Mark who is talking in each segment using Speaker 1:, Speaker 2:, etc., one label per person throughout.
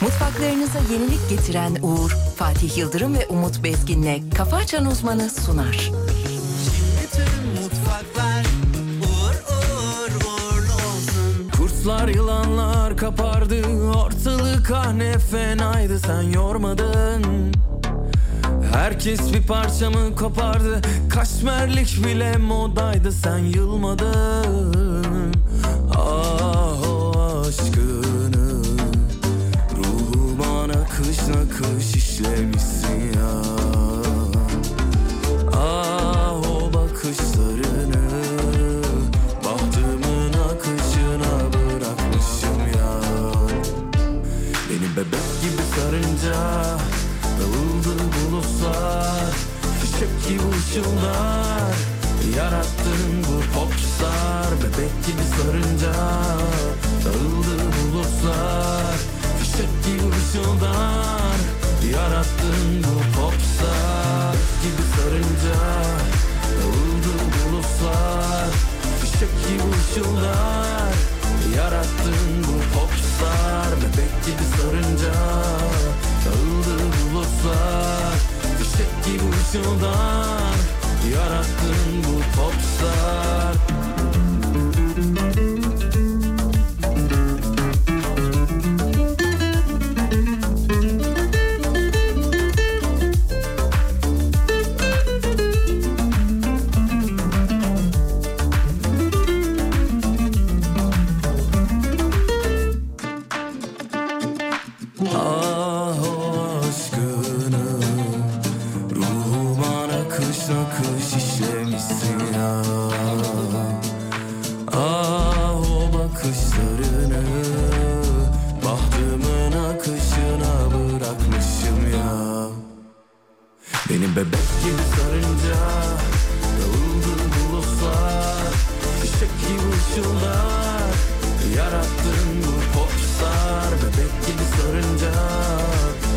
Speaker 1: Mutfaklarınıza yenilik getiren Uğur, Fatih Yıldırım ve Umut Bezgin'le Kafa Açan Uzmanı sunar.
Speaker 2: Kurtlar yılanlar kapardı Ortalık ah ne fenaydı sen yormadın Herkes bir parçamı kopardı Kaşmerlik bile modaydı sen yılmadın Ah o aşkını Ruhuma nakış nakış işlemişsin ya Ah o bakışlarını Bahtımın akışına bırakmışım ya Beni bebek gibi sarınca Dağıldı bulutlar Fişek gibi ışıldar Yarattın bu popstar Bebek gibi sarınca Dağıldı bulutlar Fişek gibi ışıldar Yarattın bu popstar Gibi sarınca Dağıldı bulutlar Fişek gibi ışıldar Yarattın bu popstar Bebek gibi sarınca Dağıldı bulutlar Fişek gibi ışıldar Yarattın bu popstar Ah o aşkını Ruhuma nakış nakış işlemişsin ya Ah o bakışlarını Bahtımın akışına bırakmışım ya Beni bebek gibi sarınca Dağıldı bulutlar Fişek gibi ışıldar Yarattın bu popstar Bebek gibi sarınca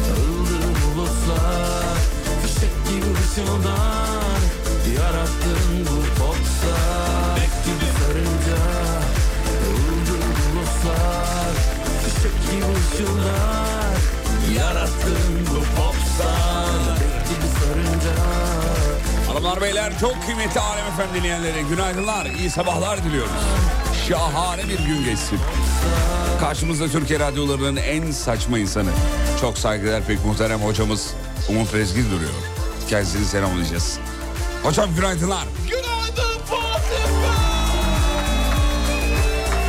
Speaker 2: Dağıldı bulutlar Fişek gibi ışıldar Yarattın bu popstar Bebek gibi sarınca Dağıldı bulutlar Fişek gibi ışıldar Yarattın bu popstar Bebek gibi sarınca
Speaker 3: Hanımlar beyler çok kıymetli Alem Efendim dinleyenlere günaydınlar, iyi sabahlar diliyoruz. Şahane bir gün geçsin. Karşımızda Türkiye radyolarının en saçma insanı. Çok saygıdeğer pek muhterem hocamız Umut Rezgin duruyor. Kendisini selamlayacağız. Hocam günaydınlar.
Speaker 4: Günaydın Fatih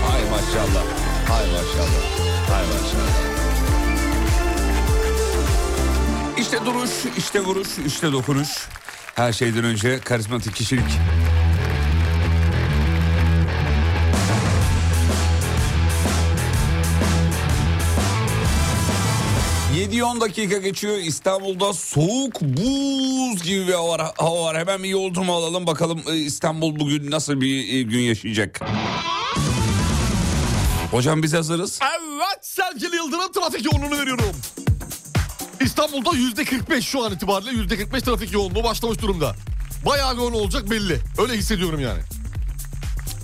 Speaker 3: Hay maşallah. Hay maşallah. Hay maşallah. İşte duruş, işte vuruş, işte dokunuş. Her şeyden önce karizmatik kişilik. ...7-10 dakika geçiyor İstanbul'da soğuk buz gibi bir hava var. Hava var. Hemen bir yolculuğumu alalım bakalım e, İstanbul bugün nasıl bir e, gün yaşayacak. Hocam biz hazırız.
Speaker 4: Evet sevgili Yıldırım trafik yoğunluğunu veriyorum. İstanbul'da yüzde 45 şu an itibariyle yüzde 45 trafik yoğunluğu başlamış durumda. Bayağı yoğun olacak belli. Öyle hissediyorum yani.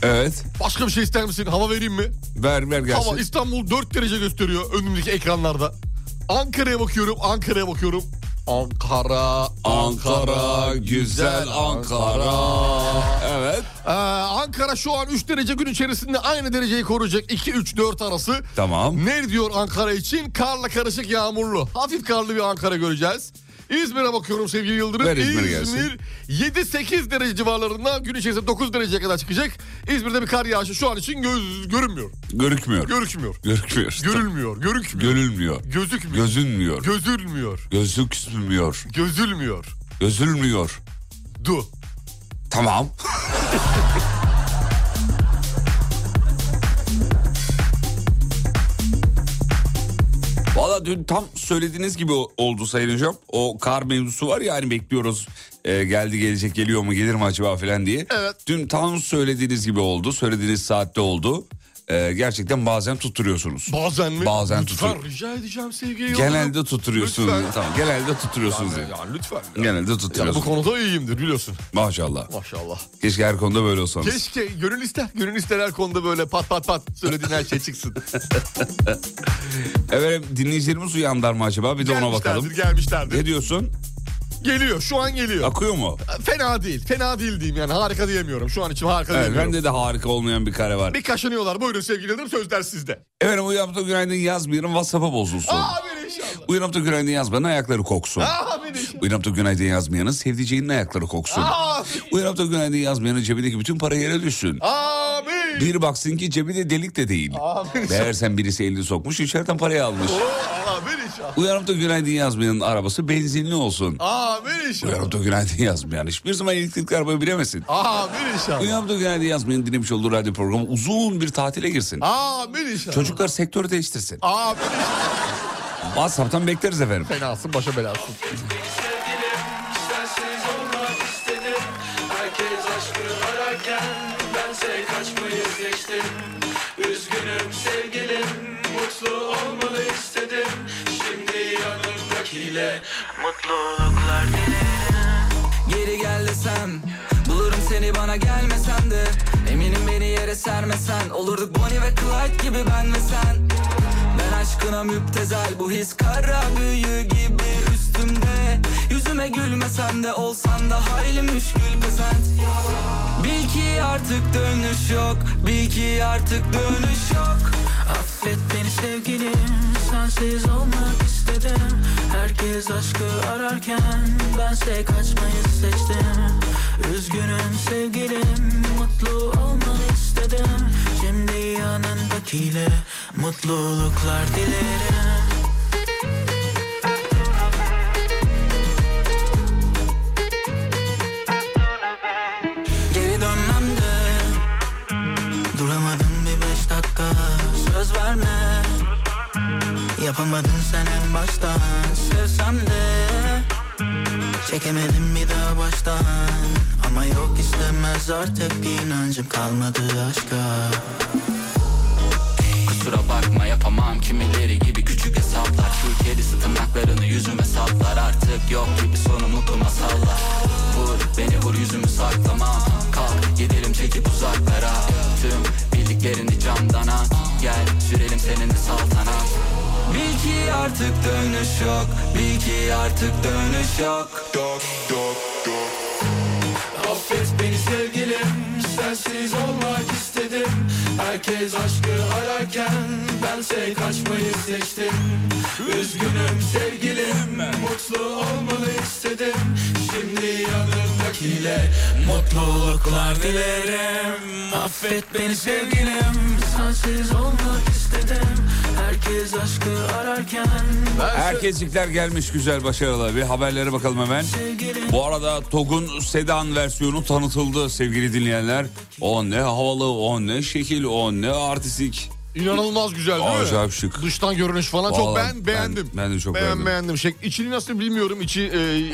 Speaker 3: Evet.
Speaker 4: Başka bir şey ister misin? Hava vereyim mi?
Speaker 3: Ver ver gelsin.
Speaker 4: Hava İstanbul 4 derece gösteriyor önümdeki ekranlarda. Ankara'ya bakıyorum, Ankara'ya bakıyorum. Ankara,
Speaker 3: Ankara, güzel Ankara. Evet.
Speaker 4: Ee, Ankara şu an 3 derece gün içerisinde aynı dereceyi koruyacak. 2-3-4 arası.
Speaker 3: Tamam.
Speaker 4: Ne diyor Ankara için? Karla karışık yağmurlu. Hafif karlı bir Ankara göreceğiz. İzmir'e bakıyorum sevgili Yıldırım.
Speaker 3: Ver İzmir gelsin.
Speaker 4: 7-8 derece civarlarında gün içerisinde 9 dereceye kadar çıkacak. İzmir'de bir kar yağışı şu an için göz görünmüyor.
Speaker 3: Görükmüyor.
Speaker 4: Görükmüyor.
Speaker 3: Görükmüyor.
Speaker 4: Görülmüyor. Görükmüyor.
Speaker 3: Görülmüyor.
Speaker 4: Gözükmüyor.
Speaker 3: Gözünmüyor.
Speaker 4: Gözülmüyor.
Speaker 3: Gözükmüyor.
Speaker 4: Gözülmüyor.
Speaker 3: Gözülmüyor.
Speaker 4: Du.
Speaker 3: Tamam. Valla dün tam söylediğiniz gibi oldu Sayın Hocam. O kar mevzusu var ya hani bekliyoruz e, geldi gelecek geliyor mu gelir mi acaba filan diye.
Speaker 4: Evet.
Speaker 3: Dün tam söylediğiniz gibi oldu. Söylediğiniz saatte oldu. E, e, gerçekten bazen tutturuyorsunuz.
Speaker 4: Bazen mi?
Speaker 3: Bazen
Speaker 4: lütfen
Speaker 3: tutuyor.
Speaker 4: rica edeceğim sevgili yıldırım.
Speaker 3: Genelde tutturuyorsunuz.
Speaker 4: Lütfen.
Speaker 3: Tamam, genelde tutturuyorsunuz.
Speaker 4: Yani,
Speaker 3: yani.
Speaker 4: yani lütfen.
Speaker 3: Genelde
Speaker 4: Yani bu
Speaker 3: tutturuyorsunuz.
Speaker 4: konuda iyiyimdir biliyorsun.
Speaker 3: Maşallah.
Speaker 4: Maşallah.
Speaker 3: Keşke her konuda böyle olsanız.
Speaker 4: Keşke gönül ister. Gönül ister her konuda böyle pat pat pat söylediğin her şey çıksın.
Speaker 3: Evet dinleyicilerimiz uyanlar mı acaba? Bir de ona bakalım.
Speaker 4: Gelmişlerdir.
Speaker 3: Ne diyorsun?
Speaker 4: Geliyor şu an geliyor.
Speaker 3: Akıyor mu?
Speaker 4: Fena değil. Fena değil diyeyim yani. Harika diyemiyorum. Şu an için harika
Speaker 3: Evet,
Speaker 4: diyemiyorum.
Speaker 3: bende de harika olmayan bir kare var.
Speaker 4: Bir kaşınıyorlar. Buyurun sevgili yıldırım sözler sizde.
Speaker 3: Efendim uyanıp da günaydın yazmayalım WhatsApp'a bozulsun.
Speaker 4: Amin inşallah.
Speaker 3: Uyanıp da günaydın yazmayanın ayakları koksun.
Speaker 4: Amin inşallah.
Speaker 3: Uyanıp da günaydın yazmayanın sevdiceğinin ayakları koksun.
Speaker 4: Amin.
Speaker 3: Uyanıp da günaydın yazmayanın cebindeki bütün para yere düşsün.
Speaker 4: Amin.
Speaker 3: Bir baksın ki cebinde delik de değil.
Speaker 4: Amin.
Speaker 3: Meğersem birisi elini sokmuş içeriden parayı almış.
Speaker 4: Oo, Amin inşallah.
Speaker 3: Uyanıp da günaydın yazmayanın arabası benzinli olsun.
Speaker 4: Amin inşallah.
Speaker 3: Uyanıp da günaydın yazmayan hiçbir zaman elektrikli arabaya binemesin.
Speaker 4: Amin inşallah.
Speaker 3: Uyanıp da günaydın yazmayanın dinlemiş olduğu radyo programı uzun bir tatile girsin.
Speaker 4: Amin inşallah.
Speaker 3: Çocuklar sektörü değiştirsin.
Speaker 4: Amin inşallah.
Speaker 3: WhatsApp'tan bekleriz efendim.
Speaker 4: Fenasın başa belasın.
Speaker 5: sevgilim İstersiz olmak istedim Herkes aşkını ararken Bense kaçmayı seçtim Üzgünüm sevgilim Mutlu olmalı istedim Şimdi yanımdakiyle Mutluluklar
Speaker 2: Geri gel desem Bulurum seni bana gelmesen de Eminim beni yere sermesen Olurduk Bonnie ve Clyde gibi ben ve sen Ben aşkına müptezel Bu his kara büyü gibi üstümde Yüzüme gülmesen de olsan da Hayli müşkül pesent Bil ki artık dönüş yok Bil ki artık dönüş yok
Speaker 5: Affet beni sevgilim Sensiz olmak istedim Herkes aşkı ararken Bense kaçmayı seçtim Üzgünüm sevgilim Mutlu olmanı istedim Şimdi yanındakiyle Mutluluklar dilerim
Speaker 2: Geri dönmem de Duramadım bir beş dakika Söz verme Yapamadın sen en baştan Sevsem de Çekemedim bir daha baştan Ama yok istemez artık inancım kalmadı aşka Kusura bakma yapamam kimileri gibi küçük hesaplar Kül kedisi tırnaklarını yüzüme saplar Artık yok gibi sonu mutlu masallar Vur beni vur yüzümü saklama Kalk gidelim çekip uzaklara Tüm bildiklerini camdana Gel sürelim seninle saltanat Bil ki artık dönüş yok Bil ki artık dönüş yok
Speaker 5: Affet beni sevgilim Sensiz olmak istedim Herkes aşkı ararken Bense kaçmayı seçtim Üzgünüm sevgilim Mutlu olmanı istedim Şimdi yanımdakiyle Mutluluklar dilerim Affet beni sevgilim Sensiz olmak istedim Herkes aşkı ararken
Speaker 3: Herkeslikler gelmiş güzel başarılı. Bir haberlere bakalım hemen. Bu arada TOG'un sedan versiyonu tanıtıldı sevgili dinleyenler. O ne havalı, o ne şekil, o ne artistik.
Speaker 4: İnanılmaz güzel değil mi?
Speaker 3: Acayip şık.
Speaker 4: Dıştan görünüş falan çok
Speaker 3: Vallahi
Speaker 4: ben beğendim.
Speaker 3: ben- ben de çok
Speaker 4: Beğen-
Speaker 3: beğendim.
Speaker 4: beğendim. Şey, içini nasıl bilmiyorum. İçi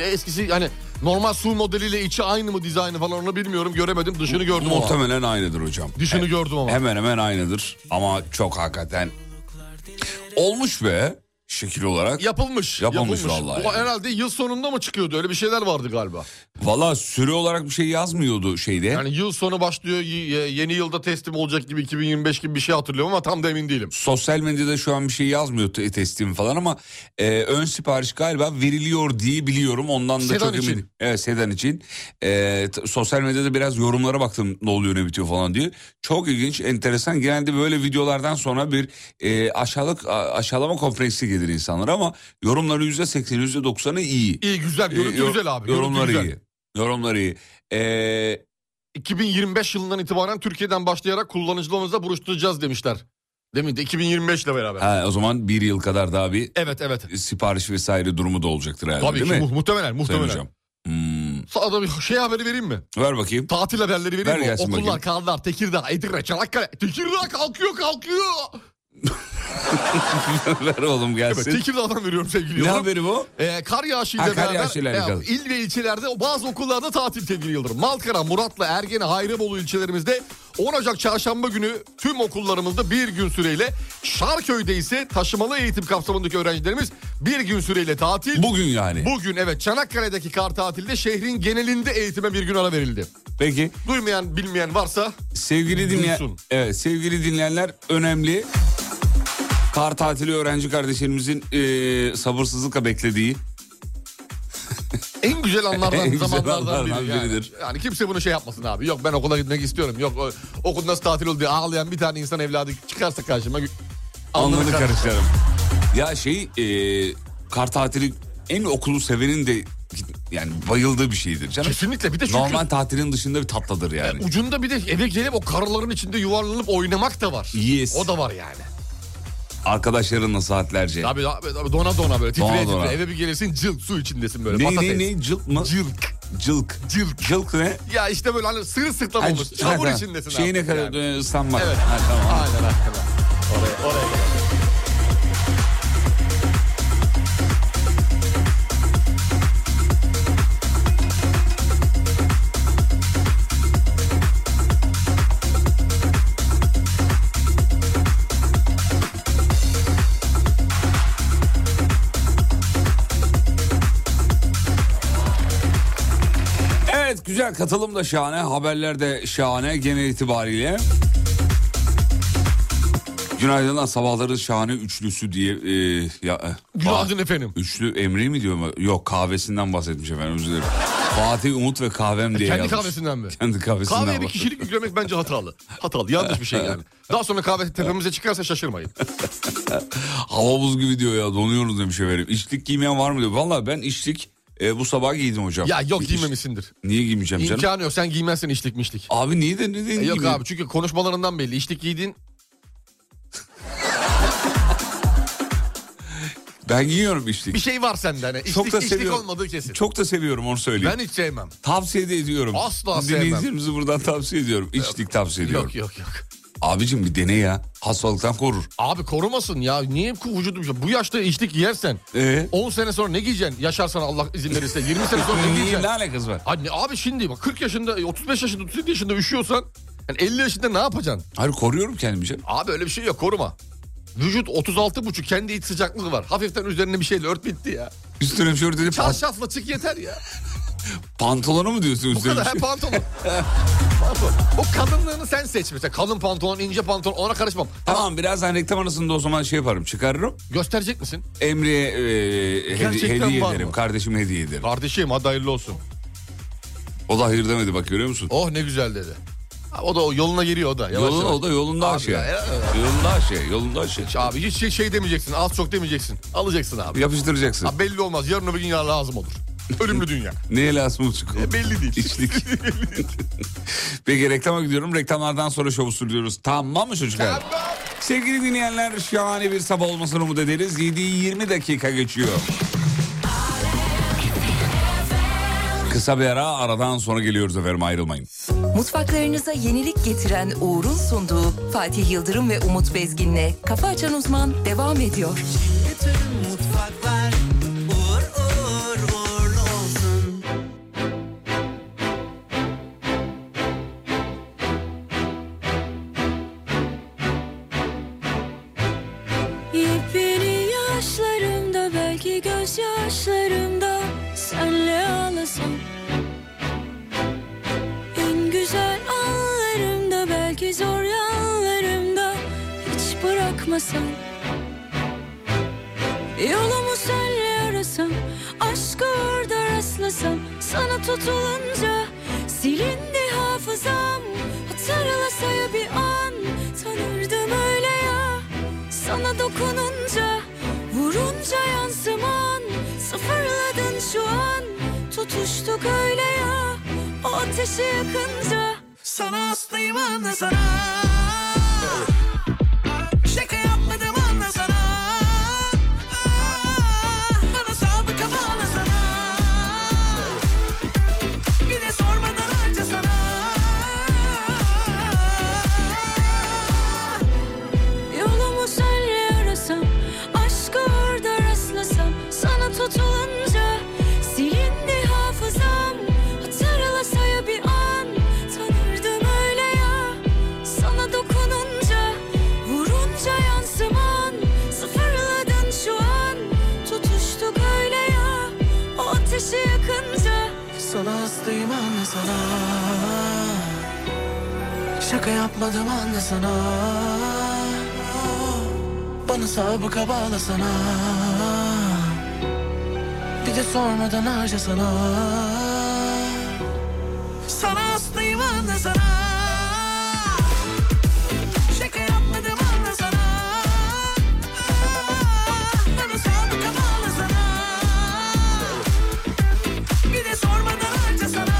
Speaker 4: e, eskisi yani normal su modeliyle içi aynı mı dizaynı falan onu bilmiyorum. Göremedim. Dışını gördüm ama.
Speaker 3: Muhtemelen aynıdır hocam.
Speaker 4: Dışını gördüm ama.
Speaker 3: Hemen hemen aynıdır ama çok hakikaten olmuş be şekil olarak.
Speaker 4: Yapılmış.
Speaker 3: Yapılmış vallahi
Speaker 4: Bu
Speaker 3: yani.
Speaker 4: herhalde yıl sonunda mı çıkıyordu? Öyle bir şeyler vardı galiba.
Speaker 3: Valla süre olarak bir şey yazmıyordu şeyde.
Speaker 4: Yani yıl sonu başlıyor. y- y- Yeni yılda teslim olacak gibi 2025 gibi bir şey hatırlıyorum ama tam da emin değilim.
Speaker 3: Sosyal medyada şu an bir şey yazmıyor te- teslim falan ama e, ön sipariş galiba veriliyor diye biliyorum. Ondan da
Speaker 4: Sedan
Speaker 3: çok
Speaker 4: için.
Speaker 3: eminim. Evet sedan için. E, t- sosyal medyada biraz yorumlara baktım ne oluyor ne bitiyor falan diye. Çok ilginç, enteresan. Genelde böyle videolardan sonra bir e, aşağılık a- aşağılama kompleksi gelir insanlara ama yorumları %80, %90'ı iyi.
Speaker 4: İyi güzel. Görüntü
Speaker 3: E, yor-
Speaker 4: güzel abi. görüntü
Speaker 3: Yorumları
Speaker 4: güzel.
Speaker 3: iyi. Yorumları iyi. E,
Speaker 4: 2025 yılından itibaren Türkiye'den başlayarak kullanıcılarımıza buluşturacağız demişler. Değil mi? 2025 ile beraber.
Speaker 3: ha, o zaman bir yıl kadar daha bir
Speaker 4: Evet evet.
Speaker 3: sipariş vesaire durumu da olacaktır herhalde
Speaker 4: Tabii
Speaker 3: değil
Speaker 4: ki
Speaker 3: mi?
Speaker 4: mu- muhtemelen
Speaker 3: Sayın
Speaker 4: muhtemelen.
Speaker 3: hocam. Hmm,
Speaker 4: Sana da bir şey haberi vereyim mi?
Speaker 3: ver bakayım.
Speaker 4: Tatil haberleri vereyim
Speaker 3: Ver
Speaker 4: mi?
Speaker 3: gelsin
Speaker 4: Okullar,
Speaker 3: bakayım.
Speaker 4: kanlar, Tekirdağ, Edirne, Çanakkale. Tekirdağ kalkıyor kalkıyor.
Speaker 3: Ver oğlum
Speaker 4: Evet,
Speaker 3: gelsin.
Speaker 4: Tekirdağ'dan veriyorum sevgili
Speaker 3: Ne
Speaker 4: Yıldırım.
Speaker 3: haberi bu?
Speaker 4: Ee, kar yağışıyla
Speaker 3: Ha, kar
Speaker 4: beraber
Speaker 3: yağışıyla
Speaker 4: e,
Speaker 3: alakalı.
Speaker 4: il ve ilçelerde o bazı okullarda tatil sevgili Yıldırım. Malkara, Muratlı, Ergene, Hayrabolu ilçelerimizde 10 Ocak çarşamba günü tüm okullarımızda bir gün süreyle Şarköy'de ise taşımalı eğitim kapsamındaki öğrencilerimiz bir gün süreyle tatil.
Speaker 3: Bugün yani.
Speaker 4: Bugün evet Çanakkale'deki kar tatilde şehrin genelinde eğitime bir gün ara verildi.
Speaker 3: Peki
Speaker 4: Duymayan bilmeyen varsa
Speaker 3: sevgili dinleyen
Speaker 4: Duysun.
Speaker 3: evet sevgili dinleyenler önemli. Kar tatili öğrenci kardeşlerimizin eee, sabırsızlıkla beklediği
Speaker 4: en güzel anlardan
Speaker 3: En güzel
Speaker 4: zamanlardan
Speaker 3: anlardan
Speaker 4: biri yani.
Speaker 3: biridir.
Speaker 4: Yani kimse bunu şey yapmasın abi. Yok ben okula gitmek istiyorum. Yok o, okul nasıl tatil oldu diye ağlayan bir tane insan evladı çıkarsa karşıma gü-
Speaker 3: anlamı
Speaker 4: karışır.
Speaker 3: karıştırırım. Ya şey eee, kar tatili en okulu sevenin de yani bayıldığı bir şeydir canım.
Speaker 4: Kesinlikle bir de çünkü
Speaker 3: Normal tatilin dışında bir tatlıdır yani.
Speaker 4: ucunda bir de eve gelip o karıların içinde yuvarlanıp oynamak da var.
Speaker 3: Yes.
Speaker 4: O da var yani.
Speaker 3: Arkadaşlarınla saatlerce.
Speaker 4: Abi, abi, abi dona dona böyle titreye
Speaker 3: Dona
Speaker 4: titreye
Speaker 3: dona.
Speaker 4: eve bir gelirsin cılk su içindesin böyle.
Speaker 3: Ne ne
Speaker 4: patates.
Speaker 3: ne cılk mı? Cılk. Cılk. Cılk. ne?
Speaker 4: Ya işte böyle hani sırılsıklam olmuş. Çamur
Speaker 3: Ha, ha.
Speaker 4: içindesin
Speaker 3: Şeyi ne
Speaker 4: artık
Speaker 3: kadar
Speaker 4: yani.
Speaker 3: yani. ıslanmak.
Speaker 4: Evet.
Speaker 3: Ha, tamam.
Speaker 4: Aynen hakikaten. Oraya, oraya.
Speaker 3: Evet güzel katılım da şahane haberler de şahane genel itibariyle. Günaydınlar sabahların şahane üçlüsü diye e, ya e,
Speaker 4: Günaydın
Speaker 3: Fa-
Speaker 4: efendim.
Speaker 3: Üçlü Emre mi diyor mu? Yok kahvesinden bahsetmiş efendim özür dilerim. Fatih Umut ve kahvem diye
Speaker 4: E, Kendi
Speaker 3: yazmış.
Speaker 4: kahvesinden mi?
Speaker 3: Kendi kahvesinden.
Speaker 4: Kahveye bir
Speaker 3: bahsetmiş.
Speaker 4: kişilik yüklemek bence hatalı. Hatalı yanlış bir şey yani. Daha sonra kahve tepemize çıkarsa şaşırmayın.
Speaker 3: Hava buz gibi diyor ya donuyoruz demiş efendim. İçlik giymeyen var mı diyor. Valla ben içlik e, bu sabah giydim hocam.
Speaker 4: Ya yok
Speaker 3: İç-
Speaker 4: giymemişsindir.
Speaker 3: Niye giymeyeceğim canım?
Speaker 4: İmkanı yok sen giymezsin içlik mişlik.
Speaker 3: Abi niye de ne de
Speaker 4: E, yok
Speaker 3: giymiyor?
Speaker 4: abi çünkü konuşmalarından belli. İçlik giydin.
Speaker 3: Ben giyiyorum içlik.
Speaker 4: Bir şey var sende hani. İçlik,
Speaker 3: Çok da
Speaker 4: içlik
Speaker 3: seviyorum.
Speaker 4: olmadığı kesin.
Speaker 3: Çok da seviyorum onu söyleyeyim.
Speaker 4: Ben hiç sevmem.
Speaker 3: Tavsiye de ediyorum.
Speaker 4: Asla sevmem.
Speaker 3: Dinleyicilerimizi buradan tavsiye ediyorum. İçlik tavsiye ediyorum.
Speaker 4: Yok yok yok.
Speaker 3: Abicim bir dene ya. Hastalıktan korur.
Speaker 4: Abi korumasın ya. Niye ku- vücudum? Bu yaşta içlik giyersen
Speaker 3: Ee?
Speaker 4: 10 sene sonra ne giyeceksin? Yaşarsan Allah izin verirse 20 sene sonra ne
Speaker 3: Niye,
Speaker 4: giyeceksin?
Speaker 3: ne alakası var?
Speaker 4: Anne abi şimdi bak 40 yaşında, 35 yaşında, 37 yaşında üşüyorsan yani 50 yaşında ne yapacaksın?
Speaker 3: Hayır koruyorum kendimi canım.
Speaker 4: Abi öyle bir şey yok koruma. Vücut 36,5 kendi iç sıcaklığı var. Hafiften üzerine bir şeyle ört bitti ya.
Speaker 3: Üstüne bir şey örteli pan-
Speaker 4: Çarşafla çık yeter ya.
Speaker 3: pantolonu mu diyorsun
Speaker 4: Bu
Speaker 3: üstüne
Speaker 4: kadar
Speaker 3: bir
Speaker 4: ha,
Speaker 3: şey?
Speaker 4: pantolon. pantolon. O kadınlığını sen seç mesela. Kalın pantolon, ince pantolon ona karışmam.
Speaker 3: Tamam biraz hani reklam arasında o zaman şey yaparım çıkarırım.
Speaker 4: Gösterecek misin?
Speaker 3: Emre'ye e, hedi-
Speaker 4: Gerçekten
Speaker 3: hediye
Speaker 4: var mı?
Speaker 3: ederim. Kardeşim hediye ederim.
Speaker 4: Kardeşim hadi hayırlı olsun.
Speaker 3: O da hayır demedi bak görüyor musun?
Speaker 4: Oh ne güzel dedi. Ha, O da o yoluna giriyor o da. Yavaş
Speaker 3: Yolun,
Speaker 4: yavaş.
Speaker 3: o da yolunda
Speaker 4: Abi
Speaker 3: şey.
Speaker 4: ya, ya, ya.
Speaker 3: Yolunda şey. Yolunda şey.
Speaker 4: Abi hiç şey, şey demeyeceksin az çok demeyeceksin. Alacaksın abi.
Speaker 3: Yapıştıracaksın.
Speaker 4: Ha, belli olmaz yarın öbür gün ya lazım olur. Ölümlü dünya.
Speaker 3: Neye lazım bu çikolata?
Speaker 4: E, belli değil.
Speaker 3: İçlik. Peki reklama gidiyorum. Reklamlardan sonra şovu sürdürüyoruz. Tamam mı çocuklar? Sevgili dinleyenler şahane bir sabah olmasını umut ederiz. 7'yi 20 dakika geçiyor. Kısa bir ara aradan sonra geliyoruz efendim ayrılmayın.
Speaker 1: Mutfaklarınıza yenilik getiren Uğur'un sunduğu Fatih Yıldırım ve Umut Bezgin'le Kafa Açan Uzman devam ediyor.
Speaker 6: Yepyeni yaşlarımda belki gözyaşlarımda senle ağlasam En güzel anlarımda belki zor yanlarımda hiç bırakmasam Yolumu senle arasam aşkı orada rastlasam sana tutulunca silindi hafızam Hatırlasaya bir an tanırdım öyle ya sana dokununca Vurunca yansıman Sıfırladın şu an Tutuştuk öyle ya O ateşi yakınca
Speaker 2: Sana aslıyım anla sana Şaka yapmadım anla sana Ah, Bana sabık anla sana Bir de sormadan harca sana
Speaker 6: Yolumu senle arasam
Speaker 7: tutulunca silindi hafızam Hatırlasaya bir an tanırdım öyle ya Sana dokununca vurunca yansıman Sıfırladın şu an tutuştuk öyle ya O ateşi yakınca
Speaker 8: Sana hastayım anne sana Şaka yapmadım anne sana Bana sabıka bağla sana Bir de sormadan harca sana Sana hastayım anne sana Şaka yapmadım anne sana Bana sabıka bağla sana bir de sormadan harca sana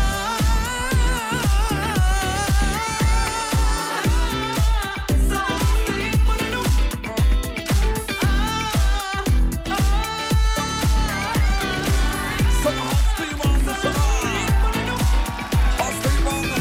Speaker 3: Sana hastayım anne sana. Hastayım anne.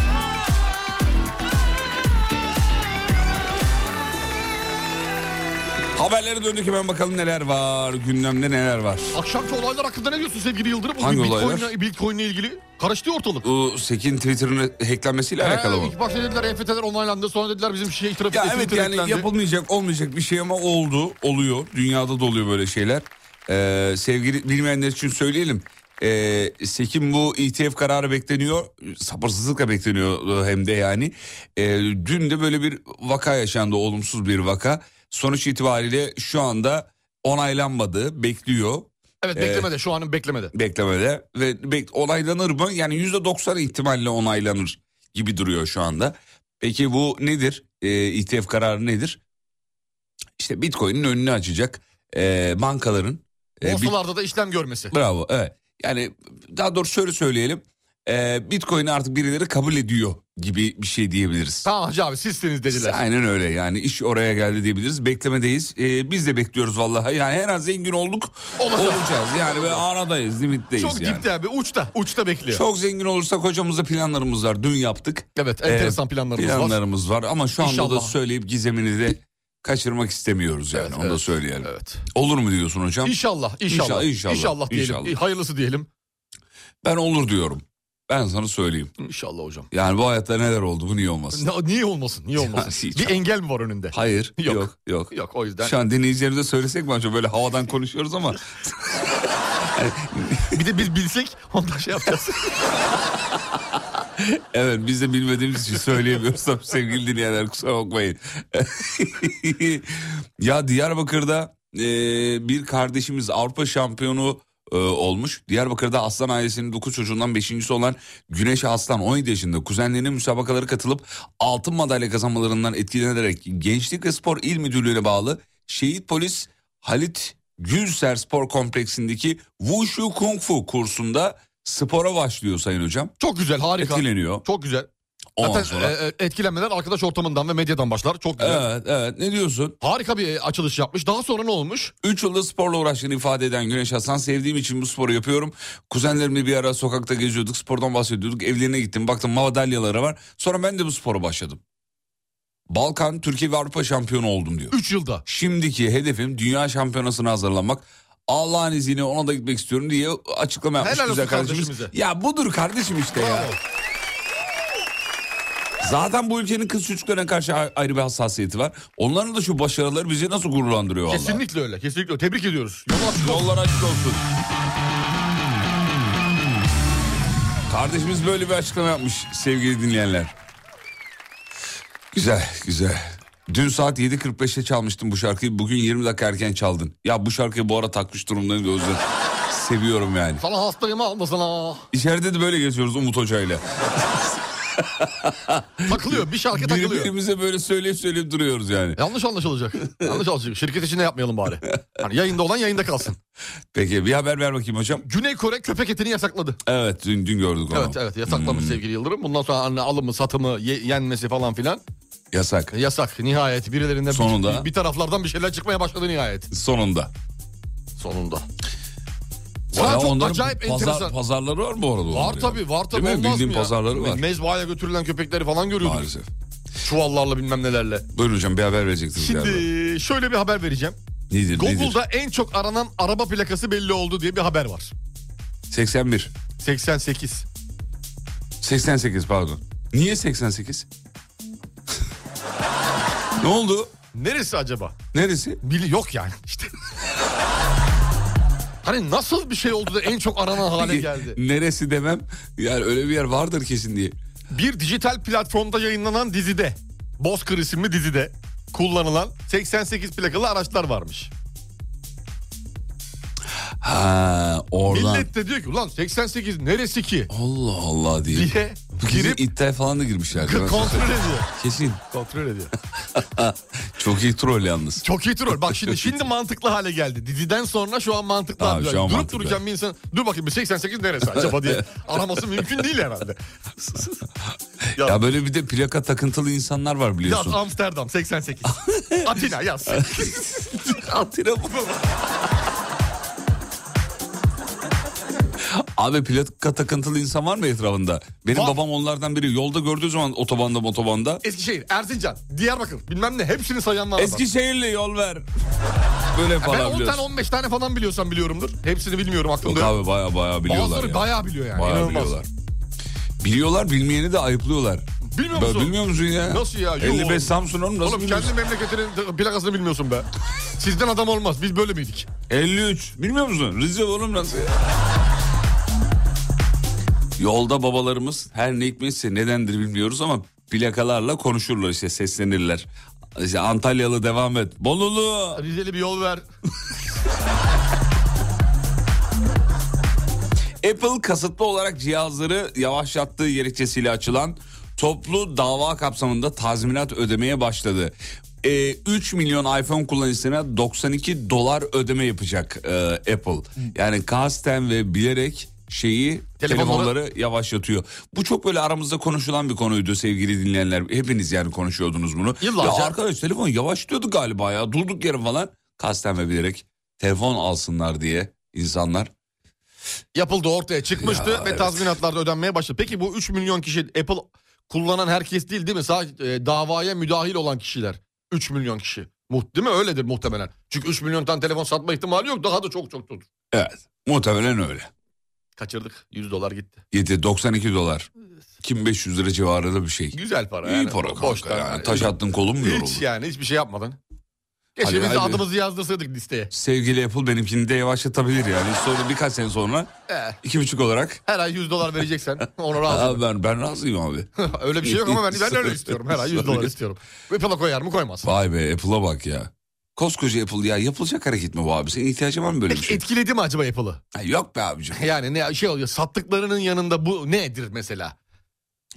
Speaker 3: Haberlere döndük hemen bakalım neler var, gündemde neler var.
Speaker 4: Akşamki olaylar hakkında ne diyorsun sevgili Yıldırım? Bugün
Speaker 3: Hangi
Speaker 4: Bitcoin'le-
Speaker 3: olaylar?
Speaker 4: Bitcoin'le ilgili karıştı ortalık.
Speaker 3: Bu Sekin Twitter'ın hacklenmesiyle alakalı
Speaker 4: Ee,
Speaker 3: mı?
Speaker 4: İlk başta dediler EFT'ler onaylandı. Sonra dediler bizim şey trafik
Speaker 3: Ya
Speaker 4: etkinliği
Speaker 3: evet yani
Speaker 4: eklendi.
Speaker 3: yapılmayacak olmayacak bir şey ama oldu oluyor dünyada da oluyor böyle şeyler. Ee, sevgili bilmeyenler için söyleyelim. Ee, Sekin bu ETF kararı bekleniyor sabırsızlıkla bekleniyor hem de yani. Ee, dün de böyle bir vaka yaşandı olumsuz bir vaka. Sonuç itibariyle şu anda onaylanmadı bekliyor
Speaker 4: Evet beklemede şu anın beklemede.
Speaker 3: Ee, beklemede ve bek- onaylanır mı? Yani %90 ihtimalle onaylanır gibi duruyor şu anda. Peki bu nedir? Ee, ETF kararı nedir? İşte Bitcoin'in önünü açacak ee, bankaların ee, bit-
Speaker 4: Borsalarda da işlem görmesi.
Speaker 3: bravo evet. Yani daha doğrusu şöyle söyleyelim. Ee, Bitcoin'i artık birileri kabul ediyor gibi bir şey diyebiliriz.
Speaker 4: Tamam hacı abi sizsiniz dediler.
Speaker 3: Aynen öyle yani iş oraya geldi diyebiliriz. Beklemedeyiz. Ee, biz de bekliyoruz vallahi. Yani her an zengin olduk
Speaker 4: Olacak.
Speaker 3: olacağız. Yani ve aradayız, limitteyiz
Speaker 4: Çok
Speaker 3: yani.
Speaker 4: dipte abi uçta. Uçta bekliyor.
Speaker 3: Çok zengin olursak hocamızda planlarımız var. Dün yaptık.
Speaker 4: Evet enteresan
Speaker 3: Ee,
Speaker 4: planlarımız var.
Speaker 3: planlarımız var. ama şu anda da
Speaker 4: İnşallah.
Speaker 3: söyleyip gizemini de kaçırmak istemiyoruz yani.
Speaker 4: Evet,
Speaker 3: Onu da
Speaker 4: evet,
Speaker 3: söyleyelim.
Speaker 4: Evet.
Speaker 3: Olur mu diyorsun hocam?
Speaker 4: İnşallah,
Speaker 3: İnşallah,
Speaker 4: inşallah,
Speaker 3: inşallah,
Speaker 4: inşallah, diyelim.
Speaker 3: inşallah.
Speaker 4: Hayırlısı diyelim.
Speaker 3: Ben olur diyorum. Ben sana söyleyeyim.
Speaker 4: İnşallah hocam.
Speaker 3: Yani bu hayatta neler oldu bu niye olmasın?
Speaker 4: Ne- niye olmasın? Niye olmasın?
Speaker 3: hiç-
Speaker 4: bir engel mi var önünde?
Speaker 3: Hayır. Yok.
Speaker 4: Yok.
Speaker 3: Yok.
Speaker 4: Yok o yüzden.
Speaker 3: Şu an dinleyicilerimize söylesek mi acaba? Böyle havadan konuşuyoruz ama.
Speaker 4: Bir de biz bilsek ondan şey yapacağız.
Speaker 3: Evet biz de bilmediğimiz için söyleyemiyoruz tabii sevgili dinleyenler kusura bakmayın. ya Diyarbakır'da e, bir kardeşimiz Avrupa şampiyonu e, olmuş. Diyarbakır'da Aslan ailesinin 9 çocuğundan 5.si olan Güneş Aslan 17 yaşında kuzenlerinin müsabakalara katılıp altın madalya kazanmalarından etkilenerek Gençlik ve Spor İl Müdürlüğü'ne bağlı Şehit Polis Halit Gülser Spor Kompleksindeki Wushu Kung Fu kursunda spora başlıyor Sayın Hocam.
Speaker 4: Çok güzel, harika.
Speaker 3: Etkileniyor.
Speaker 4: Çok güzel.
Speaker 3: Ondan
Speaker 4: Zaten
Speaker 3: sonra.
Speaker 4: e, e, etkilenmeler arkadaş ortamından ve medyadan başlar. Çok güzel.
Speaker 3: Evet evet ne diyorsun?
Speaker 4: Harika bir e, açılış yapmış. Daha sonra ne olmuş?
Speaker 3: 3 yılda sporla uğraştığını ifade eden Güneş Hasan sevdiğim için bu sporu yapıyorum. Kuzenlerimle bir ara sokakta geziyorduk spordan bahsediyorduk evlerine gittim baktım madalyaları var. Sonra ben de bu spora başladım. Balkan, Türkiye ve Avrupa şampiyonu oldum diyor.
Speaker 4: 3 yılda.
Speaker 3: Şimdiki hedefim dünya şampiyonasına hazırlanmak. Allah'ın izniyle ona da gitmek istiyorum diye açıklama yapmış
Speaker 4: Helal
Speaker 3: güzel
Speaker 4: olsun
Speaker 3: kardeşimiz.
Speaker 4: kardeşimize.
Speaker 3: Ya budur kardeşim işte ya.
Speaker 4: Bravo.
Speaker 3: Zaten bu ülkenin kız çocuklarına karşı a- ayrı bir hassasiyeti var. Onların da şu başarıları bizi nasıl gururlandırıyor vallahi.
Speaker 4: Kesinlikle öyle. Kesinlikle öyle. Tebrik ediyoruz. Yol açık olsun.
Speaker 3: Yollar açık olsun. Kardeşimiz böyle bir açıklama yapmış sevgili dinleyenler. Güzel, güzel. Dün saat 7.45'te çalmıştım bu şarkıyı. Bugün 20 dakika erken çaldın. Ya bu şarkıyı bu ara takmış durumdayım da o yüzden Seviyorum yani.
Speaker 4: Sana hastayım alma sana.
Speaker 3: İçeride de böyle geçiyoruz Umut Hoca'yla.
Speaker 4: Takılıyor. Bir şarkı takılıyor.
Speaker 3: Birbirimize böyle söyleyip söyleyip duruyoruz yani.
Speaker 4: Yanlış anlaşılacak. Yanlış anlaşılacak. Şirket içinde yapmayalım bari. Hani yayında olan yayında kalsın.
Speaker 3: Peki bir haber ver bakayım hocam.
Speaker 4: Güney Kore köpek etini yasakladı.
Speaker 3: Evet dün, dün gördük onu.
Speaker 4: Evet evet yasaklamış
Speaker 3: Hmm.
Speaker 4: sevgili Yıldırım. Bundan sonra hani alımı, satımı, ye- yenmesi falan filan
Speaker 3: Yasak.
Speaker 4: yasak. Nihayet birilerinden bir-
Speaker 3: Sonunda.
Speaker 4: Bir, bir taraflardan bir şeyler çıkmaya başladı nihayet.
Speaker 3: Sonunda.
Speaker 4: Sonunda.
Speaker 3: Ya
Speaker 4: Sana çok
Speaker 3: onların
Speaker 4: acayip
Speaker 3: pazar-
Speaker 4: enteresan.
Speaker 3: Pazarları var bu arada.
Speaker 4: Var
Speaker 3: onların ya.
Speaker 4: tabii var tabii
Speaker 3: Değil mi?
Speaker 4: olmaz
Speaker 3: Bildiğin
Speaker 4: mı ya?
Speaker 3: pazarları var.
Speaker 4: Mezbahaya götürülen köpekleri falan görüyorduk.
Speaker 3: Maalesef.
Speaker 4: Çuvallarla bilmem nelerle.
Speaker 3: Buyurun hocam bir haber verecektiniz
Speaker 4: Şimdi
Speaker 3: galiba.
Speaker 4: şöyle bir haber vereceğim.
Speaker 3: Nedir nedir?
Speaker 4: Google'da en çok aranan araba plakası belli oldu diye bir haber var.
Speaker 3: 81.
Speaker 4: 88.
Speaker 3: 88 pardon. Niye 88? ne oldu?
Speaker 4: Neresi acaba?
Speaker 3: Neresi?
Speaker 4: Bili yok yani işte. hani nasıl bir şey oldu da en çok aranan hale geldi?
Speaker 3: Neresi demem. Yani öyle bir yer vardır kesin diye.
Speaker 4: Bir dijital platformda yayınlanan dizide, Bozkır isimli dizide kullanılan 88 plakalı araçlar varmış.
Speaker 3: Ha oradan.
Speaker 4: Millet de diyor ki ulan 88 neresi ki
Speaker 3: Allah Allah diye.
Speaker 4: diye
Speaker 3: Kesin
Speaker 4: girip
Speaker 3: iddia falan da girmişler.
Speaker 4: kontrol ediyor.
Speaker 3: Kesin.
Speaker 4: Kontrol ediyor.
Speaker 3: Çok iyi troll yalnız.
Speaker 4: Çok iyi troll. Bak şimdi şimdi mantıklı hale geldi. Diziden sonra şu an mantıklı
Speaker 3: Abi
Speaker 4: hale geldi.
Speaker 3: şu an
Speaker 4: Durup
Speaker 3: mantıklı.
Speaker 4: dururken bir insan dur bakayım bir 88 neresi acaba diye araması mümkün değil herhalde.
Speaker 3: Ya, böyle bir de plaka takıntılı insanlar var
Speaker 4: Yaz
Speaker 3: biliyorsun.
Speaker 4: Amsterdam 88. Atina yaz.
Speaker 3: Atina bu. Abi plaka takıntılı insan var mı etrafında? Benim
Speaker 4: Var. E,
Speaker 3: babam onlardan biri. Yolda gördüğü zaman otobanda otobanda.
Speaker 4: Eskişehir, Erzincan, Diyarbakır bilmem ne hepsini sayan var. adam.
Speaker 3: Eskişehirli yol ver. Böyle
Speaker 4: E, Ben
Speaker 3: falan
Speaker 4: 10 tane
Speaker 3: biliyorsun.
Speaker 4: 15 tane falan biliyorsam biliyorumdur. Hepsini bilmiyorum
Speaker 3: Yok
Speaker 4: aklımda. yok.
Speaker 3: abi baya baya biliyorlar
Speaker 4: Bazıları
Speaker 3: ya.
Speaker 4: bayağı biliyor yani.
Speaker 3: Bayağı
Speaker 4: inanılmaz.
Speaker 3: biliyorlar. Biliyorlar bilmeyeni de ayıplıyorlar.
Speaker 4: Bilmiyor
Speaker 3: Ben
Speaker 4: musun?
Speaker 3: bilmiyor musun ya?
Speaker 4: Nasıl ya? Yuh
Speaker 3: 55
Speaker 4: oğlum.
Speaker 3: Samsun oğlum nasıl
Speaker 4: Oğlum
Speaker 3: bilmiyorsun?
Speaker 4: kendi memleketinin de- plakasını bilmiyorsun be. Sizden adam olmaz. Biz böyle miydik?
Speaker 3: 53. Bilmiyor musun? Rize oğlum nasıl ya? Yolda babalarımız her ne hikmetse nedendir bilmiyoruz ama plakalarla konuşurlar işte seslenirler. İşte Antalyalı devam et. Bolulu.
Speaker 4: Rizeli bir yol ver.
Speaker 3: Apple kasıtlı olarak cihazları yavaşlattığı gerekçesiyle açılan toplu dava kapsamında tazminat ödemeye başladı. Ee, 3 milyon iPhone kullanıcısına 92 dolar ödeme yapacak e, Apple. Yani kasten ve bilerek şeyi
Speaker 4: Telefonları-
Speaker 3: telefonları yavaşlatıyor. Bu çok böyle aramızda konuşulan bir konuydu sevgili dinleyenler. Hepiniz yani konuşuyordunuz bunu.
Speaker 4: Yıllarca.
Speaker 3: Ya arkadaş telefon yavaşlıyordu galiba ya. Durduk yere falan kasten ve bilerek telefon alsınlar diye insanlar
Speaker 4: yapıldı ortaya çıkmıştı ve tazminatlarda ödenmeye başladı. Peki bu 3 milyon kişi Apple kullanan herkes değil değil mi? Sadece e, davaya müdahil olan kişiler. 3 milyon kişi. Muht değil mi? Öyledir muhtemelen. Çünkü 3 milyon tane telefon satma ihtimali yok. Daha da çok çok olur.
Speaker 3: Evet. Muhtemelen öyle.
Speaker 4: Kaçırdık. 100 dolar gitti.
Speaker 3: 7 92 dolar. 2500 lira civarında bir şey.
Speaker 4: Güzel para yani.
Speaker 3: İyi para kanka
Speaker 4: Boştan
Speaker 3: yani.
Speaker 4: yani.
Speaker 3: Taş attın kolun mu yoruldu?
Speaker 4: Hiç yani hiçbir şey yapmadan. Keşke biz de
Speaker 3: hadi.
Speaker 4: adımızı yazdırsaydık listeye.
Speaker 3: Sevgili Apple benimkini de yavaşlatabilir yani. Sonra birkaç sene sonra
Speaker 4: Eh,
Speaker 3: iki buçuk olarak.
Speaker 4: her ay 100 dolar vereceksen ona razı.
Speaker 3: Aa, ben, ben razıyım abi.
Speaker 4: öyle bir şey yok ama ben, ben öyle istiyorum. Her ay 100 dolar istiyorum. Apple'a koyar mı koymaz.
Speaker 3: Vay be Apple'a bak ya. Koskoca Apple ya yapılacak hareket mi bu abi? Senin ihtiyacın var mı böyle bir
Speaker 4: Peki
Speaker 3: şey?
Speaker 4: etkiledi mi acaba Apple'ı?
Speaker 3: Ha, yok be abicim.
Speaker 4: Yani ne şey oluyor sattıklarının yanında bu nedir mesela?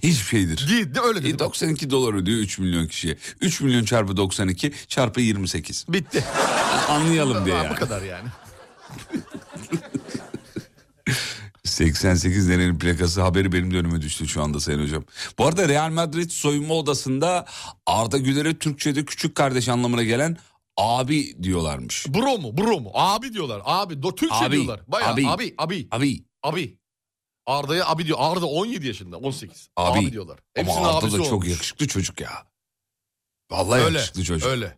Speaker 3: Hiçbir şeydir.
Speaker 4: Değil de öyle
Speaker 3: E,
Speaker 4: dedi.
Speaker 3: 92 dolar ödüyor 3 milyon kişiye. 3 milyon çarpı 92 çarpı 28.
Speaker 4: Bitti.
Speaker 3: Anlayalım diye
Speaker 4: Aa, Bu
Speaker 3: yani.
Speaker 4: kadar yani.
Speaker 3: 88 denenin plakası haberi benim de önüme düştü şu anda Sayın Hocam. Bu arada Real Madrid soyunma odasında Arda Güler'e Türkçe'de küçük kardeş anlamına gelen abi diyorlarmış.
Speaker 4: Bro mu? Bro mu? Abi diyorlar. Abi. Do Türkçe
Speaker 3: Abi,
Speaker 4: diyorlar. Bayağı
Speaker 3: abi.
Speaker 4: abi. Abi. Abi.
Speaker 3: Abi
Speaker 4: Arda'ya abi diyor. Arda 17 yaşında. 18.
Speaker 3: Abi.
Speaker 4: Abi, diyorlar.
Speaker 3: ama
Speaker 4: Hepsinin
Speaker 3: Arda
Speaker 4: abisi
Speaker 3: da
Speaker 4: olmuş.
Speaker 3: çok yakışıklı çocuk ya. Vallahi
Speaker 4: Öyle.
Speaker 3: yakışıklı çocuk.
Speaker 4: Öyle.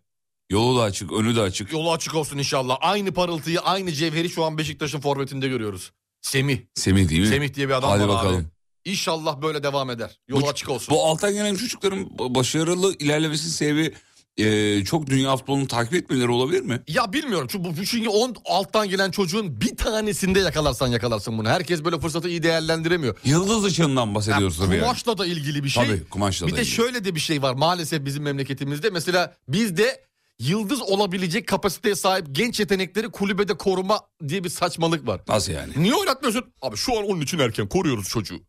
Speaker 3: Yolu da açık, önü de açık.
Speaker 4: Yolu açık olsun inşallah. Aynı parıltıyı, aynı cevheri şu an Beşiktaş'ın forvetinde görüyoruz. Semih.
Speaker 3: Semih değil mi?
Speaker 4: Semih diye bir adam
Speaker 3: Hadi
Speaker 4: var abi.
Speaker 3: bakalım.
Speaker 4: İnşallah böyle devam eder. Yolu açık olsun.
Speaker 3: Bu alttan gelen çocukların başarılı ilerlemesinin sebebi e, çok dünya futbolunu takip etmeleri olabilir mi?
Speaker 4: Ya bilmiyorum çünkü bu- bu çünkü 10 alttan gelen çocuğun bir tanesinde yakalarsan yakalarsın bunu. Herkes böyle fırsatı iyi değerlendiremiyor.
Speaker 3: Yıldız ışığından
Speaker 4: Ya
Speaker 3: bahsediyoruz tabii. yani.
Speaker 4: kumaşla da ilgili bir şey.
Speaker 3: Tabii, kumaşla
Speaker 4: bir
Speaker 3: da
Speaker 4: de
Speaker 3: ilgili.
Speaker 4: şöyle de bir şey var maalesef bizim memleketimizde. Mesela bizde yıldız olabilecek kapasiteye sahip genç yetenekleri kulübede koruma diye bir saçmalık var.
Speaker 3: Nasıl yani?
Speaker 4: Niye oynatmıyorsun? Abi şu an onun için erken koruyoruz çocuğu.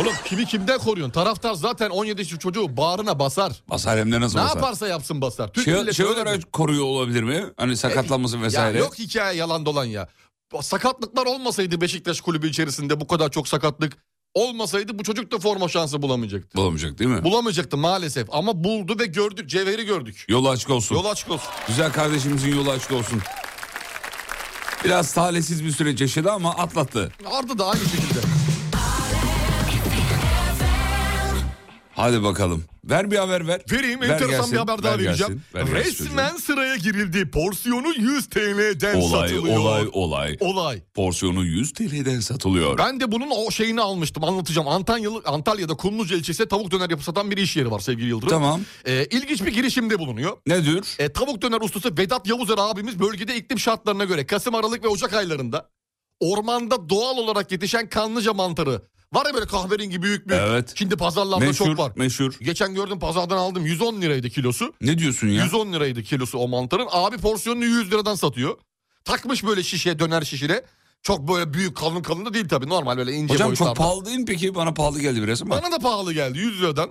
Speaker 4: Oğlum kimi kimden koruyorsun? Taraftar zaten 17 yaşındaki çocuğu bağrına basar.
Speaker 3: Basar hem de nasıl
Speaker 4: Ne
Speaker 3: basar?
Speaker 4: yaparsa yapsın basar. Türk
Speaker 3: Şey,
Speaker 4: milleti
Speaker 3: şey
Speaker 4: öyle bir-
Speaker 3: olarak koruyor olabilir mi? Hani sakatlanması vesaire.
Speaker 4: E, Ya yok hikaye yalan dolan ya. Sakatlıklar olmasaydı Beşiktaş kulübü içerisinde bu kadar çok sakatlık olmasaydı bu çocuk da forma şansı bulamayacaktı.
Speaker 3: Bulamayacak değil mi?
Speaker 4: Bulamayacaktı maalesef ama buldu ve gördük cevheri gördük.
Speaker 3: Yolu açık olsun.
Speaker 4: Yol açık olsun.
Speaker 3: Güzel kardeşimizin yolu açık olsun. Biraz talihsiz bir süreç yaşadı ama atlattı.
Speaker 4: Arda da aynı şekilde.
Speaker 3: Hadi bakalım. Ver bir haber ver.
Speaker 4: Vereyim
Speaker 3: Ver
Speaker 4: enteresan
Speaker 3: gelsin,
Speaker 4: bir haber daha
Speaker 3: ver
Speaker 4: vereceğim.
Speaker 3: gelsin, ver gelsin
Speaker 4: Resmen sıraya girildi. Porsiyonu 100 TL'den
Speaker 3: çocuğum. Olay
Speaker 4: satılıyor.
Speaker 3: olay olay.
Speaker 4: Olay.
Speaker 3: Porsiyonu 100 TL'den satılıyor.
Speaker 4: Ben de bunun o şeyini almıştım anlatacağım. Antalyalı, Antalya'da Kumluca ilçesinde tavuk döner yapıp satan bir iş yeri var sevgili Yıldırım.
Speaker 3: Tamam.
Speaker 4: Ee, ilginç bir girişimde bulunuyor.
Speaker 3: Nedir?
Speaker 4: E, tavuk döner ustası Vedat Yavuzer abimiz bölgede iklim şartlarına göre Kasım, Aralık ve Ocak aylarında ormanda doğal olarak yetişen kanlıca mantarı. Var ya böyle kahverengi büyük büyük.
Speaker 3: Evet.
Speaker 4: Şimdi pazarlarda
Speaker 3: meşhur,
Speaker 4: çok var.
Speaker 3: meşhur.
Speaker 4: Geçen gördüm pazardan aldım 110 liraydı kilosu.
Speaker 3: Ne diyorsun ya?
Speaker 4: 110 liraydı kilosu o mantarın. Abi porsiyonunu 100 liradan satıyor. Takmış böyle şişe döner şişine. Çok böyle büyük kalın kalın da değil tabii normal böyle ince
Speaker 3: Hocam çok
Speaker 4: boyutlarda.
Speaker 3: pahalı değil mi peki? Bana pahalı geldi biraz ama.
Speaker 4: Bana da pahalı geldi 100 liradan.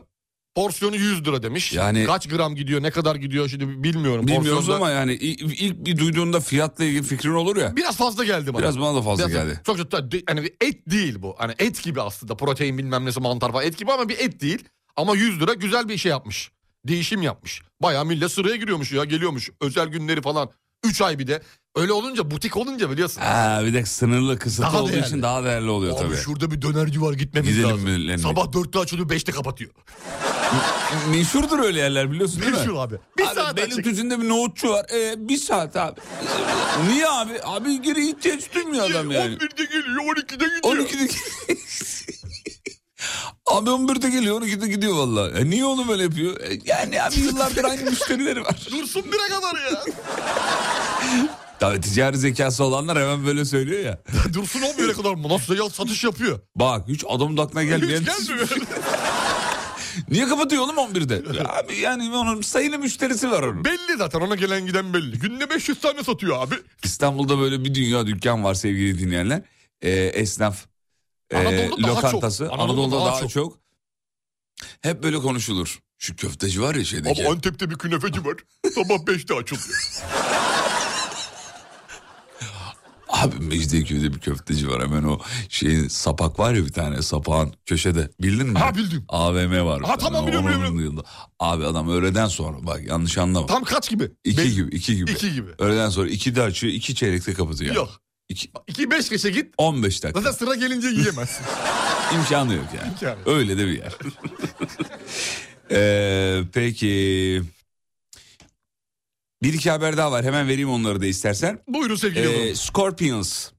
Speaker 4: Porsiyonu 100 lira demiş.
Speaker 3: Yani-
Speaker 4: Kaç gram gidiyor ne kadar gidiyor şimdi bilmiyorum.
Speaker 3: Bilmiyoruz
Speaker 4: Porsiyonda-
Speaker 3: ama yani ilk, ilk bir duyduğunda fiyatla ilgili fikrin olur ya.
Speaker 4: Biraz fazla geldi bana.
Speaker 3: Biraz bana da fazla
Speaker 4: Biraz-
Speaker 3: geldi.
Speaker 4: Çok çok hani bir et değil bu. Hani et gibi aslında protein bilmem nesi mantar falan et gibi ama bir et değil. Ama 100 lira güzel bir şey yapmış. Değişim yapmış. Bayağı millet sıraya giriyormuş ya geliyormuş. Özel günleri falan. 3 ay bir de. Öyle olunca butik olunca biliyorsun.
Speaker 3: Ha, bir de sınırlı kısıtlı
Speaker 4: Daha
Speaker 3: olduğu
Speaker 4: değerli.
Speaker 3: için daha değerli oluyor
Speaker 4: Abi
Speaker 3: tabii.
Speaker 4: şurada bir dönerci var gitmemiz
Speaker 3: Gidelim
Speaker 4: lazım.
Speaker 3: mi, Lemmy?
Speaker 4: Sabah 4'te açılıyor 5'te kapatıyor.
Speaker 3: Meşhurdur öyle yerler biliyorsun değil mi?
Speaker 4: Meşhur abi. Bir
Speaker 3: abi,
Speaker 4: saat
Speaker 3: benim
Speaker 4: açık.
Speaker 3: tüzünde bir nohutçu var. Ee, bir saat abi. Niye abi? Abi geri ihtiyaç duymuyor adam yani.
Speaker 4: 11'de geliyor 12'de gidiyor.
Speaker 3: 12'de Abi 11'de geliyor 12'de gidiyor valla. E niye onu böyle yapıyor? E yani abi yıllardır aynı müşterileri var.
Speaker 4: Dursun 1'e kadar ya.
Speaker 3: Tabii ticari zekası olanlar hemen böyle söylüyor ya.
Speaker 4: Dursun 11'e kadar mı? Nasıl ya satış yapıyor.
Speaker 3: Bak hiç adamın da aklına
Speaker 4: Hiç
Speaker 3: gelmeyen.
Speaker 4: gelmiyor.
Speaker 3: Niye kapatıyor oğlum 11'de? Ya abi yani onun sayılı müşterisi var onun.
Speaker 4: belli zaten ona gelen giden belli. Günde 500 tane satıyor abi.
Speaker 3: İstanbul'da böyle bir dünya dükkan var sevgili dinleyenler. Ee, esnaf ee,
Speaker 4: Anadolu'da daha
Speaker 3: lokantası.
Speaker 4: çok.
Speaker 3: Anadolu'da, daha, çok. Hep böyle konuşulur. Şu köfteci var ya şeydeki.
Speaker 4: Abi Antep'te bir künefeci var. Sabah 5'te açılıyor.
Speaker 3: Abi Mecidiyeköy'de bir köfteci var hemen o şeyin sapak var ya bir tane sapağın köşede bildin mi?
Speaker 4: Ha, bildim.
Speaker 3: AVM var. bir
Speaker 4: Ha,
Speaker 3: tane,
Speaker 4: tamam,
Speaker 3: o-
Speaker 4: biliyorum,
Speaker 3: onun
Speaker 4: biliyorum.
Speaker 3: yılında. Abi adam öğleden sonra bak yanlış anlama.
Speaker 4: Tam kaç gibi?
Speaker 3: iki
Speaker 4: Be-
Speaker 3: gibi iki gibi.
Speaker 4: İki gibi.
Speaker 3: Öğleden sonra iki de açıyor iki çeyrekte kapatıyor. yani.
Speaker 4: Yok.
Speaker 3: İki,
Speaker 4: 2 5 geçe git.
Speaker 3: 15 dakika.
Speaker 4: Zaten sıra gelince yiyemezsin.
Speaker 3: İmkanı yok yani.
Speaker 4: İmkanı yok.
Speaker 3: Öyle de bir yer. Ee, peki. Bir iki haber daha var. Hemen vereyim onları da istersen.
Speaker 4: Buyurun sevgili
Speaker 3: Ee,
Speaker 4: yavrum.
Speaker 3: Scorpions.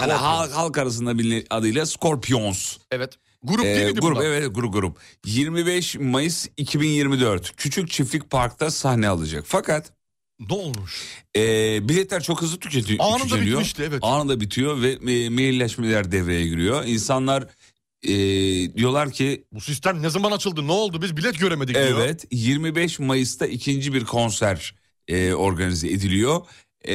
Speaker 3: Yani halk, halk arasında bilinen adıyla Scorpions.
Speaker 4: Evet. Grup
Speaker 3: Ee,
Speaker 4: değil miydi
Speaker 3: grup
Speaker 4: bunlar?
Speaker 3: evet grup grup. 25 Mayıs 2024 Küçük Çiftlik Park'ta sahne alacak. Fakat
Speaker 4: Ne olmuş?
Speaker 3: e, biletler çok hızlı tüketi-
Speaker 4: Anında
Speaker 3: tükeniyor.
Speaker 4: bitmişti, evet.
Speaker 3: Anında bitiyor ve e, mailleşmeler devreye giriyor. İnsanlar e, diyorlar ki
Speaker 4: Bu sistem ne zaman açıldı? Ne oldu? Biz bilet göremedik diyor.
Speaker 3: evet 25 Mayıs'ta ikinci bir konser e, organize ediliyor. E,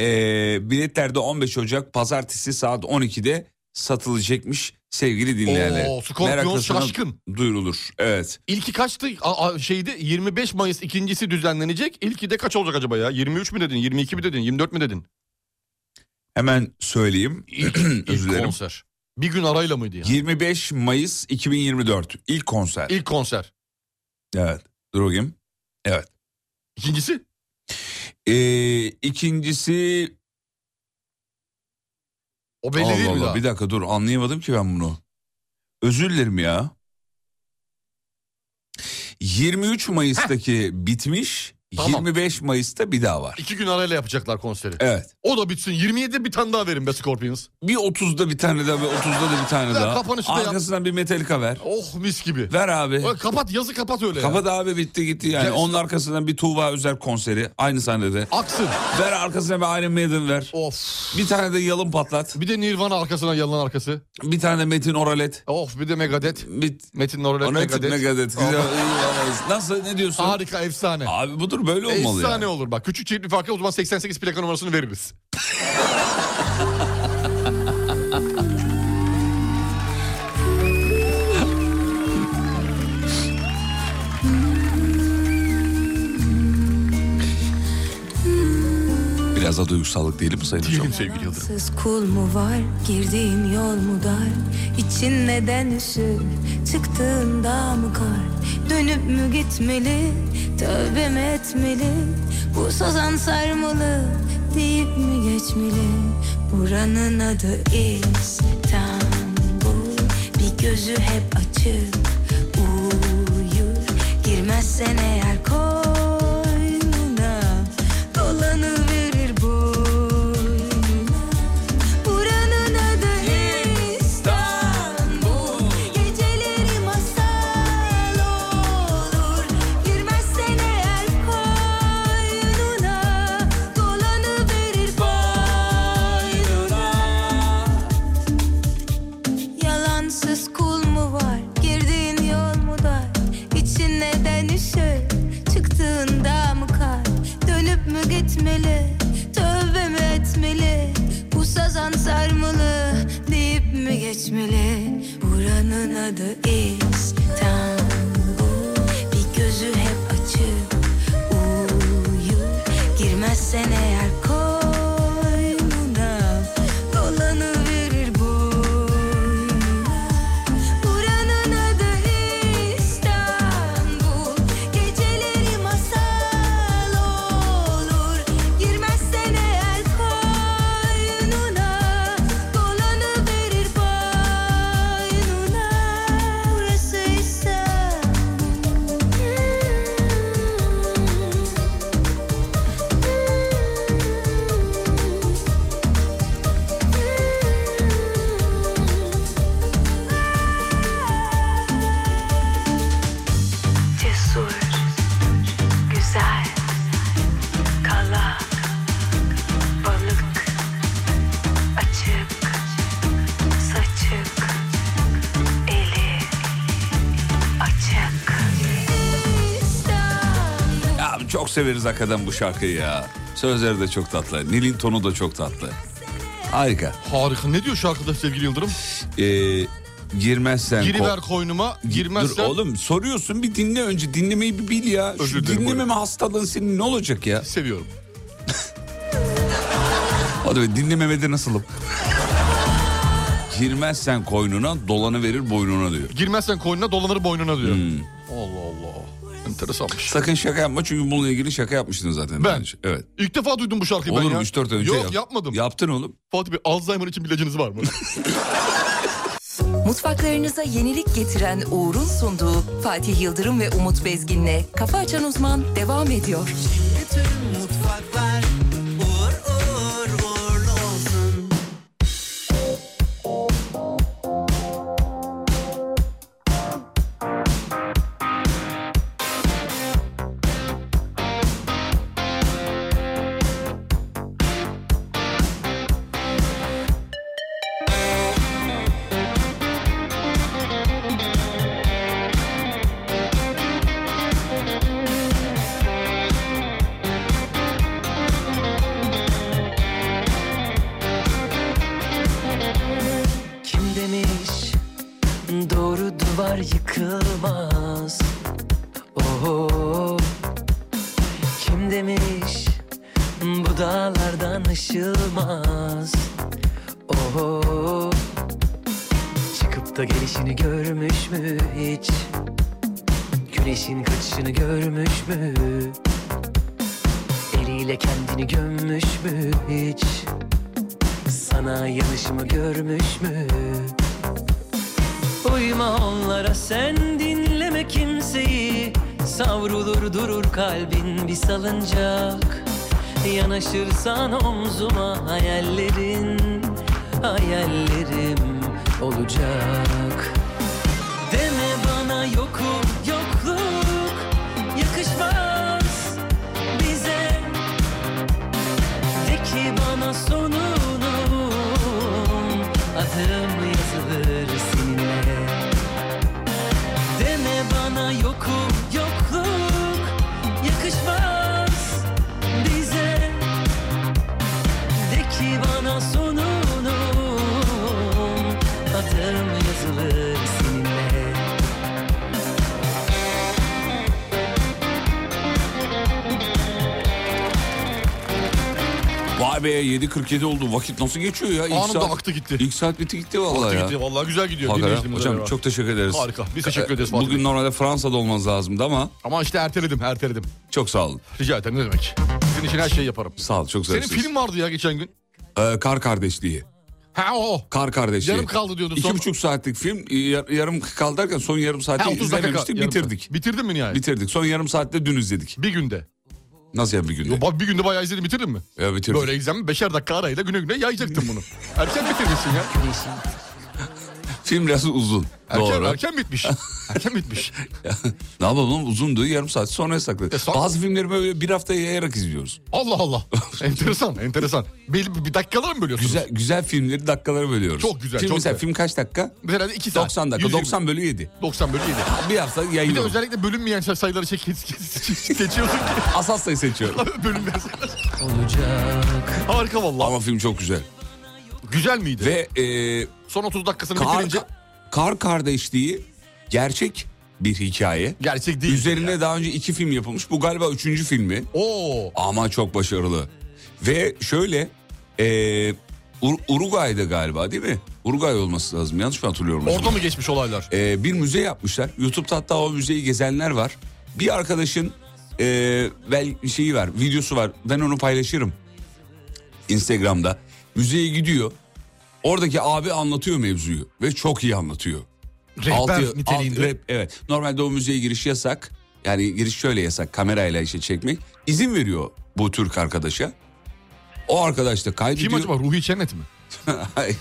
Speaker 3: biletler de 15 Ocak pazartesi saat 12'de satılacakmış sevgili dinleyenler.
Speaker 4: Oo, Scorpions
Speaker 3: Meraklısına
Speaker 4: şaşkın.
Speaker 3: Duyurulur. Evet.
Speaker 4: İlki kaçtı? Aa, aa, şeydi 25 Mayıs ikincisi düzenlenecek. İlki de kaç olacak acaba ya? 23 mi dedin? 22 mi dedin? 24 mi dedin?
Speaker 3: Hemen söyleyeyim. Özür
Speaker 4: İlk
Speaker 3: dilerim.
Speaker 4: konser. Bir gün arayla mıydı ya?
Speaker 3: 25 Mayıs 2024 ilk konser.
Speaker 4: İlk konser.
Speaker 3: Evet. Dur bakayım. Evet.
Speaker 4: İkincisi?
Speaker 3: Ee, ikincisi
Speaker 4: O belli
Speaker 3: Allah
Speaker 4: değil mi
Speaker 3: Allah,
Speaker 4: daha?
Speaker 3: bir dakika dur anlayamadım ki ben bunu. Özür dilerim ya. 23 Mayıs'taki bitmiş.
Speaker 4: Tamam.
Speaker 3: 25 Mayıs'ta bir daha var.
Speaker 4: İki gün arayla yapacaklar konseri.
Speaker 3: Evet.
Speaker 4: O da bitsin. 27'de bir tane daha verin be Scorpions.
Speaker 3: Bir 30'da bir tane daha ve 30'da da bir tane
Speaker 4: Ya
Speaker 3: daha.
Speaker 4: kapanışı da yap.
Speaker 3: Arkasından bir Metallica ver.
Speaker 4: Oh mis gibi.
Speaker 3: Ver abi.
Speaker 4: Ulan Kapat yazı kapat öyle ya.
Speaker 3: Kapat abi bitti gitti yani.
Speaker 4: Ya-
Speaker 3: Onun arkasından bir Tuğba Özer konseri aynı sahnede.
Speaker 4: Aksın.
Speaker 3: Ver arkasına bir Iron Maiden ver.
Speaker 4: Of.
Speaker 3: Bir tane de Yalın Patlat.
Speaker 4: Bir de Nirvana arkasına yalan arkası.
Speaker 3: Bir tane de Metin Oralet.
Speaker 4: Of bir de Megadeth.
Speaker 3: Bir...
Speaker 4: Metin Oralet
Speaker 3: Oralet,
Speaker 4: Megadeth.
Speaker 3: Megadeth. Güzel.
Speaker 4: Of,
Speaker 3: iyi. Nasıl ne diyorsun?
Speaker 4: Harika efsane.
Speaker 3: Abi budur böyle olmalı
Speaker 4: efsane
Speaker 3: ya.
Speaker 4: olur bak. Küçük çiftlik farkı o zaman 88 plaka numarasını veririz.
Speaker 3: Biraz da duygusallık diyelim mi Sayın Hocam?
Speaker 4: Değilim sevgili Yıldırım.
Speaker 7: Sız kul mu var, girdiğim yol mu dar? İçin neden ışık, çıktığın dağ mı kar? Dönüp mü gitmeli, tövbe mi etmeli? Bu sazan sarmalı, deyip mi geçmeli? Buranın adı İstanbul, bir gözü hep açık uyur. Girme Bilmezsen eğer koynuna Dolanıverir boynuna Buranın adı İstanbul Geceleri masal olur Girmezsen eğer koynuna Dolanıverir boynuna Yalansız kul mu var? Girdiğin yol mu dar? İçin neden üşür? Çıktığında mı kar? Dönüp mü gitmeli? Tövbe mi etmeli? Bu sazan sarmalı deyip mi geçmeli? Buranın adı İstanbul Bir gözü hep açık uyur Girmezsen eğer koynuna Dolanıverir boynuna Buranın adı İstanbul Geceleri masal olur Girmezsen eğer koynuna Dolanıverir boynuna Burası İstanbul
Speaker 9: Cesur, güzel, kala, balık, açık, saçık, eli, açık.
Speaker 3: Ya çok severiz hakikaten bu şarkıyı ya. Sözleri de çok tatlı. Nil'in tonu da çok tatlı. Harika.
Speaker 4: Harika. Ne diyor şarkıda sevgili Yıldırım?
Speaker 3: Ee, girmezsen...
Speaker 4: Giriver
Speaker 3: ko-
Speaker 4: koynuma,
Speaker 3: Gi-
Speaker 4: girmezsen...
Speaker 3: Dur oğlum soruyorsun bir dinle önce. Dinlemeyi bir bil ya. Şu
Speaker 4: Özür dilerim,
Speaker 3: dinlememe
Speaker 4: buyurun.
Speaker 3: hastalığın senin ne olacak ya?
Speaker 4: Seviyorum.
Speaker 3: Hadi be dinlememede nasılım? Girmezsen koynuna dolanı verir boynuna diyor. Hmm.
Speaker 4: Girmezsen koynuna dolanır boynuna diyor. Allah Allah. Enteresanmış.
Speaker 3: Sakın şaka yapma çünkü bununla ilgili şaka yapmıştın zaten.
Speaker 4: Ben?
Speaker 3: Bence. Evet.
Speaker 4: İlk defa duydum bu şarkıyı
Speaker 3: Olur
Speaker 4: ben ya.
Speaker 3: mu 3-4 önce
Speaker 4: Yok
Speaker 3: yap-
Speaker 4: yapmadım.
Speaker 3: Yaptın oğlum.
Speaker 4: Fatih Bey Alzheimer için bir ilacınız var mı?
Speaker 1: Mutfaklarınıza yenilik getiren Uğur'un sunduğu Fatih Yıldırım ve Umut Bezgin'le Kafa Açan Uzman devam ediyor.
Speaker 9: Kim demiş doğru duvar yıkılmaz? Oho. Kim demiş bu dağlardan aşılmaz? Oho. Çıkıp da gelişini görmüş mü hiç? Güneşin kaçışını görmüş mü? Eliyle kendini gömmüş mü hiç? Sana yanışımı görmüş mü? Uyma onlara sen dinleme kimseyi Savrulur durur kalbin bir salıncak Yanaşırsan omzuma hayallerin Hayallerim olacak Deme bana yokum yokluk Yakışmaz bize de ki bana sonunum Adım yazılır seninle Deme bana yokum yokluk Yakışmaz bize De ki bana sonunum Adım yazılır seninle
Speaker 3: Vay be 7.47 oldu. Vakit nasıl geçiyor ya? İlk
Speaker 4: Anında
Speaker 3: saat-
Speaker 4: aktı gitti.
Speaker 3: İlk saat bitti gitti vallahi
Speaker 4: Aktı
Speaker 3: ya.
Speaker 4: gitti. Vallahi güzel gidiyor.
Speaker 3: Hakikaten.
Speaker 4: dinleyicilerimize
Speaker 3: Hocam
Speaker 4: beraber.
Speaker 3: çok teşekkür ederiz.
Speaker 4: Harika. Biz teşekkür ederiz Fatih
Speaker 3: Bugün
Speaker 4: Bey.
Speaker 3: normalde Fransa'da olmaz lazımdı ama
Speaker 4: Ama işte erteledim, erteledim.
Speaker 3: çok sağ olun.
Speaker 4: Rica ederim ne demek. Sizin için her şeyi yaparım.
Speaker 3: Sağ ol çok
Speaker 4: Senin
Speaker 3: zarifsiniz.
Speaker 4: film vardı ya geçen gün.
Speaker 3: Ee, kar kardeşliği.
Speaker 4: Ha o.
Speaker 3: Kar kardeşi.
Speaker 4: Yarım kaldı diyordun.
Speaker 3: İki
Speaker 4: son-
Speaker 3: buçuk saatlik film e, yar- yarım kaldı derken son yarım
Speaker 4: Ha,
Speaker 3: saatte
Speaker 4: 30 dakika
Speaker 3: izlememiştik
Speaker 4: yarım saat.
Speaker 3: bitirdik.
Speaker 4: Bitirdin mi nihayet?
Speaker 3: Bitirdik. Son yarım saatte dün izledik.
Speaker 4: bir günde.
Speaker 3: Nasıl ya bir günde?
Speaker 4: Yo, bak bir günde bayağı izledin bitirdin mi?
Speaker 3: Ya bitirdik.
Speaker 4: Böyle izlenme beşer dakika arayla güne güne yayacaktın bunu. Erken bitirmişsin ya.
Speaker 3: Film biraz uzun.
Speaker 4: Erken,
Speaker 3: Doğru.
Speaker 4: erken bitmiş. Erken bitmiş.
Speaker 3: ne yapalım oğlum? uzundu yarım saat sonra sakladı.
Speaker 4: E, son-
Speaker 3: Bazı filmleri böyle bir hafta yayarak izliyoruz.
Speaker 4: Allah Allah. enteresan enteresan. Bir, bir dakikaları mı bölüyorsunuz?
Speaker 3: Güzel güzel filmleri dakikalara bölüyoruz.
Speaker 4: Çok güzel,
Speaker 3: Film
Speaker 4: çok
Speaker 3: mesela
Speaker 4: güzel.
Speaker 3: film kaç dakika?
Speaker 4: Mesela 2 saat.
Speaker 3: 90 dakika.
Speaker 4: 120.
Speaker 3: 90 bölü 7.
Speaker 4: 90 bölü 7.
Speaker 3: Bir hafta
Speaker 4: Bir de
Speaker 3: yayınlıyoruz.
Speaker 4: özellikle bölünmeyen şey- sayıları çek, seçiyorsun ki.
Speaker 3: Asal sayı seçiyorum.
Speaker 4: bölünmeyen sayılar. Harika vallahi.
Speaker 3: Ama film çok güzel.
Speaker 4: Güzel miydi?
Speaker 3: Ve e,
Speaker 4: Son 30 dakikasını
Speaker 3: kar,
Speaker 4: bitirince
Speaker 3: kar kardeşliği gerçek bir hikaye.
Speaker 4: gerçek değil.
Speaker 3: Üzerine daha önce iki film yapılmış. Bu galiba üçüncü filmi.
Speaker 4: Oo.
Speaker 3: Ama çok başarılı. Ve şöyle e, Ur- Uruguay'da galiba değil mi? Uruguay olması lazım yanlış mı hatırlıyorum? acaba?
Speaker 4: Orada mı geçmiş olaylar?
Speaker 3: E, bir müze yapmışlar. Youtube'da hatta o müzeyi gezenler var. Bir arkadaşın e, bel şeyi var, videosu var. Ben onu paylaşırım Instagram'da. Müzeye gidiyor. Oradaki abi anlatıyor mevzuyu ve çok iyi anlatıyor.
Speaker 4: Rehber
Speaker 3: Altı-
Speaker 4: niteliğinde.
Speaker 3: alt- rap- evet. Normalde o müzeye giriş yasak. Yani giriş şöyle yasak kamerayla işe çekmek. İzin veriyor bu Türk arkadaşa. O arkadaş da kaydediyor.
Speaker 4: Kim acaba? Ruhi Çenet mi?
Speaker 3: Hayır.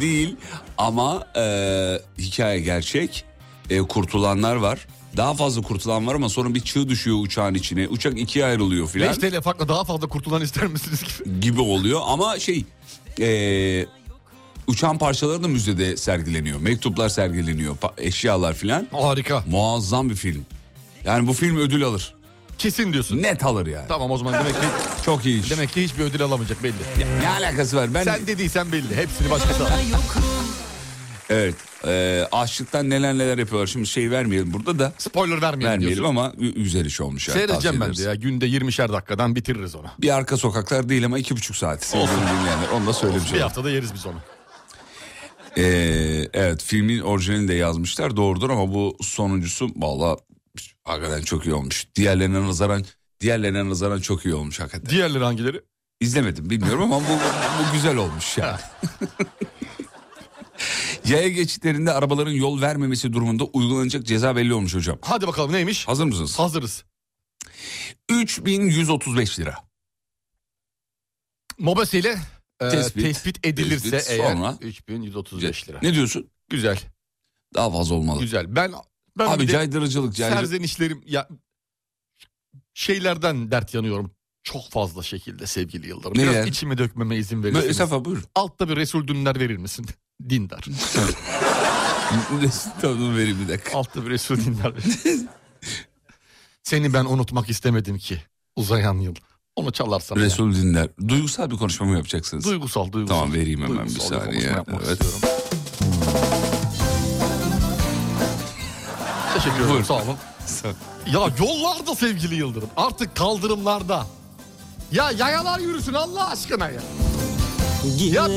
Speaker 3: Değil ama e, hikaye gerçek. E, kurtulanlar var. Daha fazla kurtulan var ama sonra bir çığ düşüyor uçağın içine. Uçak ikiye ayrılıyor filan
Speaker 4: 5 TL farkla daha fazla kurtulan ister misiniz gibi.
Speaker 3: gibi oluyor. Ama şey e, uçağın parçaları da müzede sergileniyor. Mektuplar sergileniyor, pa- eşyalar filan.
Speaker 4: Harika.
Speaker 3: Muazzam bir film. Yani bu film ödül alır.
Speaker 4: Kesin diyorsun.
Speaker 3: Net alır yani.
Speaker 4: Tamam o zaman demek ki
Speaker 3: Çok iyi iş.
Speaker 4: demek ki hiçbir ödül alamayacak belli.
Speaker 3: Ne alakası var? Ben
Speaker 4: Sen dediysen belli. Hepsini başkası al.
Speaker 3: Evet. E, açlıktan neler neler yapıyorlar. Şimdi şey vermeyelim burada da.
Speaker 4: Spoiler vermeyelim,
Speaker 3: Vermeyelim
Speaker 4: diyorsun.
Speaker 3: ama gü- güzel iş olmuş. Yani,
Speaker 4: Seyredeceğim
Speaker 3: Şey, tavsiye
Speaker 4: ben de
Speaker 3: ederiz.
Speaker 4: ya. Günde 20'şer dakikadan bitiririz onu.
Speaker 3: Bir arka sokaklar değil ama iki buçuk saat. Sevgili dinleyenler onu da söylemiş
Speaker 4: Bir
Speaker 3: olayım.
Speaker 4: haftada yeriz biz onu.
Speaker 3: Ee, evet filmin orijinalini de yazmışlar doğrudur ama bu sonuncusu valla hakikaten çok iyi olmuş. Diğerlerine nazaran diğerlerine nazaran çok iyi olmuş hakikaten.
Speaker 4: Diğerleri hangileri?
Speaker 3: İzlemedim bilmiyorum ama bu, bu güzel olmuş yani. Yaya geçitlerinde arabaların yol vermemesi durumunda uygulanacak ceza belli olmuş hocam.
Speaker 4: Hadi bakalım neymiş?
Speaker 3: Hazır mısınız?
Speaker 4: Hazırız.
Speaker 3: 3135 lira.
Speaker 4: Mobesiyle e,
Speaker 3: Tespit.
Speaker 4: tespit, edilirse
Speaker 3: Tespit,
Speaker 4: eğer
Speaker 3: sonra-
Speaker 4: 3135 lira.
Speaker 3: Ne diyorsun?
Speaker 4: Güzel.
Speaker 3: Daha fazla olmalı.
Speaker 4: Güzel. Ben ben
Speaker 3: Abi
Speaker 4: bir de
Speaker 3: caydırıcılık caydırıcılık.
Speaker 4: serzenişlerim ya şeylerden dert yanıyorum. Çok fazla şekilde sevgili Yıldırım.
Speaker 3: Neler?
Speaker 4: Biraz içimi dökmeme izin
Speaker 3: Böyle,
Speaker 4: verirsiniz.
Speaker 3: Safa buyur.
Speaker 4: Altta bir Resul Dündar verir misin? Dindar.
Speaker 3: tamam dur vereyim bir dakika.
Speaker 4: Altta bir Resul Dündar verir. Seni ben unutmak istemedim ki uzayan yıl. Onu çalarsam. ya.
Speaker 3: Resul Dinler. Duygusal bir konuşma mı yapacaksınız?
Speaker 4: Duygusal duygusal.
Speaker 3: Tamam, vereyim hemen bir
Speaker 4: Duygusal
Speaker 3: saniye.
Speaker 4: konuşma yapmak
Speaker 3: Evet.
Speaker 4: istiyorum. Teşekkür ederim
Speaker 3: Buyur.
Speaker 4: sağ olun. Ya yollarda sevgili Yıldırım artık kaldırımlarda. Ya yayalar yürüsün Allah aşkına ya. Ya bir-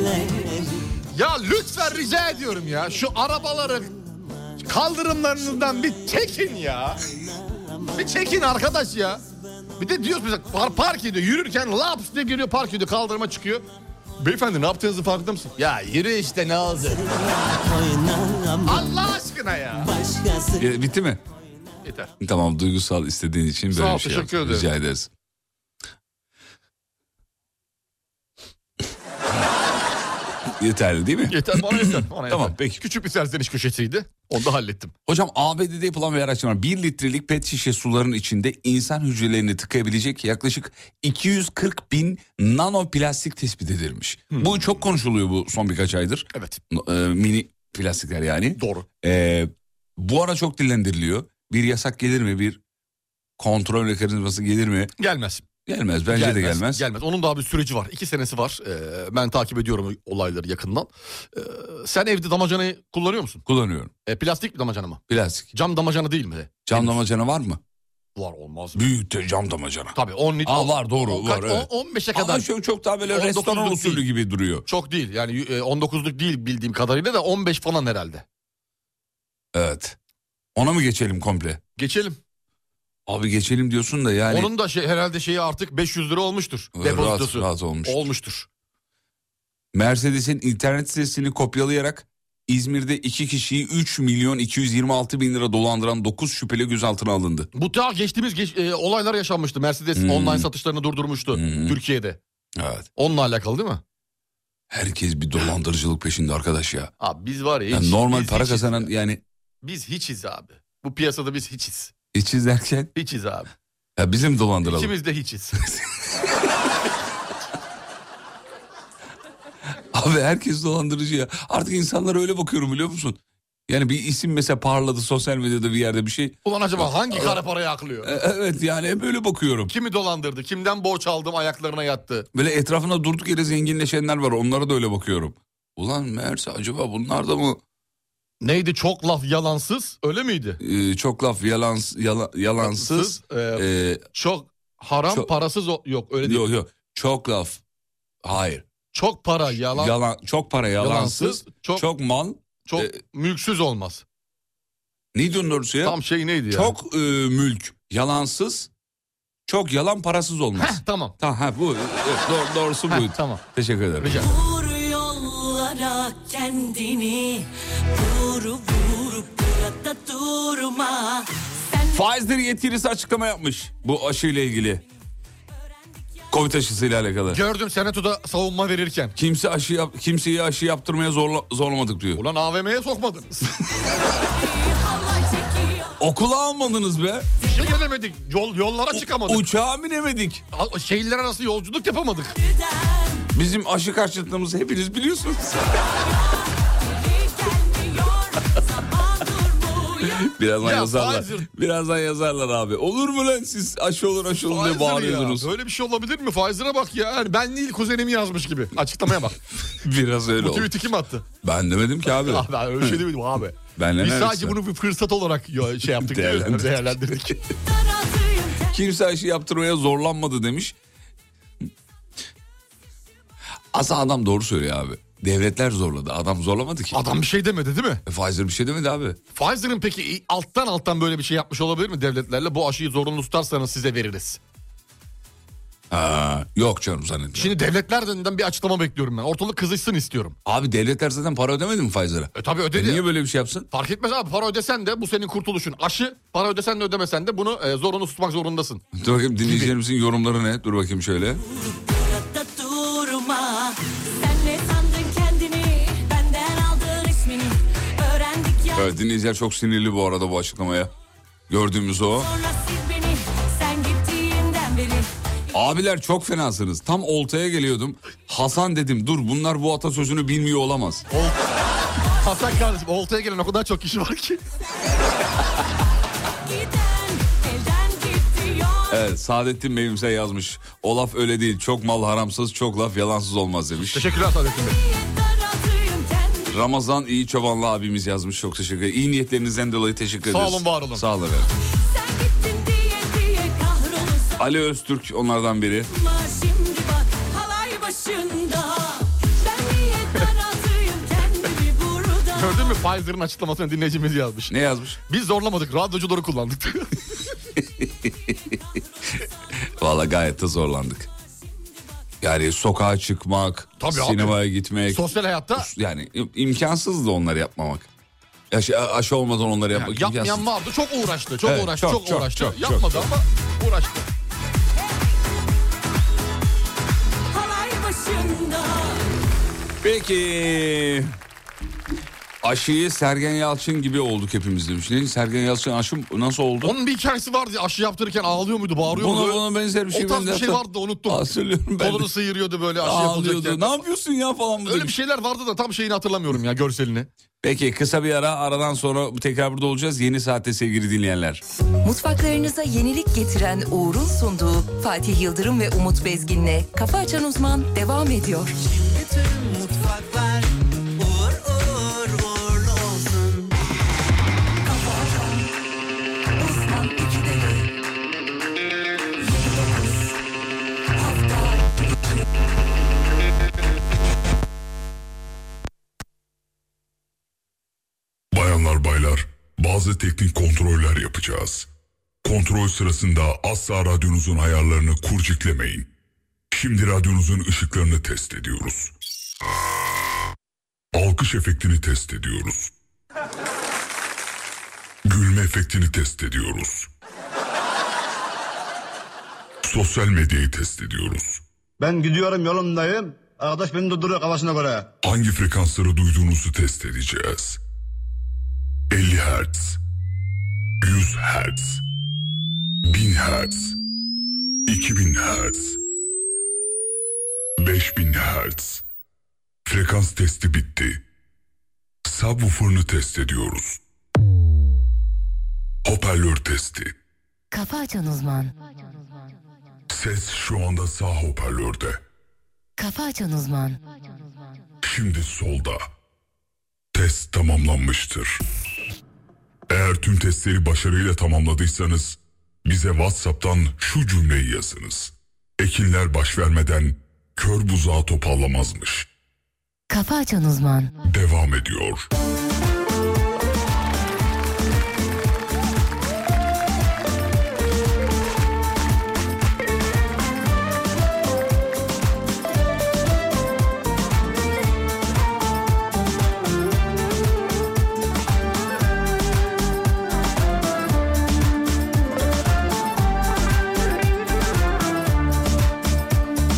Speaker 4: Ya lütfen rica ediyorum ya şu arabaları kaldırımlarınızdan bir çekin ya. Bir çekin arkadaş ya. Bir de diyoruz mesela par- park ediyor yürürken laps diye geliyor park ediyor kaldırıma çıkıyor. Beyefendi ne yaptığınızı farkında mısın? Ya yürü işte ne oldu? Allah aşkına ya.
Speaker 3: Ya, bitti mi?
Speaker 4: Yeter.
Speaker 3: Tamam duygusal istediğin için böyle
Speaker 4: Sağ ol,
Speaker 3: bir şey
Speaker 4: teşekkür
Speaker 3: yaptım.
Speaker 4: ederim.
Speaker 3: Rica ederiz. Yeterli değil mi?
Speaker 4: Yeter bana yeter. Bana
Speaker 3: Tamam,
Speaker 4: yeter.
Speaker 3: peki.
Speaker 4: Küçük bir serzeniş köşesiydi. Onu da hallettim.
Speaker 3: Hocam ABD'de yapılan bir araştırma 1 litrelik pet şişe suların içinde insan hücrelerini tıkayabilecek yaklaşık 240 bin nanoplastik tespit edilmiş. Bu çok konuşuluyor bu son birkaç aydır.
Speaker 4: Hmm. Evet
Speaker 3: Ee, mini plastikler yani.
Speaker 4: doğru.
Speaker 3: Ee, bu ara çok dillendiriliyor. Bir yasak gelir mi? Bir kontrol mekanizması gelir mi?
Speaker 4: Gelmez.
Speaker 3: Gelmez bence de gelmez.
Speaker 4: Gelmez. Onun daha bir süreci var. İki senesi var. Ee, ben takip ediyorum olayları yakından. Ee, sen evde damacanayı kullanıyor musun?
Speaker 3: Kullanıyorum.
Speaker 4: Ee, plastik bir damacana mı?
Speaker 3: Plastik.
Speaker 4: Cam damacana değil mi? de?
Speaker 3: Cam damacana var mı?
Speaker 4: Var olmaz mı?
Speaker 3: Büyük de cam damacana.
Speaker 4: Tabii 10 litre.
Speaker 3: Aa var doğru
Speaker 4: O-
Speaker 3: var
Speaker 4: o-
Speaker 3: evet.
Speaker 4: 15'e kadar.
Speaker 3: Ama şu çok daha böyle
Speaker 4: 19'luk
Speaker 3: restoran
Speaker 4: değil.
Speaker 3: usulü gibi duruyor.
Speaker 4: Çok değil yani e, 19'luk değil bildiğim kadarıyla da 15 falan herhalde.
Speaker 3: Evet. Ona mı geçelim komple?
Speaker 4: Geçelim.
Speaker 3: Abi geçelim diyorsun da yani
Speaker 4: Onun da şey, herhalde şeyi artık 500 lira olmuştur.
Speaker 3: Ee,
Speaker 4: Depozitosu.
Speaker 3: rahat- rahat olmuştur.
Speaker 4: Olmuştur.
Speaker 3: Mercedes'in internet sitesini kopyalayarak İzmir'de iki kişiyi 3 milyon 226 bin lira dolandıran 9 şüpheli gözaltına alındı.
Speaker 4: Bu daha geçtiğimiz geç- e, olaylar yaşanmıştı. Mercedes online satışlarını durdurmuştu Türkiye'de.
Speaker 3: Hmm. Evet.
Speaker 4: Onunla alakalı değil mi?
Speaker 3: Herkes bir dolandırıcılık peşinde arkadaş ya.
Speaker 4: Abi biz var ya
Speaker 3: Yani
Speaker 4: hiç,
Speaker 3: normal
Speaker 4: biz
Speaker 3: para
Speaker 4: hiçiz
Speaker 3: kazanan
Speaker 4: ya.
Speaker 3: yani
Speaker 4: Biz hiçiz abi. Bu piyasada biz hiçiz.
Speaker 3: içiz derken
Speaker 4: Hiçiz abi.
Speaker 3: ya bizim dolandıralım.
Speaker 4: İkimiz de hiçiz.
Speaker 3: Abi herkes dolandırıcı ya. Artık insanlara öyle bakıyorum biliyor musun? Yani bir isim mesela parladı sosyal medyada bir yerde bir şey.
Speaker 4: Ulan acaba hangi kara parayı aklıyor?
Speaker 3: E- Evet yani hep öyle bakıyorum.
Speaker 4: Kimi dolandırdı? Kimden borç aldım ayaklarına yattı?
Speaker 3: Böyle etrafında durduk yere zenginleşenler var onlara da öyle bakıyorum. Ulan meğerse acaba bunlar da mı
Speaker 4: Neydi çok laf yalansız öyle miydi?
Speaker 3: e, çok laf yalans, yala- yalansız.
Speaker 4: Sız, e,
Speaker 3: e,
Speaker 4: çok haram
Speaker 3: çok-
Speaker 4: parasız o- yok öyle değil.
Speaker 3: yok yok çok laf hayır
Speaker 4: Çok para yalan,
Speaker 3: yalan çok para yalansız,
Speaker 4: yalansız, çok çok,
Speaker 3: çok mal e,
Speaker 4: mülksüz olmaz.
Speaker 3: ne diyorsun doğrusu ya?
Speaker 4: Tam şey neydi ya?
Speaker 3: Çok e, mülk yalansız çok yalan parasız olmaz.
Speaker 4: Heh, tamam.
Speaker 3: Tamam ha bu evet, doğ- doğrusu
Speaker 4: Heh,
Speaker 3: buydu.
Speaker 4: tamam.
Speaker 3: Teşekkür ederim.
Speaker 4: Rica-
Speaker 8: Vur yollara kendini Vur vur burada durma
Speaker 3: Faizleri yetkilisi açıklama yapmış bu aşıyla ilgili. Covid aşısıyla alakalı.
Speaker 4: Gördüm senatoda savunma verirken.
Speaker 3: Kimse aşı yap, kimseyi aşı yaptırmaya zorla, zorlamadık diyor.
Speaker 4: Ulan AVM'ye sokmadınız.
Speaker 3: Okula almadınız be.
Speaker 4: Şimdi gelemedik. Yol, yollara çıkamadık.
Speaker 3: Uçağa binemedik.
Speaker 4: A- Şehirler arası yolculuk yapamadık.
Speaker 3: Bizim aşı karşıtlığımızı hepiniz biliyorsunuz. birazdan
Speaker 4: Ya
Speaker 3: yazarlar.
Speaker 4: Pfizer-
Speaker 3: Birazdan yazarlar abi. Olur mu lan siz aşı olur aşı olur diye
Speaker 4: Pfizer ya.
Speaker 3: bağırıyorsunuz.
Speaker 4: Böyle bir şey olabilir mi? Faizlere bak ya. Yani ben değil kuzenim yazmış gibi. Açıklamaya bak.
Speaker 3: Biraz öyle
Speaker 4: Bu
Speaker 3: oldu.
Speaker 4: tweet'i kim attı?
Speaker 3: Ben demedim ki abi.
Speaker 4: Ah ben öyle şey demedim abi.
Speaker 3: Ben
Speaker 4: Biz
Speaker 3: ne
Speaker 4: sadece
Speaker 3: neredeyse?
Speaker 4: bunu bir fırsat olarak yo- şey yaptık. değil mi?
Speaker 3: Değerlendirdik.
Speaker 4: Değerlendirdik.
Speaker 3: Kimse aşı yaptırmaya zorlanmadı demiş. Aslında adam doğru söylüyor abi. Devletler zorladı. Adam zorlamadı ki.
Speaker 4: Adam bir şey demedi değil mi?
Speaker 3: E, Pfizer bir şey demedi abi.
Speaker 4: Pfizer'ın peki alttan alttan böyle bir şey yapmış olabilir mi devletlerle? Bu aşıyı zorunlu tutarsanız size veririz.
Speaker 3: Ha, yok canım zannetmiyorum.
Speaker 4: Şimdi devletlerden bir açıklama bekliyorum ben. Ortalık kızışsın istiyorum.
Speaker 3: Abi devletler zaten para ödemedi mi Pfizer'a?
Speaker 4: E tabi
Speaker 3: E,
Speaker 4: ödedi.
Speaker 3: niye böyle bir şey yapsın?
Speaker 4: Fark etmez abi para ödesen de bu senin kurtuluşun. Aşı para ödesen de ödemesen de bunu e, zorunlu tutmak zorundasın.
Speaker 3: Dur bakayım dinleyicilerimizin yorumları ne? Dur bakayım şöyle.
Speaker 8: Da durma Sen ne sandın kendini Benden aldın resmini Öğrendik ya
Speaker 3: Evet dinleyiciler çok sinirli bu arada bu açıklamaya. Gördüğümüz o.
Speaker 8: Sonra sil beni Sen gittiğinden beri
Speaker 3: Abiler çok fenasınız. Tam oltaya geliyordum. Hasan dedim dur bunlar bu atasözünü bilmiyor olamaz.
Speaker 4: Hasan kardeşim oltaya gelen o kadar çok kişi var ki.
Speaker 8: Giden elden gidiyor
Speaker 3: Evet Saadettin Mevimse yazmış. O laf öyle değil. Çok mal haramsız, çok laf yalansız olmaz demiş.
Speaker 4: Teşekkürler Saadettin Bey.
Speaker 8: Daraldığım kendimi
Speaker 3: Ramazan iyi çobanlı abimiz yazmış. Çok teşekkür ederim. İyi niyetlerinizden dolayı teşekkür
Speaker 4: Sağ
Speaker 3: ederiz.
Speaker 4: olun, var olun.
Speaker 3: Sağ olun efendim.
Speaker 8: Sen gittin diye diye kahrolursun
Speaker 3: Ali Öztürk onlardan biri.
Speaker 8: ama şimdi bak halay başında. Ben niye daraldığım kendimi burada.
Speaker 4: Gördün mü Pfizer'ın açıklamasını dinleyicimiz yazmış.
Speaker 3: Ne yazmış?
Speaker 4: Biz zorlamadık radyocuları kullandık.
Speaker 3: Valla gayet de zorlandık. Yani sokağa çıkmak,
Speaker 4: Tabii abi.
Speaker 3: sinemaya gitmek.
Speaker 4: Sosyal hayatta
Speaker 3: Yani im- imkansızdı onları yapmamak. Aşı, aşı olmadan onları yapmak
Speaker 4: Yani yapmayan
Speaker 3: imkansız.
Speaker 4: vardı çok uğraştı çok
Speaker 3: Evet,
Speaker 4: uğraştı
Speaker 3: çok,
Speaker 4: çok,
Speaker 3: çok,
Speaker 4: uğraştı
Speaker 3: çok, çok,
Speaker 4: yapmadı
Speaker 3: çok.
Speaker 4: ama uğraştı.
Speaker 8: Halay başında.
Speaker 3: Peki. Aşıyı Sergen Yalçın gibi olduk hepimiz demiş. Ne, Sergen Yalçın aşı nasıl oldu?
Speaker 4: Onun bir hikayesi vardı ya, aşı yaptırırken ağlıyor muydu bağırıyor
Speaker 3: Buna,
Speaker 4: muydu?
Speaker 3: buna benzer bir şey.
Speaker 4: o tarz
Speaker 3: ben
Speaker 4: bir
Speaker 3: de
Speaker 4: şey
Speaker 3: hatta-
Speaker 4: vardı da unuttum.
Speaker 3: Hatırlıyorum ben
Speaker 4: Kolunu
Speaker 3: de.
Speaker 4: sıyırıyordu böyle aşı
Speaker 3: Ağlıyordu.
Speaker 4: yapılacakken.
Speaker 3: Ne yapıyorsun ya falan mı
Speaker 4: Öyle bir
Speaker 3: demiş.
Speaker 4: şeyler vardı da tam şeyini hatırlamıyorum ya görselini.
Speaker 3: Peki kısa bir ara aradan sonra tekrar burada olacağız. Yeni saatte sevgili dinleyenler.
Speaker 1: Mutfaklarınıza yenilik getiren Uğur'un sunduğu Fatih Yıldırım ve Umut Bezgin'le Kafa Açan Uzman devam ediyor.
Speaker 10: Bayanlar baylar, bazı teknik kontroller yapacağız. Kontrol sırasında asla radyonuzun ayarlarını kurciklemeyin. Şimdi radyonuzun ışıklarını test ediyoruz. Alkış efektini test ediyoruz. Gülme efektini test ediyoruz. Sosyal medyayı test ediyoruz.
Speaker 11: Ben gidiyorum yolumdayım. Arkadaş beni durduruyor kafasına göre.
Speaker 10: Hangi frekansları duyduğunuzu test edeceğiz. 50 Hz, 100 Hz, 1000 Hz, 2000 Hz, 5000 Hz. Frekans testi bitti. Subwoofer'ını test ediyoruz. Hoparlör testi.
Speaker 12: Kafa açan uzman.
Speaker 10: Ses şu anda sağ hoparlörde.
Speaker 12: Kafa açan uzman.
Speaker 10: Şimdi solda. Test tamamlanmıştır. Eğer tüm testleri başarıyla tamamladıysanız bize WhatsApp'tan şu cümleyi yazınız. Ekinler baş vermeden kör buzağı topallamazmış.
Speaker 12: Kafa açan uzman.
Speaker 10: Devam ediyor.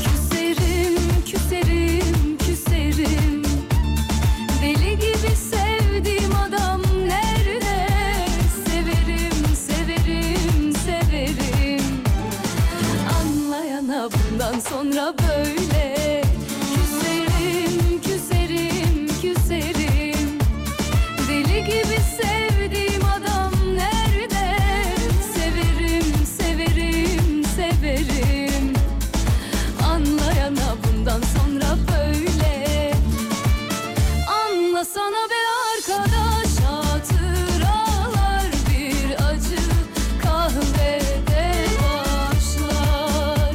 Speaker 8: Küserim, küserim, küserim Deli gibi sevdiğim adam nerede? Severim, severim, severim Anlayana bundan sonra böyle Küserim, küserim, küserim Deli gibi sevdiğim adam nerede? Severim, severim, severim Anlayana bundan sonra böyle Anlasana be arkadaş Hatıralar bir acı kahvede başlar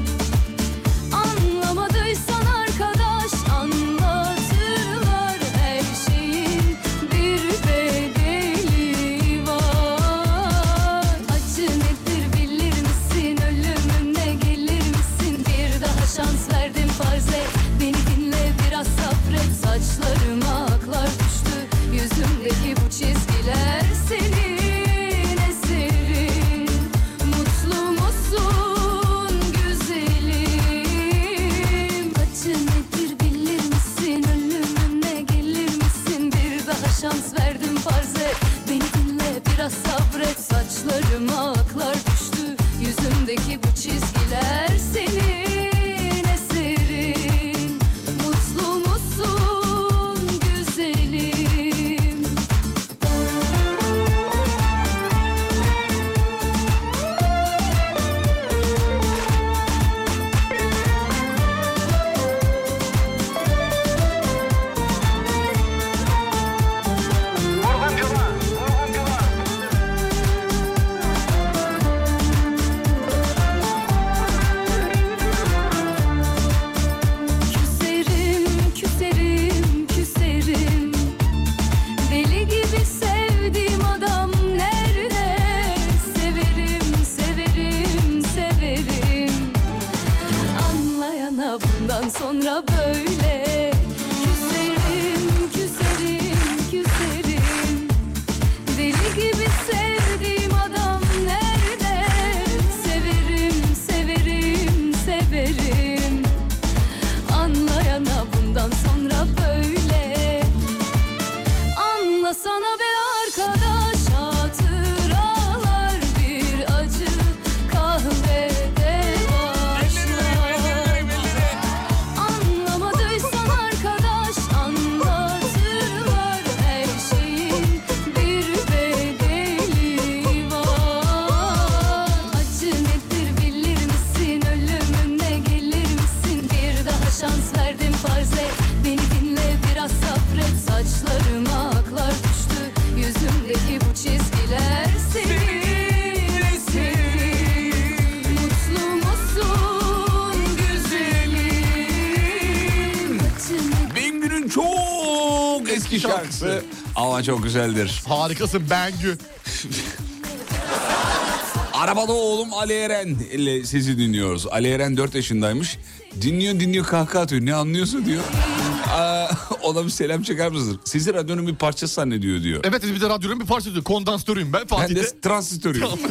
Speaker 8: Anlamadıysan arkadaş Anlatırlar her şeyin bir bedeli var Acı nedir bilir misin ölümüne gelir misin Bir daha şans verdim farz et Beni dinle biraz sabret Saçlarıma aklar düştü Yüzümdeki bu çizgiler senin eserin Mutlu musun güzelim? Acı nedir bilir misin? Ölümüne gelir misin? Bir daha şans verdim farz et. Beni dinle biraz sabret. Saçlarıma aklar düştü. Yüzümdeki bu çizgiler senin eserin. Mutlu musun güzelim? Küserim, küserim, küserim Deli gibi sevdiğim adam nerede? Severim, severim, severim Anlayana bundan sonra böyle Küserim, küserim, küserim Deli gibi sevdiğim adam nerede? Severim, severim, severim Anlayana bundan sonra böyle Anlasana be arkadaş Hatıralar bir acı kahvede başlar Anlamadıysan arkadaş Anlatırlar her şeyin bir bedeli var Acı nedir bilir misin? Ölümüne gelir misin? Bir daha şans verdim farz et Beni dinle biraz sabret Saçlarıma aklar düştü Yüzümdeki bu çizgiler senin eserin Mutlu musun güzelim?
Speaker 3: Bengü'nün çok eski şarkısı. Ama çok güzeldir.
Speaker 4: Harikasın Bengü.
Speaker 3: Arabada oğlum Ali Eren ile sizi dinliyoruz. Ali Eren 4 yaşındaymış. Dinliyor dinliyor kahkaha atıyor. Ne anlıyorsun diyor. Aa, ona bir selam çeker misiniz? Sizi radyonun bir parçası zannediyor diyor.
Speaker 4: Evet biz de radyonun bir parçası. Kondansatörüyüm ben
Speaker 3: Ben
Speaker 4: Fatih'te.
Speaker 3: de transistörüyüm.
Speaker 8: Benimle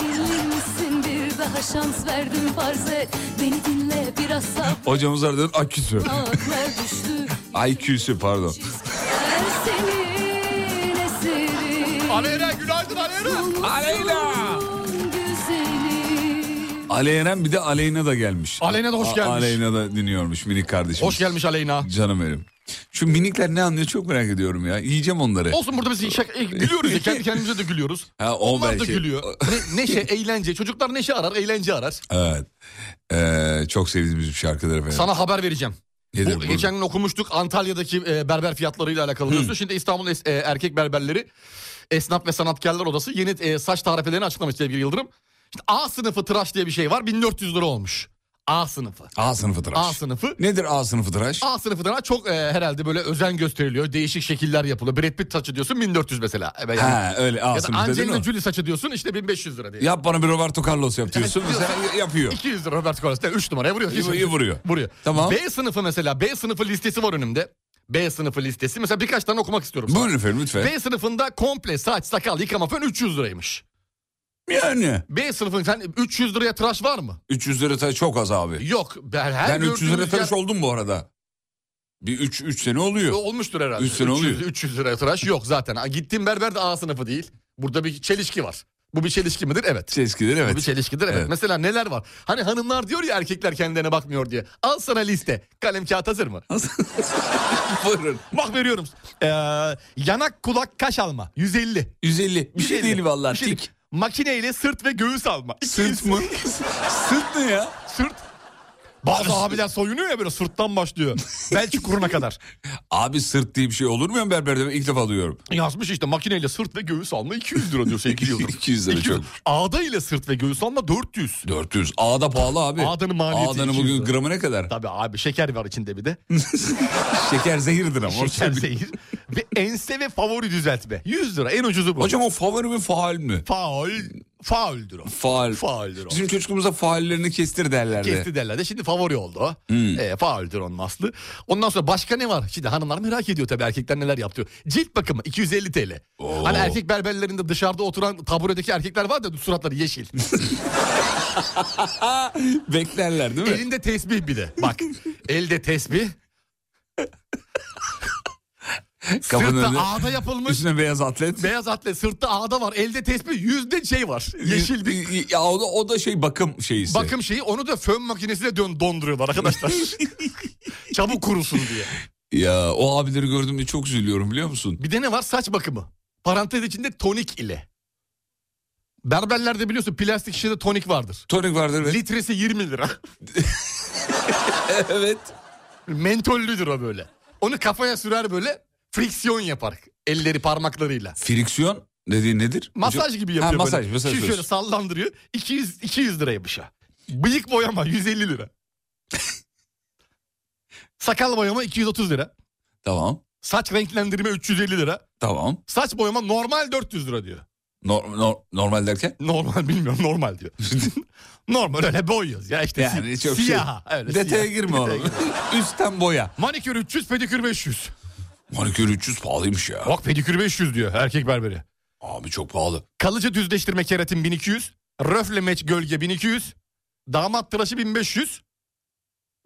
Speaker 8: gelir misin bir daha şans verdim farz et Beni dinle biraz sabır
Speaker 3: Hocamız aradan aküsü.
Speaker 8: Ağlar düştü
Speaker 3: IQ'su pardon.
Speaker 8: her senin eseri
Speaker 4: Aleyna günaydın Aleyna
Speaker 3: Aleyna
Speaker 8: Güzeli
Speaker 3: Ali Eren bir de Aleyna da gelmiş.
Speaker 4: Aleyna da hoş
Speaker 3: A-
Speaker 4: gelmiş.
Speaker 3: Aleyna da dinliyormuş minik kardeşim.
Speaker 4: Hoş gelmiş Aleyna.
Speaker 3: Canım benim. Şu minikler ne anlıyor çok merak ediyorum ya. Yiyeceğim onları.
Speaker 4: Olsun burada biz şaka, e, gülüyoruz ya kendi kendimize de gülüyoruz.
Speaker 3: Ha, o
Speaker 4: Onlar da
Speaker 3: belki.
Speaker 4: gülüyor. Ne, neşe, eğlence. Çocuklar neşe arar, eğlence arar.
Speaker 3: Evet. Ee, çok sevdiğimiz bir şarkıdır efendim.
Speaker 4: Sana haber vereceğim.
Speaker 3: Nedir
Speaker 4: Bu,
Speaker 3: bu?
Speaker 4: geçen gün okumuştuk Antalya'daki e, berber fiyatlarıyla alakalı
Speaker 3: Hmm.
Speaker 4: diyorsun. Şimdi İstanbul es- e, erkek berberleri Esnaf ve Sanatkarlar Odası yeni e, saç tarifelerini açıklamış sevgili Yıldırım. İşte A sınıfı tıraş diye bir şey var. 1400 lira olmuş. A sınıfı.
Speaker 3: A sınıfı tıraş.
Speaker 4: A sınıfı.
Speaker 3: Nedir A sınıfı tıraş?
Speaker 4: A sınıfı tıraş çok e, herhalde böyle özen gösteriliyor. Değişik şekiller yapılıyor. Brad Pitt saçı diyorsun 1400 mesela. E, ben-
Speaker 3: Ha, öyle A
Speaker 4: ya da
Speaker 3: sınıfı dedin
Speaker 4: Angelina
Speaker 3: mi?
Speaker 4: Jolie saçı diyorsun işte 1500 lira diye.
Speaker 3: Yap bana bir Roberto Carlos yap diyorsun.
Speaker 4: Evet,
Speaker 3: Mesela
Speaker 4: diyorsun.
Speaker 3: yapıyor.
Speaker 4: 200 lira Robert Carlos. 3 numaraya vuruyor.
Speaker 3: İyi- iyi vuruyor.
Speaker 4: Vuruyor.
Speaker 3: Tamam.
Speaker 4: B sınıfı mesela. B sınıfı listesi var önümde. B sınıfı listesi. Mesela birkaç tane okumak istiyorum. sana.
Speaker 3: Buyurun efendim lütfen.
Speaker 4: B sınıfında komple saç, sakal, yıkama fön 300 liraymış.
Speaker 3: Yani.
Speaker 4: B sınıfın sen 300 liraya tıraş var mı?
Speaker 3: 300 lira tıraş çok az abi.
Speaker 4: Yok. Ben, her
Speaker 3: ben 300 lira
Speaker 4: gördüğümüz
Speaker 3: tıraş
Speaker 4: yer-
Speaker 3: oldum bu arada. Bir 3 3 sene oluyor.
Speaker 4: Olmuştur herhalde.
Speaker 3: Üç sene oluyor.
Speaker 4: 300 liraya tıraş yok zaten. Ha, Gittiğim berber de A sınıfı değil. Burada bir çelişki var. Bu bir çelişki midir? Evet.
Speaker 3: Çelişkidir evet.
Speaker 4: Bu bir çelişkidir evet.
Speaker 3: Evet.
Speaker 4: Mesela neler var? Hani hanımlar diyor ya erkekler kendilerine bakmıyor diye. Al sana liste. Kalem kağıt hazır mı?
Speaker 3: Buyurun.
Speaker 4: Bak veriyorum. Ee, yanak kulak kaş alma 150.
Speaker 3: 150. Bir şey değil vallahi.
Speaker 4: Bir şey
Speaker 3: Tik.
Speaker 4: değil. Makineyle sırt ve göğüs alma.
Speaker 3: Sırt mı? Sırt ne ya?
Speaker 4: Sırt. Bazı abiler soyunuyor ya böyle sırttan başlıyor. Belki kuruna kadar.
Speaker 3: Abi sırt diye bir şey olur mu ya berberde? Ben ilk defa duyuyorum.
Speaker 4: Yazmış işte makineyle sırt ve göğüs alma 200 lira diyor sevgili Yıldırım.
Speaker 3: 200 lira çok.
Speaker 4: Ağda ile sırt ve göğüs alma 400.
Speaker 3: 400. Ağda pahalı abi.
Speaker 4: Ağdanın maliyeti
Speaker 3: Ağdanın
Speaker 4: 200
Speaker 3: bugün
Speaker 4: lira.
Speaker 3: gramı ne kadar?
Speaker 4: Tabii abi şeker var içinde bir de.
Speaker 3: Şeker zehirdir ama. onu
Speaker 4: şeker
Speaker 3: söyleyeyim.
Speaker 4: zehir. ve ense ve favori düzeltme. 100 lira en ucuzu bu.
Speaker 3: Hocam o favori mi faal mi?
Speaker 4: faul, fauldür o.
Speaker 3: Faal.
Speaker 4: Fauldür o.
Speaker 3: Bizim çocukluğumuzda faallerini kestir derlerdi. Hmm.
Speaker 4: Kesti derler de şimdi favori oldu o. E, fauldür onun aslı. Ondan sonra başka ne var? Şimdi hanımlar merak ediyor tabii erkekler neler yaptırıyor. Cilt bakımı 250 TL.
Speaker 3: Oo.
Speaker 4: Hani erkek berberlerinde dışarıda oturan taburedeki erkekler var da suratları yeşil.
Speaker 3: Beklerler değil mi?
Speaker 4: Elinde tesbih bir de. Bak elde tesbih.
Speaker 3: Kapının önünde-
Speaker 4: Sırtta ağda yapılmış.
Speaker 3: Üstüne beyaz atlet.
Speaker 4: Beyaz atlet sırtta ağda var. Elde tesbih yüzde şey var. Yeşil bir
Speaker 3: Ya o da, o da şey bakım şeyisi.
Speaker 4: bakım şeyi. Onu da fön makinesiyle dön donduruyorlar arkadaşlar. Çabuk kurusun diye.
Speaker 3: Ya o abileri gördüğümde çok üzülüyorum biliyor musun?
Speaker 4: Bir de ne var? Saç bakımı. Parantez içinde tonik ile. Berberlerde biliyorsun plastik şişede tonik vardır.
Speaker 3: Tonik vardır ve...
Speaker 4: Litresi 20 lira.
Speaker 3: evet.
Speaker 4: Mentollüdür o böyle. Onu kafaya sürer böyle friksiyon yapar. Elleri parmaklarıyla.
Speaker 3: Friksiyon dediğin nedir?
Speaker 4: Masaj
Speaker 3: Hocam-
Speaker 4: gibi yapıyor
Speaker 3: ha, masaj,
Speaker 4: böyle.
Speaker 3: Masaj,
Speaker 4: Şu şöyle
Speaker 3: diyorsun.
Speaker 4: sallandırıyor. 200 200 liraymış ha. şey. Bıyık boyama 150 lira. Sakal boyama 230 lira.
Speaker 3: Tamam.
Speaker 4: Saç renklendirme 350 lira.
Speaker 3: Tamam.
Speaker 4: Saç boyama normal 400 lira diyor.
Speaker 3: Nor- nor- normal derken?
Speaker 4: Normal bilmiyorum normal diyor. normal öyle boyuyoruz ya işte
Speaker 3: Yani
Speaker 4: si-
Speaker 3: çok
Speaker 4: siyah.
Speaker 3: şey.
Speaker 4: Öyle
Speaker 3: Detaya
Speaker 4: siyah.
Speaker 3: girme oğlum. Üstten boya.
Speaker 4: Manikür 300 pedikür 500.
Speaker 3: Manikür 300 pahalıymış ya.
Speaker 4: Bak pedikür 500 diyor erkek berberi.
Speaker 3: Abi çok pahalı.
Speaker 4: Kalıcı düzleştirme keratin 1200. Röfle meç gölge 1200. Damat tıraşı 1500.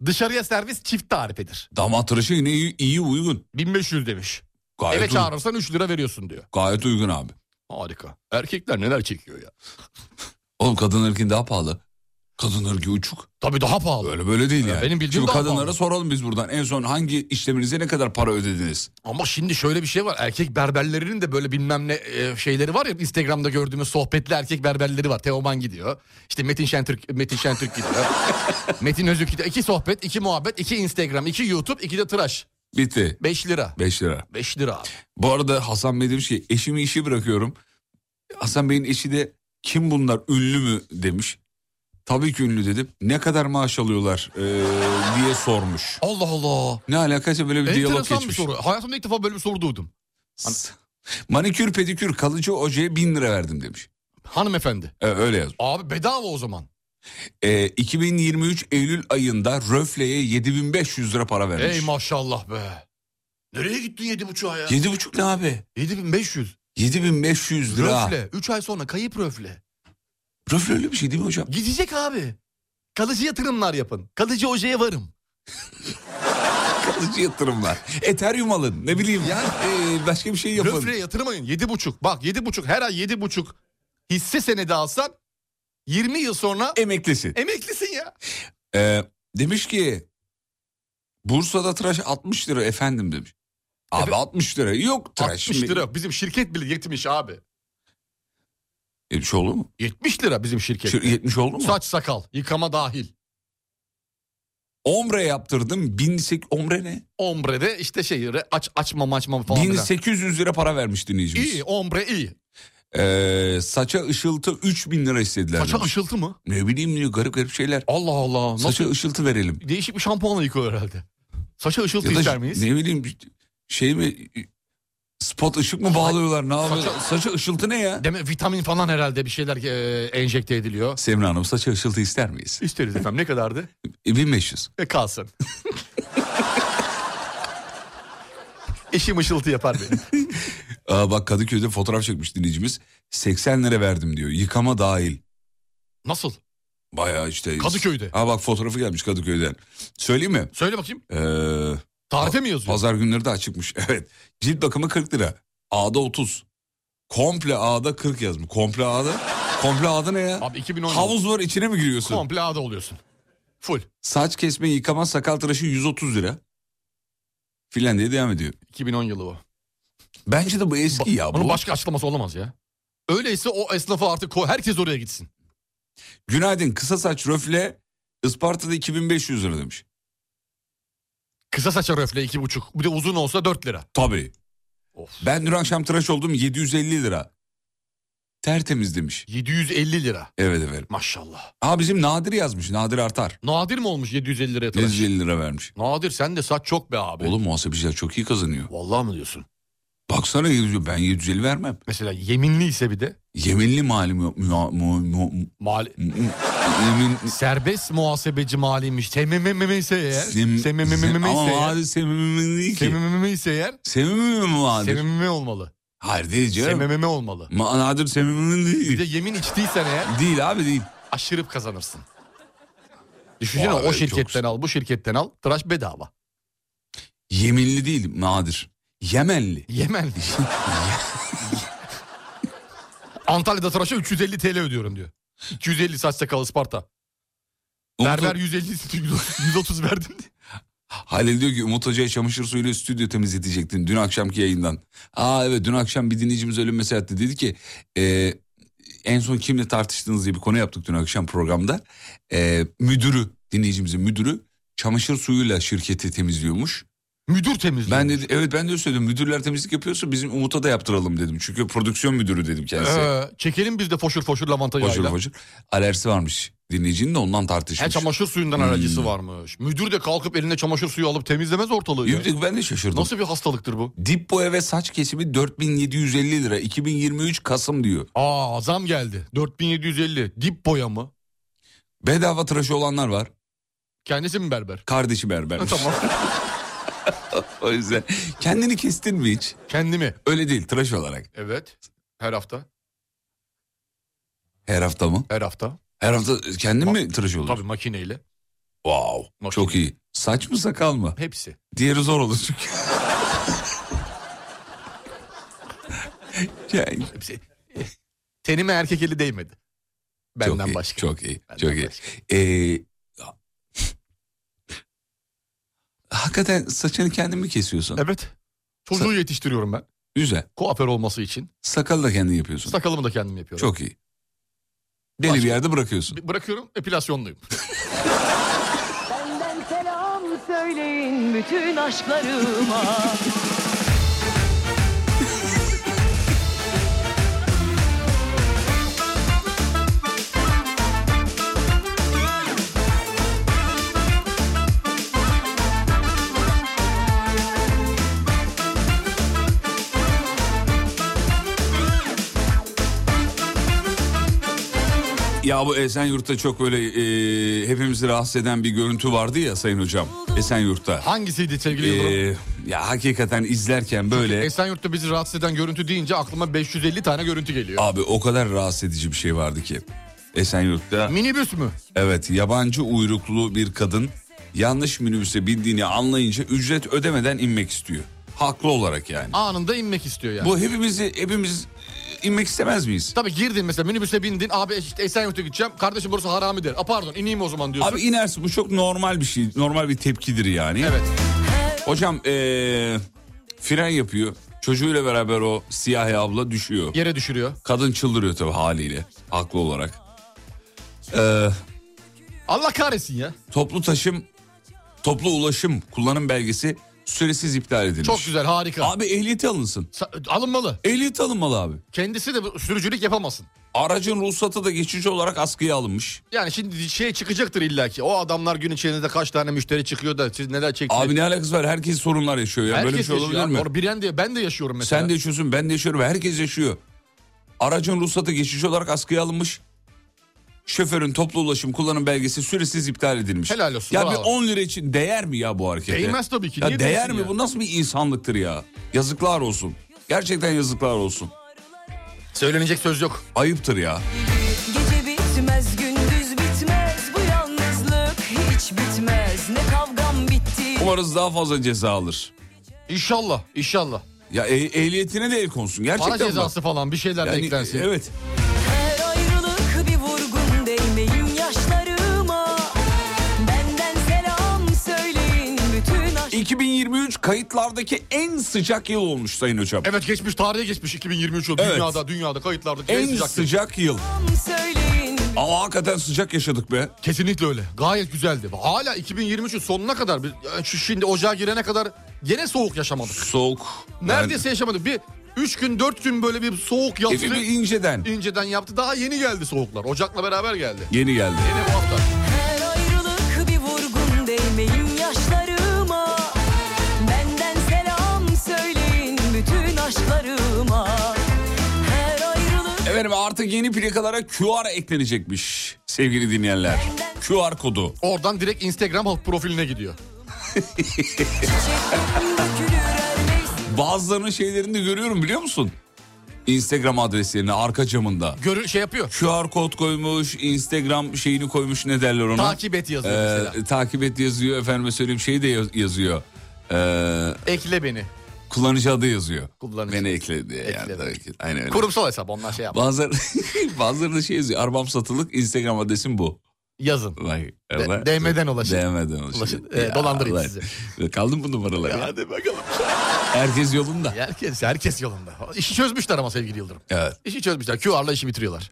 Speaker 4: Dışarıya servis çift tarifedir.
Speaker 3: Damat tıraşı yine iyi, iyi uygun.
Speaker 4: 1500 demiş.
Speaker 3: Gayet,
Speaker 4: Eve
Speaker 3: uygun.
Speaker 4: çağırırsan 3 lira veriyorsun diyor.
Speaker 3: Gayet uygun abi.
Speaker 4: Harika. Erkekler neler çekiyor ya.
Speaker 3: Oğlum kadın ırkın daha pahalı. Kadın ırkı uçuk.
Speaker 4: Tabii daha pahalı.
Speaker 3: Öyle böyle değil
Speaker 4: Ya
Speaker 3: yani.
Speaker 4: benim bildiğim
Speaker 3: Şimdi
Speaker 4: daha
Speaker 3: kadınlara
Speaker 4: pahalı.
Speaker 3: soralım biz buradan. En son hangi işleminize ne kadar para ödediniz?
Speaker 4: Ama şimdi şöyle bir şey var. Erkek berberlerinin de böyle bilmem ne e, şeyleri var ya. Instagram'da gördüğümüz sohbetli erkek berberleri var. Teoman gidiyor. İşte Metin Şentürk, Metin Şentürk gidiyor. Metin Özük gidiyor. İki sohbet, iki muhabbet, iki Instagram, iki YouTube, iki de tıraş.
Speaker 3: Bitti.
Speaker 4: 5 lira.
Speaker 3: 5 lira.
Speaker 4: 5 lira abi.
Speaker 3: Bu arada Hasan Bey demiş ki eşimi işi bırakıyorum. Hasan Bey'in eşi de kim bunlar ünlü mü demiş. Tabii ki ünlü dedim. Ne kadar maaş alıyorlar ee, diye sormuş.
Speaker 4: Allah Allah.
Speaker 3: Ne alakası böyle bir diyalog
Speaker 4: Enteresan bir
Speaker 3: geçmiş.
Speaker 4: soru. Hayatımda ilk defa böyle bir soru duydum.
Speaker 3: Manikür pedikür kalıcı ojeye bin lira verdim demiş. E,
Speaker 4: Hanımefendi.
Speaker 3: öyle yaz.
Speaker 4: Abi bedava o zaman.
Speaker 3: Ee, 2023 Eylül ayında Röfle'ye 7500 lira para vermiş.
Speaker 4: Ey maşallah be. Nereye gittin yedi buçuğa ya?
Speaker 3: 7,5 ne abi?
Speaker 4: 7500.
Speaker 3: 7500 lira.
Speaker 4: Röfle. 3 ay sonra kayıp röfle.
Speaker 3: Röfle öyle bir şey değil mi hocam?
Speaker 4: Gidecek abi. Kalıcı yatırımlar yapın. Kalıcı ojeye varım.
Speaker 3: Kalıcı E, yatırımlar. Ethereum alın ne bileyim. Ee, başka bir şey yapın.
Speaker 4: Röfleye yatırmayın. Yedi buçuk. Bak yedi buçuk. Her ay yedi buçuk hisse senedi alsan 20 yıl sonra
Speaker 3: emeklisin.
Speaker 4: Emeklisin ya.
Speaker 3: Ee, demiş ki Bursa'da tıraş 60 lira efendim demiş. Abi 60 lira yok tıraş.
Speaker 4: 60 lira. Bizim şirket bile 70 abi.
Speaker 3: 70 E, şey oldu mu?
Speaker 4: 70 lira bizim şirket.
Speaker 3: Şir- 70 oldu mu?
Speaker 4: Saç sakal. Yıkama dahil.
Speaker 3: Ombre yaptırdım. 1800 ombre ne?
Speaker 4: Ombre'de işte şey re- aç açmam açmam falan. filan.
Speaker 3: 1800 lira para vermiş dinleyicimiz.
Speaker 4: İyi ombre iyi.
Speaker 3: Ee, saça ışıltı 3000 lira istediler.
Speaker 4: Saça
Speaker 3: demiş.
Speaker 4: ışıltı mı?
Speaker 3: Ne bileyim diyor garip garip şeyler.
Speaker 4: Allah Allah. Nasıl?
Speaker 3: Saça ışıltı verelim.
Speaker 4: Değişik bir şampuanla yıkıyor herhalde. Saça ışıltı
Speaker 3: Ya da
Speaker 4: ister miyiz?
Speaker 3: Ne bileyim şey mi spot ışık mı bağlıyorlar ne yapıyorlar? Saça, ışıltı ne ya?
Speaker 4: Deme vitamin falan herhalde bir şeyler e, enjekte ediliyor.
Speaker 3: Semra Hanım saça ışıltı ister miyiz?
Speaker 4: İsteriz efendim ne kadardı?
Speaker 3: E, 1500.
Speaker 4: E kalsın. Eşim ışıltı yapar benim.
Speaker 3: Aa, bak Kadıköy'de fotoğraf çekmiş dinleyicimiz. 80 lira verdim diyor yıkama dahil.
Speaker 4: Nasıl?
Speaker 3: Bayağı işte.
Speaker 4: Kadıköy'de.
Speaker 3: Ha bak fotoğrafı gelmiş Kadıköy'den. Söyleyeyim mi?
Speaker 4: Söyle bakayım.
Speaker 3: Ee,
Speaker 4: Tarife mi yazıyor?
Speaker 3: Pazar günleri de açıkmış. Evet. Cilt bakımı 40 lira. A'da 30. Komple A'da 40 yazmış. Komple A'da. Komple A'da ne ya?
Speaker 4: Abi 2010
Speaker 3: Havuz var içine mi giriyorsun?
Speaker 4: Komple ağda oluyorsun. Full.
Speaker 3: Saç kesme, yıkama, sakal tıraşı 130 lira. Filan diye devam ediyor.
Speaker 4: 2010 yılı bu.
Speaker 3: Bence de bu eski ya.
Speaker 4: Bunun
Speaker 3: Bu.
Speaker 4: başka açıklaması olamaz ya. Öyleyse o esnafa artık koy. Herkes oraya gitsin.
Speaker 3: Günaydın kısa saç röfle Isparta'da 2500 lira demiş.
Speaker 4: Kısa saça röfle iki buçuk. Bir de uzun olsa 4 lira.
Speaker 3: Tabii. Ben dün akşam tıraş oldum 750 lira. Tertemiz demiş.
Speaker 4: 750 lira.
Speaker 3: Evet efendim.
Speaker 4: Maşallah.
Speaker 3: Aa bizim Nadir yazmış. Nadir artar.
Speaker 4: Nadir mi olmuş 750 liraya tıraş?
Speaker 3: 750 lira vermiş.
Speaker 4: Nadir sen de saç çok be abi.
Speaker 3: Oğlum muhasebeciler çok iyi kazanıyor.
Speaker 4: Vallahi mı diyorsun?
Speaker 3: Baksana 700 ben 750 vermem.
Speaker 4: Mesela yeminli ise bir de.
Speaker 3: Yeminli mali mu, mu, mu, mu-
Speaker 4: Mal...
Speaker 3: yemin
Speaker 4: Serbest muhasebeci maliymiş. SMMM ise eğer.
Speaker 3: Sem-
Speaker 4: SMMM
Speaker 3: Ama
Speaker 4: ise eğer.
Speaker 3: vadi semimim değil ki.
Speaker 4: SMMM ise eğer.
Speaker 3: Semimim mi vadi?
Speaker 4: SMMM olmalı.
Speaker 3: Hayır değil canım.
Speaker 4: SMMM olmalı.
Speaker 3: Ma- Nadir semimim
Speaker 4: Bir
Speaker 3: değil.
Speaker 4: de yemin içtiysen eğer
Speaker 3: Değil abi değil.
Speaker 4: aşırıp kazanırsın. Düşünsene
Speaker 3: Vay be,
Speaker 4: o
Speaker 3: çok
Speaker 4: şirketten al bu şirketten al. Tıraş bedava.
Speaker 3: Yeminli değil Nadir. Yemenli.
Speaker 4: Yemenli. Antalya'da tıraşa 350 TL ödüyorum diyor. 250 saç sakal Isparta.
Speaker 3: Umut-
Speaker 4: Berber 150 130 verdim diye.
Speaker 3: Halil diyor ki Umut Hoca'ya çamaşır suyuyla stüdyo temizletecektin dün akşamki yayından. Aa evet dün akşam bir dinleyicimiz öyle bir mesaj attı. Dedi ki e, en son kimle tartıştınız diye bir konu yaptık dün akşam programda. E, müdürü dinleyicimizin müdürü çamaşır suyuyla şirketi temizliyormuş.
Speaker 4: Müdür temizliyor.
Speaker 3: Ben dedi evet ben de öyle söyledim müdürler temizlik yapıyorsa bizim Umut'a da yaptıralım dedim. Çünkü prodüksiyon müdürü dedim kendisine.
Speaker 4: Ee, çekelim biz de foşur foşur lavanta
Speaker 3: Boşur
Speaker 4: yağıyla.
Speaker 3: boşur. Alerjisi varmış dinleyicinin de ondan
Speaker 4: He,
Speaker 3: tartışmış.
Speaker 4: çamaşır suyundan alerjisi
Speaker 3: Hmm.
Speaker 4: varmış. Müdür de kalkıp eline çamaşır suyu alıp temizlemez ortalığı. ya.
Speaker 3: Yürüdük, ben de şaşırdım.
Speaker 4: Nasıl bir hastalıktır bu?
Speaker 3: Dip boya ve saç kesimi 4750 lira 2023 Kasım diyor.
Speaker 4: Aa zam geldi. 4750. Dip boya mı?
Speaker 3: Bedava tıraşı olanlar var.
Speaker 4: Kendisi mi berber?
Speaker 3: Kardeşi berber.
Speaker 4: Ha, tamam.
Speaker 3: o yüzden. Kendini kestin mi hiç?
Speaker 4: Kendimi.
Speaker 3: Öyle değil tıraş olarak.
Speaker 4: Evet. Her hafta.
Speaker 3: Her hafta mı?
Speaker 4: Her hafta.
Speaker 3: Her hafta kendin mi tıraş olur?
Speaker 4: Tabii makineyle.
Speaker 3: Wow. Çok iyi. Saç mı sakal mı?
Speaker 4: Hepsi.
Speaker 3: Diğeri zor olur çünkü. yani,
Speaker 4: Hepsi. Tenime erkek eli değmedi. Benden
Speaker 3: çok iyi,
Speaker 4: başka.
Speaker 3: Çok iyi.
Speaker 4: Benden
Speaker 3: çok iyi. Ee, hakikaten saçını kendin mi kesiyorsun?
Speaker 4: Evet. Çocuğu yetiştiriyorum ben.
Speaker 3: Güzel.
Speaker 4: Kuaför olması için.
Speaker 3: Sakalı da kendin yapıyorsun.
Speaker 4: Sakalımı da kendim yapıyorum.
Speaker 3: Çok iyi. Deli bir yerde bırakıyorsun.
Speaker 4: B- Bırakıyorum epilasyonluyum.
Speaker 13: Benden selam söyleyin bütün aşklarıma.
Speaker 3: Ya bu Esenyurt'ta çok böyle e, hepimizi rahatsız eden bir görüntü vardı ya Sayın Hocam. Esenyurt'ta.
Speaker 4: Hangisiydi sevgili
Speaker 3: Yıldırım? Ya hakikaten izlerken böyle...
Speaker 4: Esenyurt'ta E, bizi rahatsız eden görüntü deyince aklıma 550 tane görüntü geliyor.
Speaker 3: Abi o kadar rahatsız edici bir şey vardı ki. Esenyurt'ta.
Speaker 4: Minibüs mü?
Speaker 3: Evet yabancı uyruklu bir kadın yanlış minibüse bindiğini anlayınca ücret ödemeden inmek istiyor. Haklı olarak yani.
Speaker 4: Anında inmek istiyor yani.
Speaker 3: Bu hepimizi hepimiz e, inmek istemez miyiz?
Speaker 4: Tabii girdin mesela minibüse bindin. Abi işte Esenyurt'a gideceğim. Kardeşim burası harami der. A pardon ineyim o zaman diyorsun.
Speaker 3: Abi inersin bu çok normal bir şey. Normal bir tepkidir yani.
Speaker 4: Evet.
Speaker 3: Hocam eee, fren yapıyor. Çocuğuyla beraber o siyahi abla düşüyor.
Speaker 4: Yere düşürüyor.
Speaker 3: Kadın çıldırıyor tabii haliyle. Haklı olarak. Eee,
Speaker 4: Allah kahretsin ya.
Speaker 3: toplu taşım, toplu ulaşım kullanım belgesi süresiz iptal edilmiş.
Speaker 4: Çok güzel harika.
Speaker 3: Abi ehliyeti alınsın.
Speaker 4: alınmalı.
Speaker 3: Ehliyet alınmalı abi.
Speaker 4: Kendisi de bu- sürücülük yapamasın.
Speaker 3: Aracın ruhsatı da geçici olarak askıya alınmış.
Speaker 4: Yani şimdi şey çıkacaktır illaki. O adamlar gün içerisinde kaç tane müşteri çıkıyor da siz neler çektiniz?
Speaker 3: Abi ne alakası var? Herkes sorunlar yaşıyor ya. Böyle bir şey olabilir mi?
Speaker 4: Bir de, ben de yaşıyorum mesela.
Speaker 3: Sen de yaşıyorsun, ben de yaşıyorum, herkes yaşıyor. Aracın ruhsatı geçici olarak askıya alınmış. Şoförün toplu ulaşım kullanım belgesi süresiz iptal edilmiş.
Speaker 4: Helal olsun,
Speaker 3: Ya bir
Speaker 4: bravo.
Speaker 3: 10 lira için değer mi ya bu harekete?
Speaker 4: Değmez tabii ki,
Speaker 3: Ya
Speaker 4: niye
Speaker 3: değer
Speaker 4: değsin
Speaker 3: mi?
Speaker 4: ya?
Speaker 3: Bu nasıl bir insanlıktır ya? Yazıklar olsun. Gerçekten yazıklar olsun.
Speaker 4: Söylenecek söz yok.
Speaker 3: Ayıptır ya.
Speaker 6: Gece bitmez gündüz bitmez bu yalnızlık hiç bitmez ne kavgam bitti
Speaker 3: Umarız daha fazla ceza alır.
Speaker 4: İnşallah, inşallah.
Speaker 3: Ya e- ehliyetine de el konsun. Gerçekten
Speaker 4: Para
Speaker 3: bak.
Speaker 4: cezası falan bir şeyler de
Speaker 3: Yani,
Speaker 4: eklensin.
Speaker 3: Evet.
Speaker 6: her ayrılık bir vurgun değmeyin yaşlarıma benden selam söyleyin bütün aşk
Speaker 3: 2023 kayıtlardaki en sıcak yıl olmuş Sayın Hocam.
Speaker 4: Evet geçmiş, tarihe geçmiş 2023 yılı.
Speaker 3: Evet.
Speaker 4: Dünyada, dünyada kayıtlarda
Speaker 3: En sıcak yıl.
Speaker 6: söyleyin
Speaker 3: Ama hakikaten sıcak yaşadık be.
Speaker 4: Kesinlikle öyle. Gayet güzeldi. Hala 2023'ün sonuna kadar, biz- şu şimdi ocağa girene kadar gene soğuk yaşamadık.
Speaker 3: Soğuk.
Speaker 4: Neredeyse yaşamadık. Bir 3 gün 4 gün böyle bir soğuk yaptı.
Speaker 3: Evi bir inceden.
Speaker 4: İnceden yaptı. Daha yeni geldi soğuklar. Ocakla beraber geldi.
Speaker 3: Yeni geldi.
Speaker 6: her ayrılık bir vurgun değmeyin yaşlarıma benden selam söyleyin bütün aşklarıma her ayrılık
Speaker 3: Efendim artık yeni plakalara QR eklenecekmiş sevgili dinleyenler. QR kodu.
Speaker 4: Oradan direkt Instagram halk profiline gidiyor.
Speaker 3: Bazılarının şeylerini de görüyorum biliyor musun? Instagram adreslerini arka camında.
Speaker 4: Görür şey yapıyor.
Speaker 3: QR kod koymuş, Instagram şeyini koymuş ne derler ona? Ee,
Speaker 4: Takip et yazıyor mesela.
Speaker 3: Takip et yazıyor, efendime söyleyeyim şeyi de yaz- yazıyor. Ee,
Speaker 4: Ekle beni.
Speaker 3: kullanıcı adı yazıyor. Beni ekle diye. yani tabii ki. Aynen öyle.
Speaker 4: Kurumsal hesap onlar şey yapıyor.
Speaker 3: Bazıları, bazıları da şey yazıyor. Arbam satılık Instagram adresim bu.
Speaker 4: Yazın.
Speaker 3: Bak,
Speaker 4: De-
Speaker 3: Allah-
Speaker 4: DM'den ulaşın.
Speaker 3: DM'den ulaşın.
Speaker 4: Ulaşın, e, dolandırayım
Speaker 3: Allah. Kaldı bu numaralar. ya.
Speaker 4: Hadi bakalım.
Speaker 3: Herkes yolunda.
Speaker 4: Herkes, herkes yolunda. İşi çözmüşler ama sevgili Yıldırım.
Speaker 3: Evet.
Speaker 4: İşi çözmüşler. QR'la işi bitiriyorlar.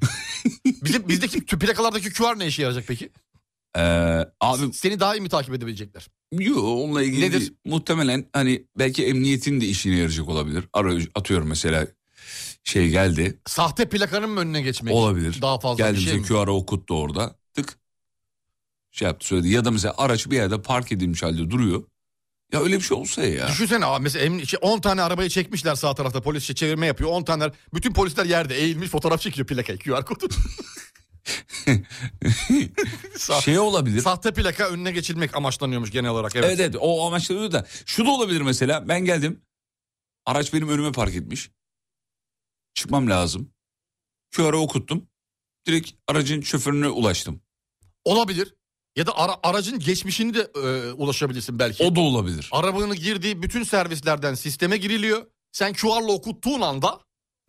Speaker 4: Bizim, bizdeki tü- plakalardaki QR ne işe yarayacak peki?
Speaker 3: Ee, abi
Speaker 4: Seni daha iyi mi takip edebilecekler?
Speaker 3: Yo, onunla ilgili
Speaker 4: Nedir?
Speaker 3: değil. muhtemelen hani belki emniyetin de işine yarayacak olabilir. Arayüz atıyorum mesela şey geldi.
Speaker 4: Sahte plakanın mı önüne geçmek?
Speaker 3: Olabilir.
Speaker 4: Daha fazla
Speaker 3: geldi
Speaker 4: bir şey
Speaker 3: bize
Speaker 4: mi?
Speaker 3: QR'ı okuttu orada. Tık. Şey yaptı söyledi. Ya da mesela araç bir yerde park edilmiş halde duruyor. Ya öyle bir şey olsa ya.
Speaker 4: Düşünsene abi mesela emni- şey, 10 tane arabayı çekmişler sağ tarafta polis şey çevirme yapıyor. 10 tane bütün polisler yerde eğilmiş fotoğraf çekiyor plakayı QR kodu. Sa-
Speaker 3: Şey olabilir.
Speaker 4: Sahte plaka önüne geçilmek amaçlanıyormuş genel olarak. Evet.
Speaker 3: Evet evet o amaçlanıyor da şu da olabilir mesela ben geldim araç benim önüme park etmiş çıkmam lazım QR'ı okuttum direkt aracın şoförüne ulaştım
Speaker 4: Olabilir. Ya da ara- aracın geçmişini de e, ulaşabilirsin belki.
Speaker 3: o da olabilir
Speaker 4: Arabanın girdiği bütün servislerden sisteme giriliyor. Sen QR'la okuttuğun anda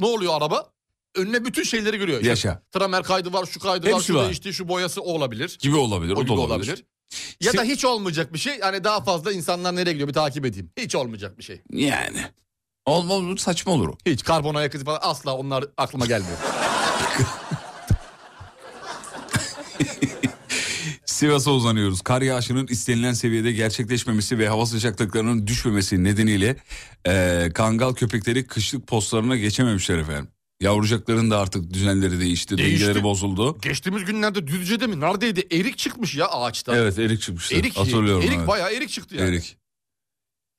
Speaker 4: ne oluyor araba? Önüne bütün şeyleri görüyor. İşte
Speaker 3: Yaşa.
Speaker 4: Tramer kaydı var, şu kaydı var,
Speaker 3: Hepsi
Speaker 4: şu
Speaker 3: var.
Speaker 4: değişti, şu boyası o olabilir.
Speaker 3: gibi olabilir o,
Speaker 4: O
Speaker 3: da
Speaker 4: gibi
Speaker 3: olabilir.
Speaker 4: olabilir. Ya da hiç olmayacak bir şey. Hani daha fazla insanlar nereye gidiyor bir takip edeyim. Hiç olmayacak bir şey.
Speaker 3: yani olmaz bu saçma olur o.
Speaker 4: Hiç karbon ayak izi falan asla onlar aklıma gelmiyor.
Speaker 3: Sivas'a uzanıyoruz. Kar yağışının istenilen seviyede gerçekleşmemesi ve hava sıcaklıklarının düşmemesi nedeniyle eee, kangal köpekleri kışlık postlarına geçememişler efendim. Yavrucakların da artık düzenleri değişti,
Speaker 4: Değişti.
Speaker 3: dengeleri bozuldu.
Speaker 4: Geçtiğimiz günlerde Düzce'de mi? Neredeydi? Erik çıkmış ya ağaçta.
Speaker 3: Evet erik çıkmıştı.
Speaker 4: Erik,
Speaker 3: Hatırlıyorum.
Speaker 4: erik
Speaker 3: evet.
Speaker 4: bayağı erik çıktı yani.
Speaker 3: Erik.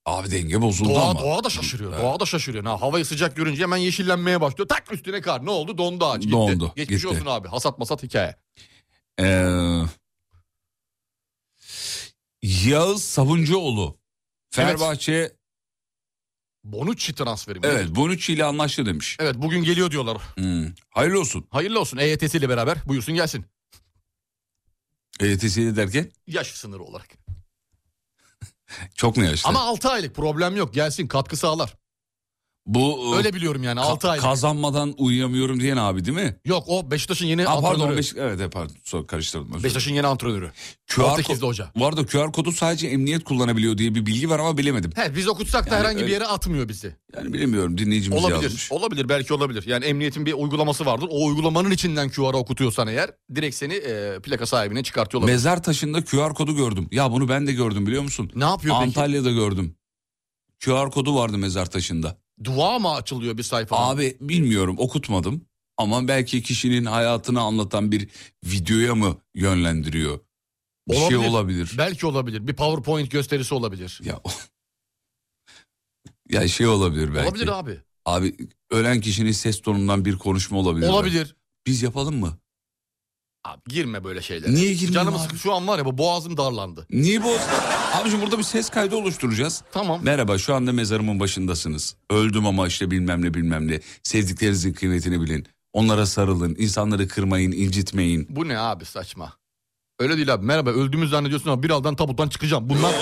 Speaker 3: Abi denge bozuldu
Speaker 4: Doğa,
Speaker 3: ama.
Speaker 4: doğa da şaşırıyor. Doğa da şaşırıyor. Ha, havayı sıcak görünce hemen yeşillenmeye başlıyor. Tak üstüne kar. Ne oldu? Dondu ağaç. Gitti.
Speaker 3: Dondu,
Speaker 4: Geçmiş
Speaker 3: gitti.
Speaker 4: olsun abi. Hasat masat hikaye.
Speaker 3: Ee, Yağız Savuncuoğlu. Fenerbahçe...
Speaker 4: Bonucci transferi mi?
Speaker 3: Evet Bonucci ile anlaştı Hmm. demiş.
Speaker 4: Evet bugün geliyor diyorlar.
Speaker 3: Hayırlı olsun.
Speaker 4: Hayırlı olsun E EYT'siyle beraber. Buyursun gelsin.
Speaker 3: EYT'si E derken
Speaker 4: Yaş sınırı olarak.
Speaker 3: çok mu yaşlı?
Speaker 4: Ama 6 aylık problem yok. Gelsin katkı sağlar.
Speaker 3: Bu e,
Speaker 4: Öyle biliyorum yani
Speaker 3: ka-
Speaker 4: 6 aylık.
Speaker 3: Kazanmadan uyuyamıyorum diyen abi değil mi?
Speaker 4: Yok o Beşiktaş'ın yeni
Speaker 3: Ha, pardon
Speaker 4: antrenörü.
Speaker 3: Beşik- evet evet, pardon Sonra karıştırdım. özür dilerim.
Speaker 4: Beşiktaş'ın yeni antrenörü.
Speaker 3: QR
Speaker 4: Portekizli
Speaker 3: ko-
Speaker 4: hoca.
Speaker 3: Bu arada QR kodu sadece emniyet kullanabiliyor diye bir bilgi var ama bilemedim.
Speaker 4: He, biz okutsak da
Speaker 3: Yani
Speaker 4: herhangi bir
Speaker 3: öyle-
Speaker 4: yere atmıyor bizi.
Speaker 3: Yani bilemiyorum dinleyicimiz
Speaker 4: Olabilir.
Speaker 3: yazmış.
Speaker 4: Olabilir belki olabilir. Yani emniyetin bir uygulaması vardır. O uygulamanın içinden QR'ı okutuyorsan eğer direkt seni e, plaka sahibine çıkartıyorlar.
Speaker 3: Mezar taşında QR kodu gördüm. Ya bunu ben de gördüm biliyor musun?
Speaker 4: Ne yapıyor peki?
Speaker 3: Antalya'da gördüm. QR kodu vardı mezar taşında.
Speaker 4: Dua mı açılıyor bir sayfa?
Speaker 3: Abi bilmiyorum okutmadım ama belki kişinin hayatını anlatan bir videoya mı yönlendiriyor? Bir şey olabilir.
Speaker 4: Belki olabilir. Bir PowerPoint gösterisi olabilir.
Speaker 3: Ya Ya şey olabilir belki.
Speaker 4: Olabilir abi.
Speaker 3: Abi ölen kişinin ses tonundan bir konuşma olabilir.
Speaker 4: Olabilir.
Speaker 3: Biz yapalım mı?
Speaker 4: Abi girme böyle şeylere.
Speaker 3: Niye girmeyeyim
Speaker 4: Canımız
Speaker 3: abi?
Speaker 4: şu an var ya bu boğazım darlandı.
Speaker 3: Niye bozdun? Abicim burada bir ses kaydı oluşturacağız.
Speaker 4: Tamam.
Speaker 3: Merhaba şu anda mezarımın başındasınız. Öldüm ama işte bilmem ne bilmem ne. Sevdiklerinizin kıymetini bilin. Onlara sarılın. insanları kırmayın, incitmeyin.
Speaker 4: Bu ne abi saçma. Öyle değil abi. Merhaba öldüğümü zannediyorsun ama bir aldan tabuttan çıkacağım. Bunlar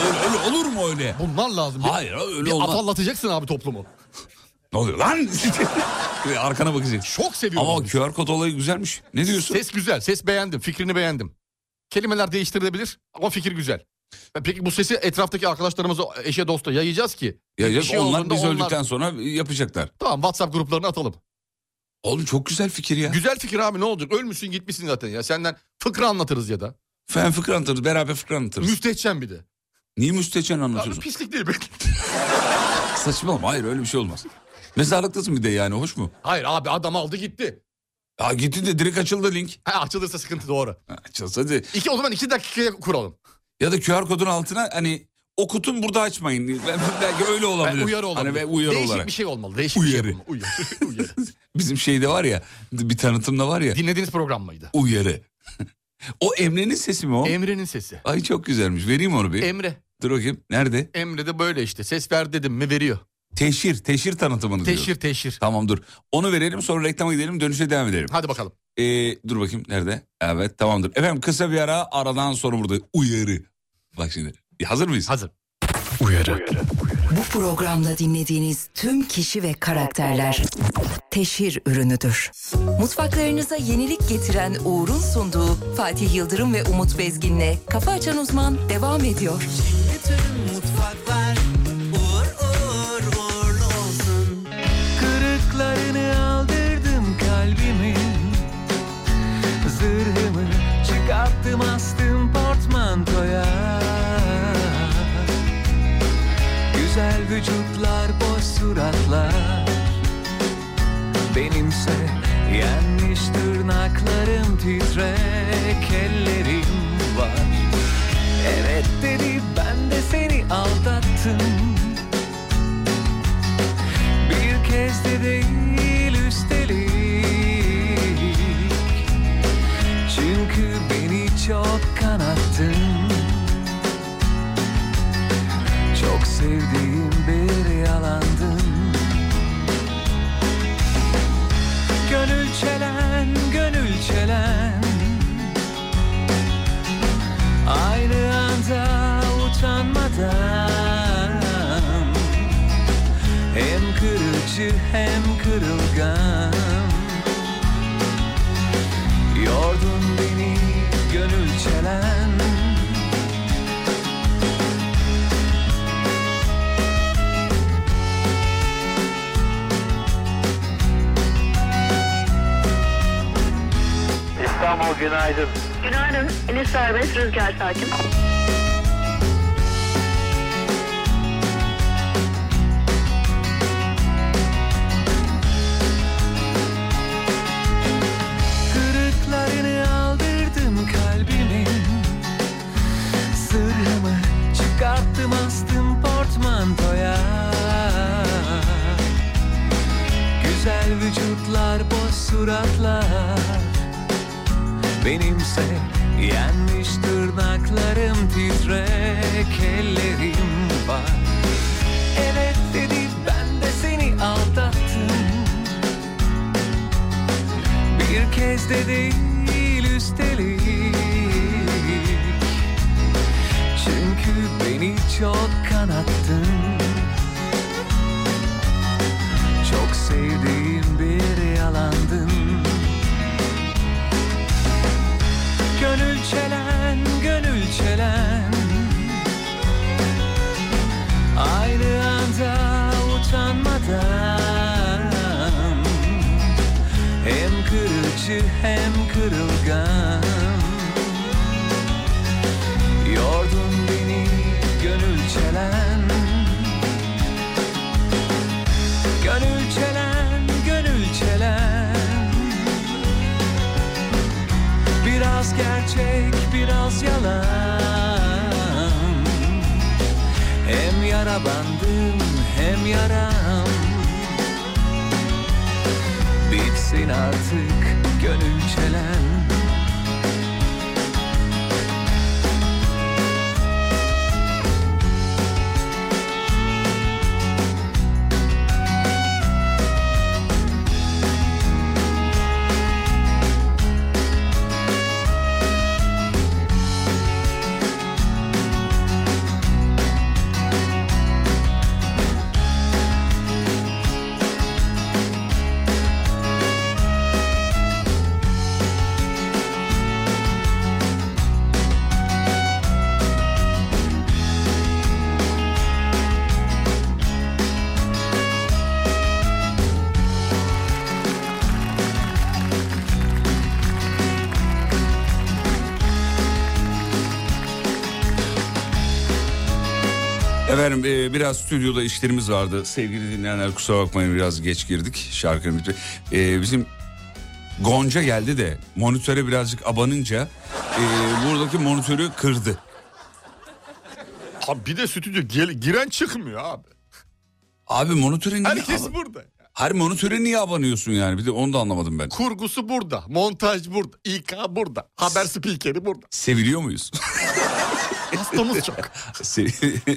Speaker 3: olur mu öyle?
Speaker 4: Bunlar lazım.
Speaker 3: Hayır, öyle
Speaker 4: bir
Speaker 3: olmaz.
Speaker 4: afallatacaksın abi toplumu.
Speaker 3: Ne oluyor lan? Ve Arkana bakacaksın.
Speaker 4: Çok seviyorum.
Speaker 3: Ama o QR kod olayı güzelmiş. Ne diyorsun?
Speaker 4: Ses güzel. Ses beğendim. Fikrini beğendim. Kelimeler değiştirilebilir ama fikir güzel. E Peki bu sesi etraftaki arkadaşlarımıza, eşe, dosta yayacağız ki.
Speaker 3: Yayacağız.
Speaker 4: Bir şey
Speaker 3: Onlar
Speaker 4: olduğunda
Speaker 3: biz öldükten sonra yapacaklar.
Speaker 4: Tamam WhatsApp gruplarına atalım.
Speaker 3: Oğlum çok güzel fikir ya.
Speaker 4: Güzel fikir abi ne olacak? Ölmüşsün gitmişsin zaten ya. Senden fıkra anlatırız ya da.
Speaker 3: Fen fıkra anlatırız. Beraber fıkra anlatırız.
Speaker 4: Müstehcen bir de.
Speaker 3: Niye müstehcen
Speaker 4: Abi
Speaker 3: anlatıyorsun?
Speaker 4: pislik değil belki.
Speaker 3: Saçmalama. Hayır öyle bir şey olmaz. Mezarlıktasın bir de yani hoş mu?
Speaker 4: Hayır abi adam aldı gitti.
Speaker 3: Ha gitti de direkt açıldı link.
Speaker 4: Ha, açılırsa sıkıntı doğru.
Speaker 3: Açılsa de.
Speaker 4: İki, o zaman iki dakikaya kuralım.
Speaker 3: Ya da QR kodun altına hani okutun burada açmayın. Ben- Belki öyle olabilir.
Speaker 4: Ben uyarı olabilir.
Speaker 3: Hani ve uyarı
Speaker 4: Değişik
Speaker 3: olarak.
Speaker 4: bir şey olmalı. Değişik bir şey
Speaker 3: Uyarı.
Speaker 4: olmalı. Uyarı.
Speaker 3: Bizim şeyde var ya bir tanıtımda var ya.
Speaker 4: Dinlediğiniz program mıydı?
Speaker 3: Uyarı. o Emre'nin sesi mi o?
Speaker 4: Emre'nin sesi.
Speaker 3: Ay çok güzelmiş. Vereyim onu bir.
Speaker 4: Emre.
Speaker 3: Dur bakayım. Nerede?
Speaker 4: Emre de böyle işte. Ses ver dedim mi veriyor.
Speaker 3: Teşhir. Teşhir tanıtımını diyor.
Speaker 4: Teşhir teşhir.
Speaker 3: Tamam dur. Onu verelim sonra reklama gidelim dönüşe devam edelim.
Speaker 4: Hadi bakalım.
Speaker 3: Ee, dur bakayım nerede? Evet tamamdır. Efendim kısa bir ara aradan sonra burada uyarı. Bak şimdi E, hazır mıyız?
Speaker 4: Hazır.
Speaker 3: Uyarı.
Speaker 1: Bu programda dinlediğiniz tüm kişi ve karakterler teşhir ürünüdür. Mutfaklarınıza yenilik getiren Uğur'un sunduğu Fatih Yıldırım ve Umut Bezgin'le Kafa Açan Uzman devam ediyor.
Speaker 9: mutfaklar uğur uğur uğurlu olsun.
Speaker 5: Kırıklarını aldırdım kalbimin Zırhımı çıkarttım astım portmantoya Güzel vücutlar boş suratlar Benimse yenmiş tırnaklarım titrek ellerim var Evet dedi ben de seni aldattım bir kez de değil üstelik Çünkü beni çok kanattın Çok sevdiğim bir yalandın Gönül çelen, gönül çelen Aynı anda utanmadan hem kırıcı hem kırılgan Yordun beni gönül çelen
Speaker 14: İstanbul günaydın.
Speaker 15: Günaydın. Enes Serbest, Rüzgar Sakin.
Speaker 5: Kırıklarını aldırdım kalbimin Sırrımı çıkarttım astım portmantoya suratlar Benimse yenmiş tırnaklarım titrek ellerim var Evet dedi ben de seni aldattım Bir kez de değil üstelik Çünkü beni çok kanattın Çok sevdiğim bir yalandın Gönül çelen, gönül çelen Aynı anda utanmadan Hem kırıcı hem kırılgan Yordun beni gönül çelen Gönül çelen, gönül çelen Biraz gerçek, biraz yalan Hem yara bandım, hem yaram Bitsin artık gönül çelen
Speaker 3: Efendim e, biraz stüdyoda işlerimiz vardı. Sevgili dinleyenler kusura bakmayın biraz geç girdik şarkının bitti. E, bizim Gonca geldi de monitöre birazcık abanınca e, buradaki monitörü kırdı.
Speaker 4: Abi bir de stüdyo giren çıkmıyor abi.
Speaker 3: Abi monitörü niye
Speaker 4: Herkes
Speaker 3: aba-
Speaker 4: burada.
Speaker 3: Her monitöre niye abanıyorsun yani? Bir de onu da anlamadım ben.
Speaker 4: Kurgusu burada, montaj burada, İK burada, haber spikeri burada.
Speaker 3: Seviliyor muyuz?
Speaker 4: Hastamız çok.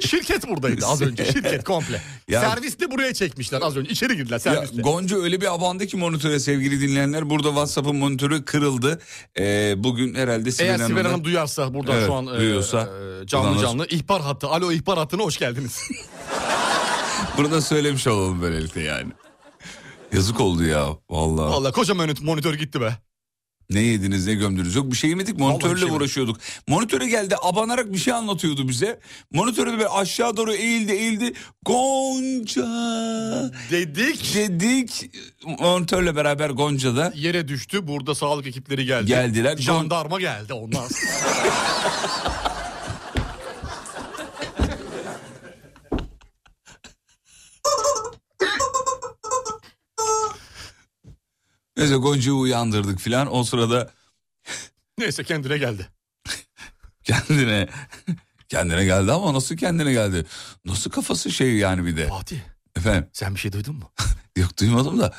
Speaker 4: Şirket buradaydı az önce, şirket komple.
Speaker 3: Ya-
Speaker 4: Servis de buraya çekmişler az önce, içeri girdiler servisle.
Speaker 3: Ya, Gonca öyle bir abandı ki monitöre sevgili dinleyenler. Burada WhatsApp'ın monitörü kırıldı. E, bugün herhalde
Speaker 4: Eğer
Speaker 3: Sibel
Speaker 4: Sibel
Speaker 3: Hanım'dan-
Speaker 4: Hanım duyarsa buradan
Speaker 3: Evet,
Speaker 4: şu an e,
Speaker 3: duyuyorsa,
Speaker 4: e, canlı
Speaker 3: buradan-
Speaker 4: canlı ihbar hattı. Alo ihbar hattına hoş geldiniz.
Speaker 3: Bunu da söylemiş olalım böylelikle yani. Yazık oldu ya vallahi.
Speaker 4: Vallahi kocaman monit- monitör gitti be.
Speaker 3: Ne yediniz ne gömdünüz yok bir şey yemedik monitörle uğraşıyorduk. Monitöre geldi abanarak bir şey anlatıyordu bize. Monitörü de böyle aşağı doğru eğildi eğildi. Gonca.
Speaker 4: Dedik.
Speaker 3: Dedik. Monitörle beraber Gonca da.
Speaker 4: Yere düştü burada sağlık ekipleri geldi.
Speaker 3: Geldiler. Gon-
Speaker 4: Jandarma geldi ondan sonra.
Speaker 3: Neyse Gonca'yı uyandırdık filan. O sırada
Speaker 4: Neyse kendine geldi.
Speaker 3: kendine kendine geldi ama nasıl kendine geldi? Nasıl kafası şey yani bir de.
Speaker 4: Fatih.
Speaker 3: Efendim.
Speaker 4: Sen bir şey duydun mu?
Speaker 3: Yok duymadım da.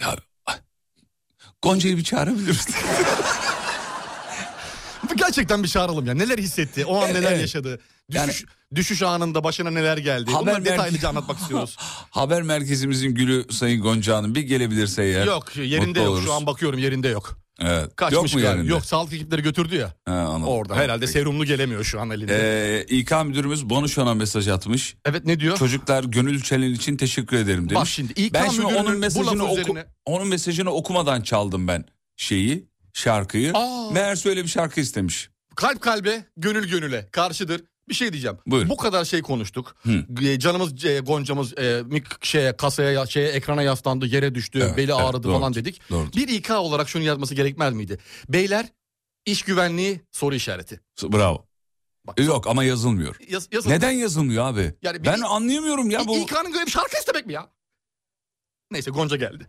Speaker 3: Ya Gonca'yı bir çağırabilir misin?
Speaker 4: Bu Gerçekten bir çağıralım ya. Neler hissetti? O an neler
Speaker 3: Evet.
Speaker 4: yaşadı? Düşüş, düşüş anında başına neler geldi? Bunları
Speaker 3: merke-
Speaker 4: detaylıca anlatmak istiyoruz.
Speaker 3: Haber merkezimizin gülü Sayın Gonca Hanım bir gelebilirse eğer.
Speaker 4: yok yerinde
Speaker 3: mutlu
Speaker 4: yok.
Speaker 3: oluruz.
Speaker 4: Şu an bakıyorum yerinde yok.
Speaker 3: Evet.
Speaker 4: Kaçmış
Speaker 3: yok mu
Speaker 4: galiba.
Speaker 3: yerinde?
Speaker 4: Yok sağlık ekipleri götürdü ya.
Speaker 3: He, anladım.
Speaker 4: Orada herhalde serumlu gelemiyor şu an elinde.
Speaker 3: Ee, İK müdürümüz Bonuşan'a mesaj atmış.
Speaker 4: Evet ne diyor?
Speaker 3: Çocuklar gönül çelen için teşekkür ederim demiş.
Speaker 4: Bak şimdi İK
Speaker 3: ben şimdi
Speaker 4: müdürünün
Speaker 3: onun
Speaker 4: bu
Speaker 3: mesajını
Speaker 4: lafı
Speaker 3: oku-
Speaker 4: üzerine-
Speaker 3: onun mesajını okumadan çaldım ben şeyi, şarkıyı.
Speaker 4: Aa.
Speaker 3: Meğerse öyle bir şarkı istemiş.
Speaker 4: Kalp kalbe, gönül gönüle karşıdır. Bir şey diyeceğim.
Speaker 3: Buyurun.
Speaker 4: Bu kadar şey konuştuk.
Speaker 3: Hı.
Speaker 4: E, Canımız e, goncamız e, mik şeye kasaya ya- şeye ekrana yaslandı, yere düştü, beli
Speaker 3: evet,
Speaker 4: ağrıdı
Speaker 3: doğru,
Speaker 4: falan dedik.
Speaker 3: doğru.
Speaker 4: Bir İK olarak şunu yazması gerekmez miydi? Beyler iş güvenliği soru işareti.
Speaker 3: Bravo. Yok ama yazılmıyor.
Speaker 4: Yaz- yazın.
Speaker 3: Neden yazılmıyor abi?
Speaker 4: Yani bir-
Speaker 3: ben anlayamıyorum ya bu.
Speaker 4: İK'nın böyle bir şarkı istemek mi ya? Neyse Gonca geldi.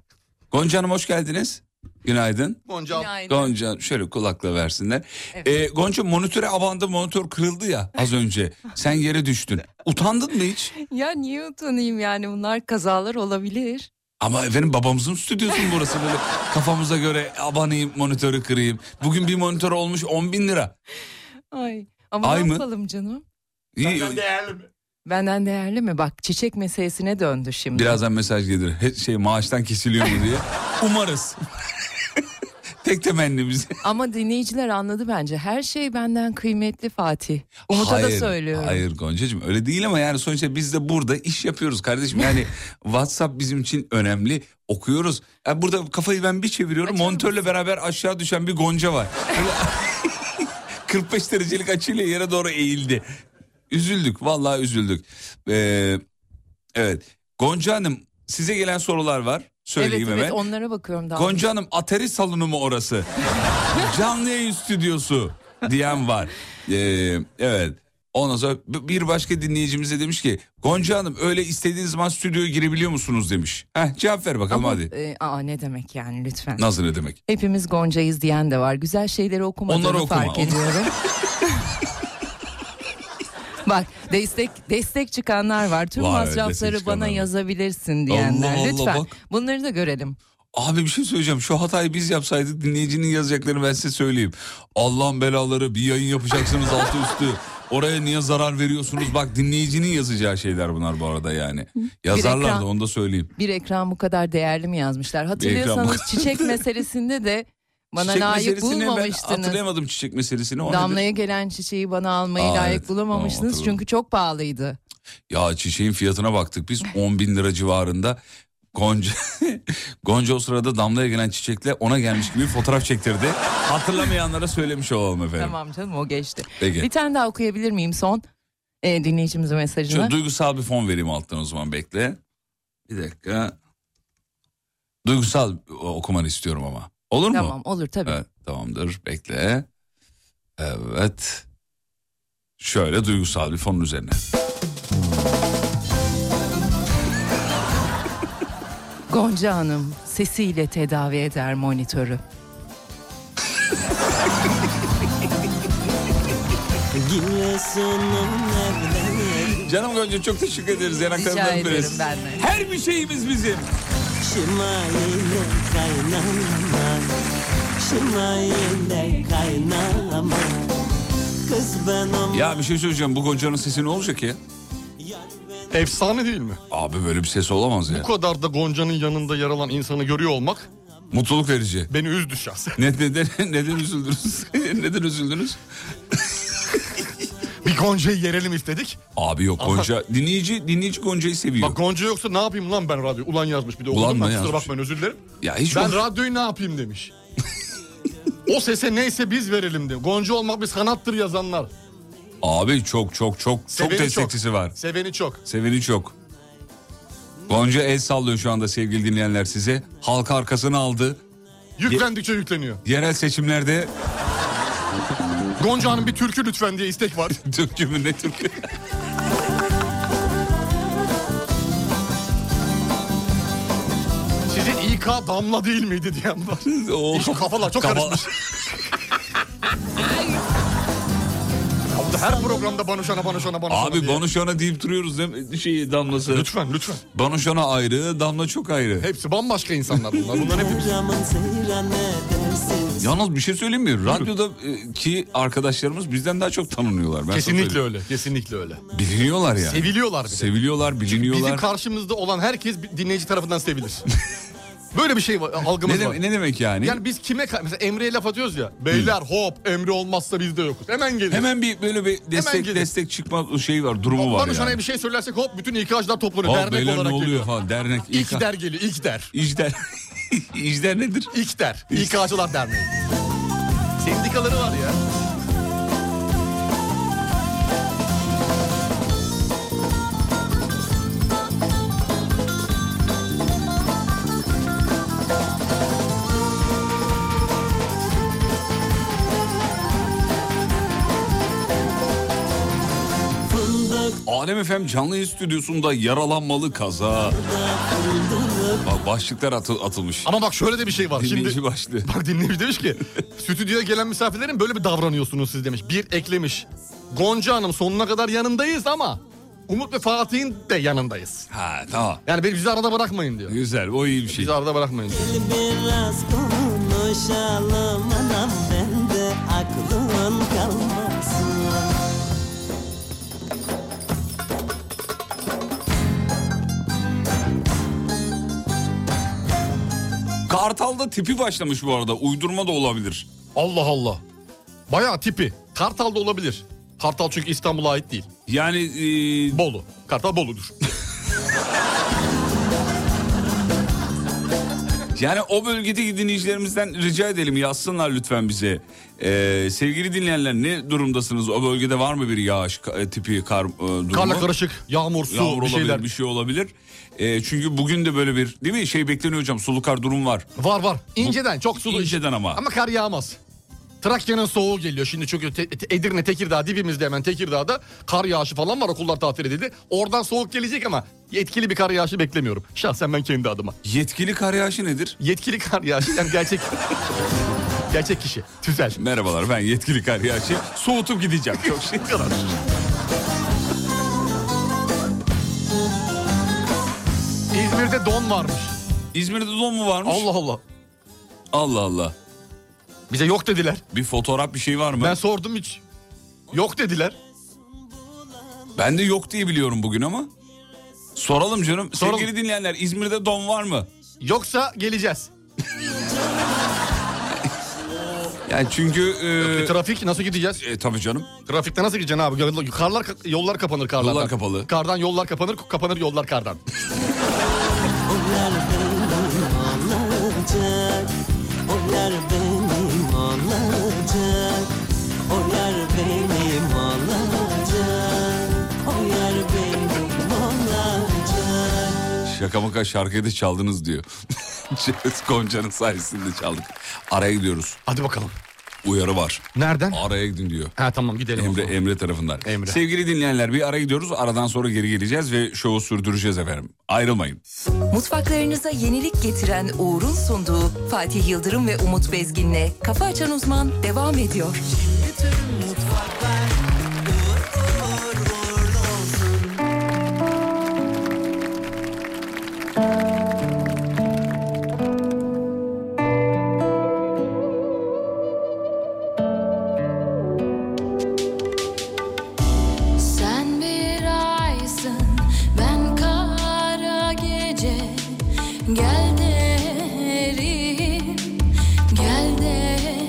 Speaker 3: Gonca Hanım hoş geldiniz. Günaydın.
Speaker 4: Gonca.
Speaker 3: Gonca şöyle kulakla versinler. Ee, Gonca monitöre abandı monitör kırıldı ya az önce. Sen yere düştün. Utandın mı hiç?
Speaker 14: Ya niye utanayım yani bunlar kazalar olabilir.
Speaker 3: Ama efendim babamızın stüdyosu mu burası böyle kafamıza göre abanayım monitörü kırayım. Bugün bir monitör olmuş 10 bin lira.
Speaker 14: Ay ama
Speaker 3: Ay
Speaker 14: ne
Speaker 3: mı?
Speaker 14: yapalım canım?
Speaker 3: İyi,
Speaker 14: Benden değerli mi? Bak çiçek meselesine döndü şimdi.
Speaker 3: birazdan mesaj gelir He- şey maaştan kesiliyor mu diye. Umarız. Tek temennimiz.
Speaker 14: Ama dinleyiciler anladı bence. Her şey benden kıymetli Fatih. Umut'a da söylüyorum.
Speaker 3: Hayır Gonca'cığım öyle değil ama yani sonuçta biz de burada iş yapıyoruz kardeşim. Yani WhatsApp bizim için önemli. Okuyoruz. Yani burada kafayı ben bir çeviriyorum. Montörle beraber aşağı düşen bir Gonca var. Böyle 45 derecelik açıyla yere doğru eğildi. Üzüldük vallahi üzüldük. Ee, evet Gonca Hanım size gelen sorular var. Söyleyeyim
Speaker 14: evet evet
Speaker 3: hemen.
Speaker 14: onlara bakıyorum daha.
Speaker 3: Gonca Hanım Atari salonu mu orası? Canlı yayın stüdyosu diyen var. Ee, evet. Ondan sonra b- bir başka dinleyicimiz de demiş ki Gonca Hanım öyle istediğiniz zaman stüdyoya girebiliyor musunuz demiş. Heh, cevap ver bakalım
Speaker 14: Ama,
Speaker 3: hadi.
Speaker 14: e, aa ne demek yani lütfen.
Speaker 3: Nasıl ne demek?
Speaker 14: Hepimiz Gonca'yız diyen de var. Güzel şeyleri okumadığını
Speaker 3: Onları okuma,
Speaker 14: fark
Speaker 3: onları-
Speaker 14: ediyorum. Bak destek destek çıkanlar var. Tüm
Speaker 3: Vay,
Speaker 14: masrafları
Speaker 3: destek
Speaker 14: bana
Speaker 3: çıkanlar var.
Speaker 14: yazabilirsin diyenler.
Speaker 3: Allah Allah,
Speaker 14: Lütfen
Speaker 3: bak.
Speaker 14: bunları da görelim.
Speaker 3: Abi bir şey söyleyeceğim. Şu hatayı biz yapsaydık dinleyicinin yazacaklarını ben size söyleyeyim. Allah'ın belaları bir yayın yapacaksınız altı üstü. Oraya niye zarar veriyorsunuz? Bak dinleyicinin yazacağı şeyler bunlar bu arada yani. Yazarlar
Speaker 14: ekran-
Speaker 3: da onu da söyleyeyim.
Speaker 14: Bir ekran bu kadar değerli mi yazmışlar?
Speaker 3: bu
Speaker 14: Hatırlıyorsanız
Speaker 3: kadar
Speaker 14: çiçek meselesinde de bana
Speaker 3: Çiçek
Speaker 14: layık
Speaker 3: meselesini Ben
Speaker 14: bulmamıştınız.
Speaker 3: hatırlayamadım çiçek meselesini. O nedir?
Speaker 14: Damlaya gelen çiçeği bana almayı
Speaker 3: Aa,
Speaker 14: layık
Speaker 3: evet. Tamam,
Speaker 14: bulamamıştınız
Speaker 3: hatırladım.
Speaker 14: çünkü çok pahalıydı.
Speaker 3: Ya çiçeğin fiyatına baktık biz 10 bin lira civarında. Gonca, Gonca o sırada damlaya gelen çiçekle ona gelmiş gibi fotoğraf çektirdi. Hatırlamayanlara söylemiş olalım efendim.
Speaker 14: Tamam canım o geçti.
Speaker 3: Peki.
Speaker 14: Bir tane daha okuyabilir miyim son e, dinleyicimizin mesajını?
Speaker 3: Şu duygusal bir fon vereyim alttan o zaman bekle. Bir dakika. Duygusal okumanı istiyorum ama. Olur mu?
Speaker 14: Tamam olur tabii.
Speaker 3: Evet, tamamdır bekle. Evet. Şöyle duygusal bir fonun üzerine.
Speaker 14: Gonca Hanım sesiyle tedavi eder monitörü.
Speaker 9: Yine sonum evlenir
Speaker 3: Canım Gonca çok teşekkür ederiz. Yanaklarından
Speaker 9: Rica ederim,
Speaker 3: öperiz.
Speaker 9: ben de.
Speaker 3: Her bir şeyimiz bizim.
Speaker 9: Şımayla kaynama Şımayla kaynama Kız ben o
Speaker 3: Ya bir şey söyleyeceğim bu Gonca'nın sesi ne olacak ya?
Speaker 4: Efsane değil mi?
Speaker 3: Abi böyle bir ses olamaz ya.
Speaker 4: Bu kadar da Gonca'nın yanında yer alan insanı görüyor olmak
Speaker 3: Mutluluk verici.
Speaker 4: beni üzdü şahsen.
Speaker 3: Ne, neden, neden üzüldünüz? neden üzüldünüz?
Speaker 4: Bir Gonca'yı yerelim istedik.
Speaker 3: Abi yok
Speaker 4: Ama-
Speaker 3: Gonca. Dinleyici, dinleyici Gonca'yı seviyor.
Speaker 4: Bak Gonca yoksa ne yapayım lan ben radyo? Ulan yazmış bir de okudum
Speaker 3: Ulan mı
Speaker 4: ben kusura
Speaker 3: yazmış?
Speaker 4: bakmayın özür dilerim.
Speaker 3: Ya hiç
Speaker 4: ben
Speaker 3: yok.
Speaker 4: radyoyu ne yapayım demiş. o sese neyse biz verelim de. Gonca olmak bir sanattır yazanlar.
Speaker 3: Abi çok çok çok
Speaker 4: Seveni
Speaker 3: çok destekçisi var.
Speaker 4: Seveni çok.
Speaker 3: Seveni çok. Gonca el sallıyor şu anda sevgili dinleyenler size. Halka arkasını aldı.
Speaker 4: Yüklendikçe yükleniyor.
Speaker 3: Yerel seçimlerde
Speaker 4: Gonca Hanım bir türkü lütfen diye istek var.
Speaker 3: türkü mü ne türkü?
Speaker 4: Sizin İK damla değil miydi diyen var.
Speaker 3: O
Speaker 4: İş kafalar çok karışmış. Abi her programda Banuşan'a Banuşan'a Banuşan'a
Speaker 3: Abi
Speaker 4: diye.
Speaker 3: Banuşan'a deyip duruyoruz değil mi? E, şey, Şeyi damlası.
Speaker 4: Lütfen lütfen.
Speaker 3: Banuşan'a ayrı, damla çok ayrı.
Speaker 4: Hepsi bambaşka insanlar bunlar. Bunların hepsi
Speaker 9: Hocamın seyran edersin
Speaker 3: Yalnız bir şey söyleyeyim mi? Radyoda e, ki arkadaşlarımız bizden daha çok tanınıyorlar. Ben sana
Speaker 4: kesinlikle
Speaker 3: söyleyeyim.
Speaker 4: öyle. Kesinlikle öyle.
Speaker 3: Biliniyorlar yani.
Speaker 4: Seviliyorlar bir de.
Speaker 3: Seviliyorlar, biliniyorlar.
Speaker 4: Bizim karşımızda olan herkes bir dinleyici tarafından sevilir. Böyle bir şey var, algımız
Speaker 3: ne, dem-
Speaker 4: var.
Speaker 3: ne demek yani?
Speaker 4: Yani biz kime ka- mesela Emre'ye laf atıyoruz ya. Beyler hop Emre olmazsa biz de yokuz. Hemen gelir.
Speaker 3: Hemen bir böyle bir destek
Speaker 4: gelir.
Speaker 3: destek çıkma şeyi var, durumu var
Speaker 4: Barış Hanay'a
Speaker 3: yani.
Speaker 4: bir şey söylersek hop bütün İK'cılar toplanıyor.
Speaker 3: Aa,
Speaker 4: dernek
Speaker 3: beyler ne
Speaker 4: olarak
Speaker 3: oluyor
Speaker 4: geliyor.
Speaker 3: falan dernek. İK-
Speaker 4: İlk der geliyor. İlk der.
Speaker 3: İcder. İcder nedir?
Speaker 4: İlk der. İK'cılar derneği. Sendikaları var ya.
Speaker 3: Alem FM canlı yayın stüdyosunda yaralanmalı kaza. Bak başlıklar atı- atılmış.
Speaker 4: Ama bak şöyle de bir şey var.
Speaker 3: Dinleyici
Speaker 4: Şimdi
Speaker 3: başlığı.
Speaker 4: bak dinleyici demiş ki stüdyoya gelen misafirlerin böyle bir davranıyorsunuz siz demiş. Bir eklemiş. Gonca Hanım sonuna kadar yanındayız ama Umut ve Fatih'in de yanındayız.
Speaker 3: Ha tamam.
Speaker 4: Yani beni bizi arada bırakmayın diyor.
Speaker 3: Güzel o iyi bir şey.
Speaker 4: Bizi arada bırakmayın diyor.
Speaker 9: Biraz konuşalım anam bende aklın kalmasın
Speaker 3: Kartal'da tipi başlamış bu arada. Uydurma da olabilir.
Speaker 4: Allah Allah. Bayağı tipi. Kartal da olabilir. Kartal çünkü İstanbul'a ait değil.
Speaker 3: Yani... e,
Speaker 4: Bolu. Kartal Bolu'dur.
Speaker 3: Yani o bölgedeki dinleyicilerimizden rica edelim yazsınlar lütfen bize. Ee, sevgili dinleyenler ne durumdasınız? O bölgede var mı bir yağış e, tipi kar e, durumu?
Speaker 4: Karla karışık, yağmur, su,
Speaker 3: Yağmur
Speaker 4: bir
Speaker 3: olabilir,
Speaker 4: şeyler.
Speaker 3: bir şey olabilir. Ee, çünkü bugün de böyle bir değil mi şey bekleniyor hocam sulu kar durum var.
Speaker 4: Var var. İnceden çok
Speaker 3: sulu. İnceden ama.
Speaker 4: Ama kar yağmaz. Trakya'nın soğuğu geliyor şimdi çünkü te- te- Edirne, Tekirdağ dibimizde hemen Tekirdağ'da kar yağışı falan var okullar tatil edildi. Oradan soğuk gelecek ama yetkili bir kar yağışı beklemiyorum. Şahsen ben kendi adıma.
Speaker 3: Yetkili kar yağışı nedir?
Speaker 4: Yetkili kar yağışı yani gerçek gerçek kişi. Tüzel.
Speaker 3: Merhabalar ben yetkili kar yağışı. Soğutup gideceğim. Çok şey kadar.
Speaker 4: İzmir'de don varmış.
Speaker 3: İzmir'de don mu varmış?
Speaker 4: Allah Allah.
Speaker 3: Allah Allah.
Speaker 4: Bize yok dediler.
Speaker 3: Bir fotoğraf bir şey var mı?
Speaker 4: Ben sordum hiç. Yok dediler.
Speaker 3: Ben de yok diye biliyorum bugün ama. Soralım canım.
Speaker 4: Soralım.
Speaker 3: Sevgili dinleyenler İzmir'de don var mı?
Speaker 4: Yoksa geleceğiz.
Speaker 3: Yani çünkü...
Speaker 4: trafik nasıl gideceğiz?
Speaker 3: E, tabii canım.
Speaker 4: Trafikte nasıl gideceksin abi? Yol- Karlar, yollar kapanır karlardan.
Speaker 3: Yollar kapalı.
Speaker 4: Kardan yollar kapanır, kapanır yollar kardan.
Speaker 9: Onlar benim olacak Onlar benim olacak Onlar benim olacak Onlar benim olacak
Speaker 3: Şaka maka şarkıyı da çaldınız diyor. Ceviz Gonca'nın sayesinde çaldık. Araya gidiyoruz.
Speaker 4: Hadi bakalım.
Speaker 3: Uyarı var.
Speaker 4: Nereden?
Speaker 3: Araya gidin diyor.
Speaker 4: Ha tamam gidelim.
Speaker 3: Emre, Emre tarafından.
Speaker 4: Emre.
Speaker 3: Sevgili dinleyenler bir araya gidiyoruz. Aradan sonra geri geleceğiz ve şovu sürdüreceğiz efendim. Ayrılmayın.
Speaker 1: Mutfaklarınıza yenilik getiren Uğur'un sunduğu Fatih Yıldırım ve Umut Bezgin'le Kafa Açan Uzman devam ediyor.
Speaker 16: Sen bir aysın, ben kara gece. Gel derim, gel derim.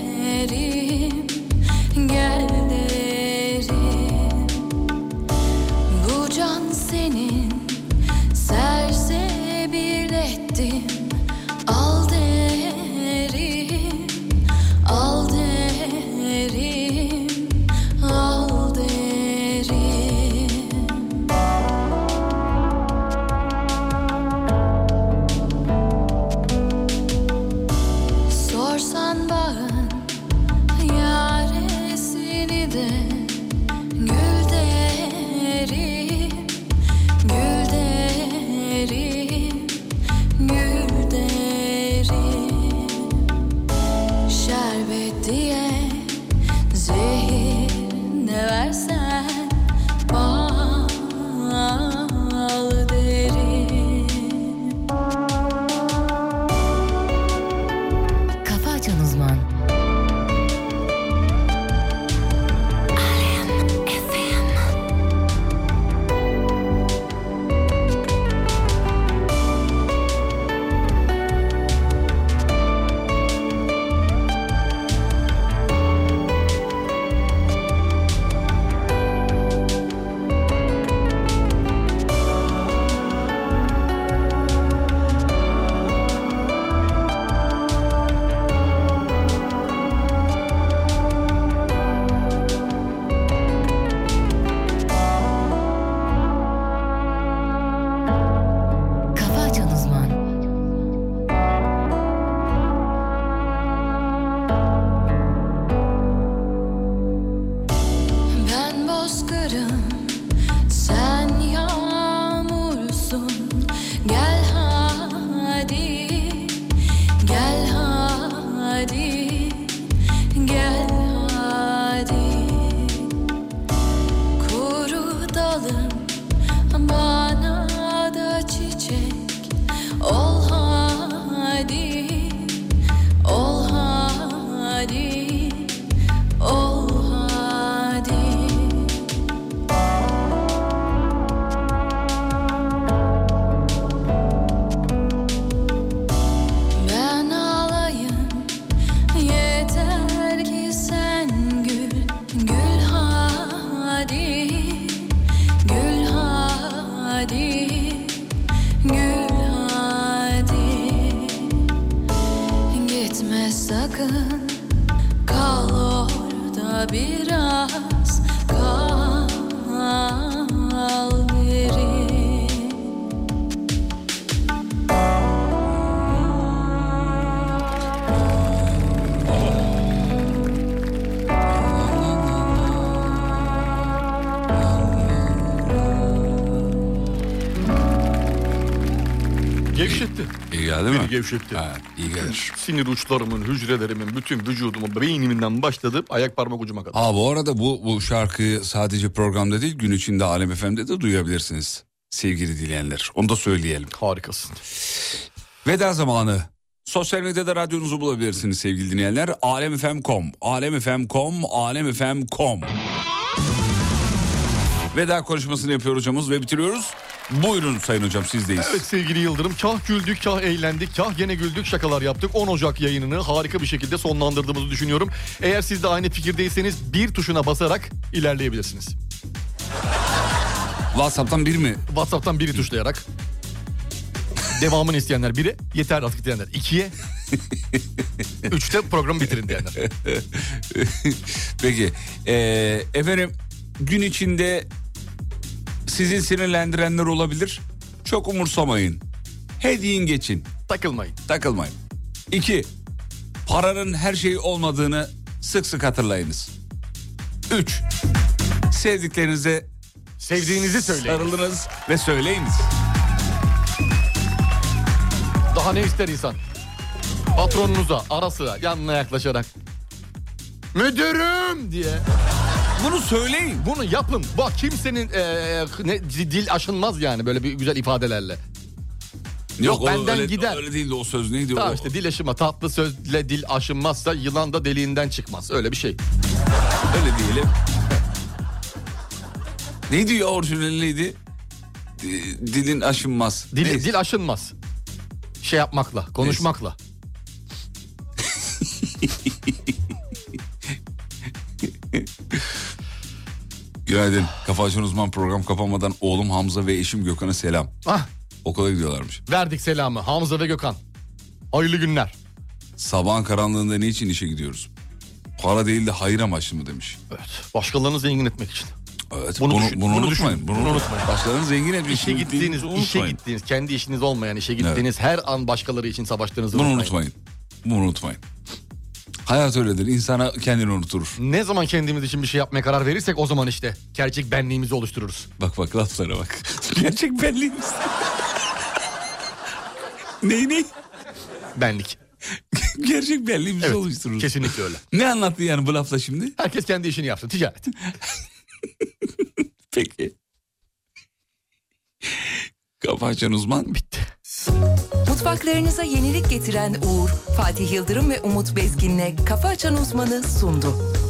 Speaker 16: da biraz kal derim
Speaker 4: Gevşetti.
Speaker 3: İyi geldi mi?
Speaker 4: Beni gevşetti.
Speaker 3: iyi gelir.
Speaker 4: Sinir uçlarımın, hücrelerimin, bütün vücudumun, beynimden başladı ayak parmak ucuma kadar.
Speaker 3: Aa bu arada bu bu şarkıyı sadece programda değil gün içinde Alem FM'de de duyabilirsiniz sevgili dinleyenler. Onu da söyleyelim.
Speaker 4: Harikasın.
Speaker 3: Veda zamanı. Sosyal medyada radyonuzu bulabilirsiniz sevgili dinleyenler. Alemfm.com, alemfm.com, alemfm.com. Veda konuşmasını yapıyor hocamız ve bitiriyoruz. Buyurun sayın hocam sizdeyiz.
Speaker 4: Evet sevgili Yıldırım kah güldük kah eğlendik kah gene güldük şakalar yaptık. 10 Ocak yayınını harika bir şekilde sonlandırdığımızı düşünüyorum. Eğer siz de aynı fikirdeyseniz bir tuşuna basarak ilerleyebilirsiniz.
Speaker 3: WhatsApp'tan bir mi?
Speaker 4: WhatsApp'tan biri tuşlayarak. Devamını isteyenler biri, yeter artık diyenler ikiye. Üçte programı bitirin diyenler.
Speaker 3: Peki eee, efendim gün içinde sizi sinirlendirenler olabilir. Çok umursamayın. Hediyin geçin.
Speaker 4: Takılmayın.
Speaker 3: Takılmayın. İki, paranın her şey olmadığını sık sık hatırlayınız. Üç, sevdiklerinize
Speaker 4: sevdiğinizi söyleyin.
Speaker 3: Sarılınız ve söyleyiniz.
Speaker 4: Daha ne ister insan? Patronunuza, arasına, yanına yaklaşarak. Müdürüm diye.
Speaker 3: Bunu söyleyin.
Speaker 4: Bunu yapın. Bak kimsenin eee, ne, dil aşınmaz yani böyle bir güzel ifadelerle. Yok,
Speaker 3: o
Speaker 4: benden
Speaker 3: öyle,
Speaker 4: gider.
Speaker 3: Öyle değil de o söz neydi
Speaker 4: Tamam
Speaker 3: o?
Speaker 4: işte dil aşıma tatlı sözle dil aşınmazsa yılan da deliğinden çıkmaz. Öyle bir şey.
Speaker 3: Öyle diyelim. Neydi ya orijinali neydi? Di- Dilin aşınmaz.
Speaker 4: Dil, dil aşınmaz. Şey yapmakla, konuşmakla.
Speaker 3: Günaydın. Kafa Açan Uzman program kapanmadan oğlum Hamza ve eşim Gökhan'a selam.
Speaker 4: Ah
Speaker 3: Okula gidiyorlarmış.
Speaker 4: verdik selamı Hamza ve Gökhan. Hayırlı günler.
Speaker 3: Sabahın karanlığında niçin işe gidiyoruz? Para değil de hayır amaçlı mı demiş.
Speaker 4: Başkalarını zengin etmek için.
Speaker 3: Evet,
Speaker 4: Bunu
Speaker 3: bunu, bunu,
Speaker 4: düşün, bunu
Speaker 3: unutmayın.
Speaker 4: düşün,
Speaker 3: bunu
Speaker 4: bunu
Speaker 3: unutmayın.
Speaker 4: unutmayın.
Speaker 3: Başkalarını zengin etmek
Speaker 4: İşe
Speaker 3: için
Speaker 4: gittiğiniz,
Speaker 3: gittiğinizi
Speaker 4: işe
Speaker 3: unutmayın.
Speaker 4: gittiğiniz, kendi işiniz olmayan işe gittiğiniz her an başkaları için savaştığınızı
Speaker 3: Bunu unutmayın. Bunu unutmayın. Hayat öyledir. İnsana kendini unuturur.
Speaker 4: Ne zaman kendimiz için bir şey yapmaya karar verirsek o zaman işte gerçek benliğimizi oluştururuz.
Speaker 3: Bak bak laflara bak. Gerçek benliğimiz. Ney ney?
Speaker 4: Benlik.
Speaker 3: Gerçek benliğimizi
Speaker 4: Evet,
Speaker 3: oluştururuz.
Speaker 4: Kesinlikle öyle.
Speaker 3: Ne anlattı yani bu lafla şimdi?
Speaker 4: Herkes kendi işini yapsın. Ticaret.
Speaker 3: Peki. Kafa açan uzman bitti.
Speaker 1: Mutfaklarınıza yenilik getiren Uğur, Fatih Yıldırım ve Umut Bezgin'le Kafa Açan Uzman'ı sundu.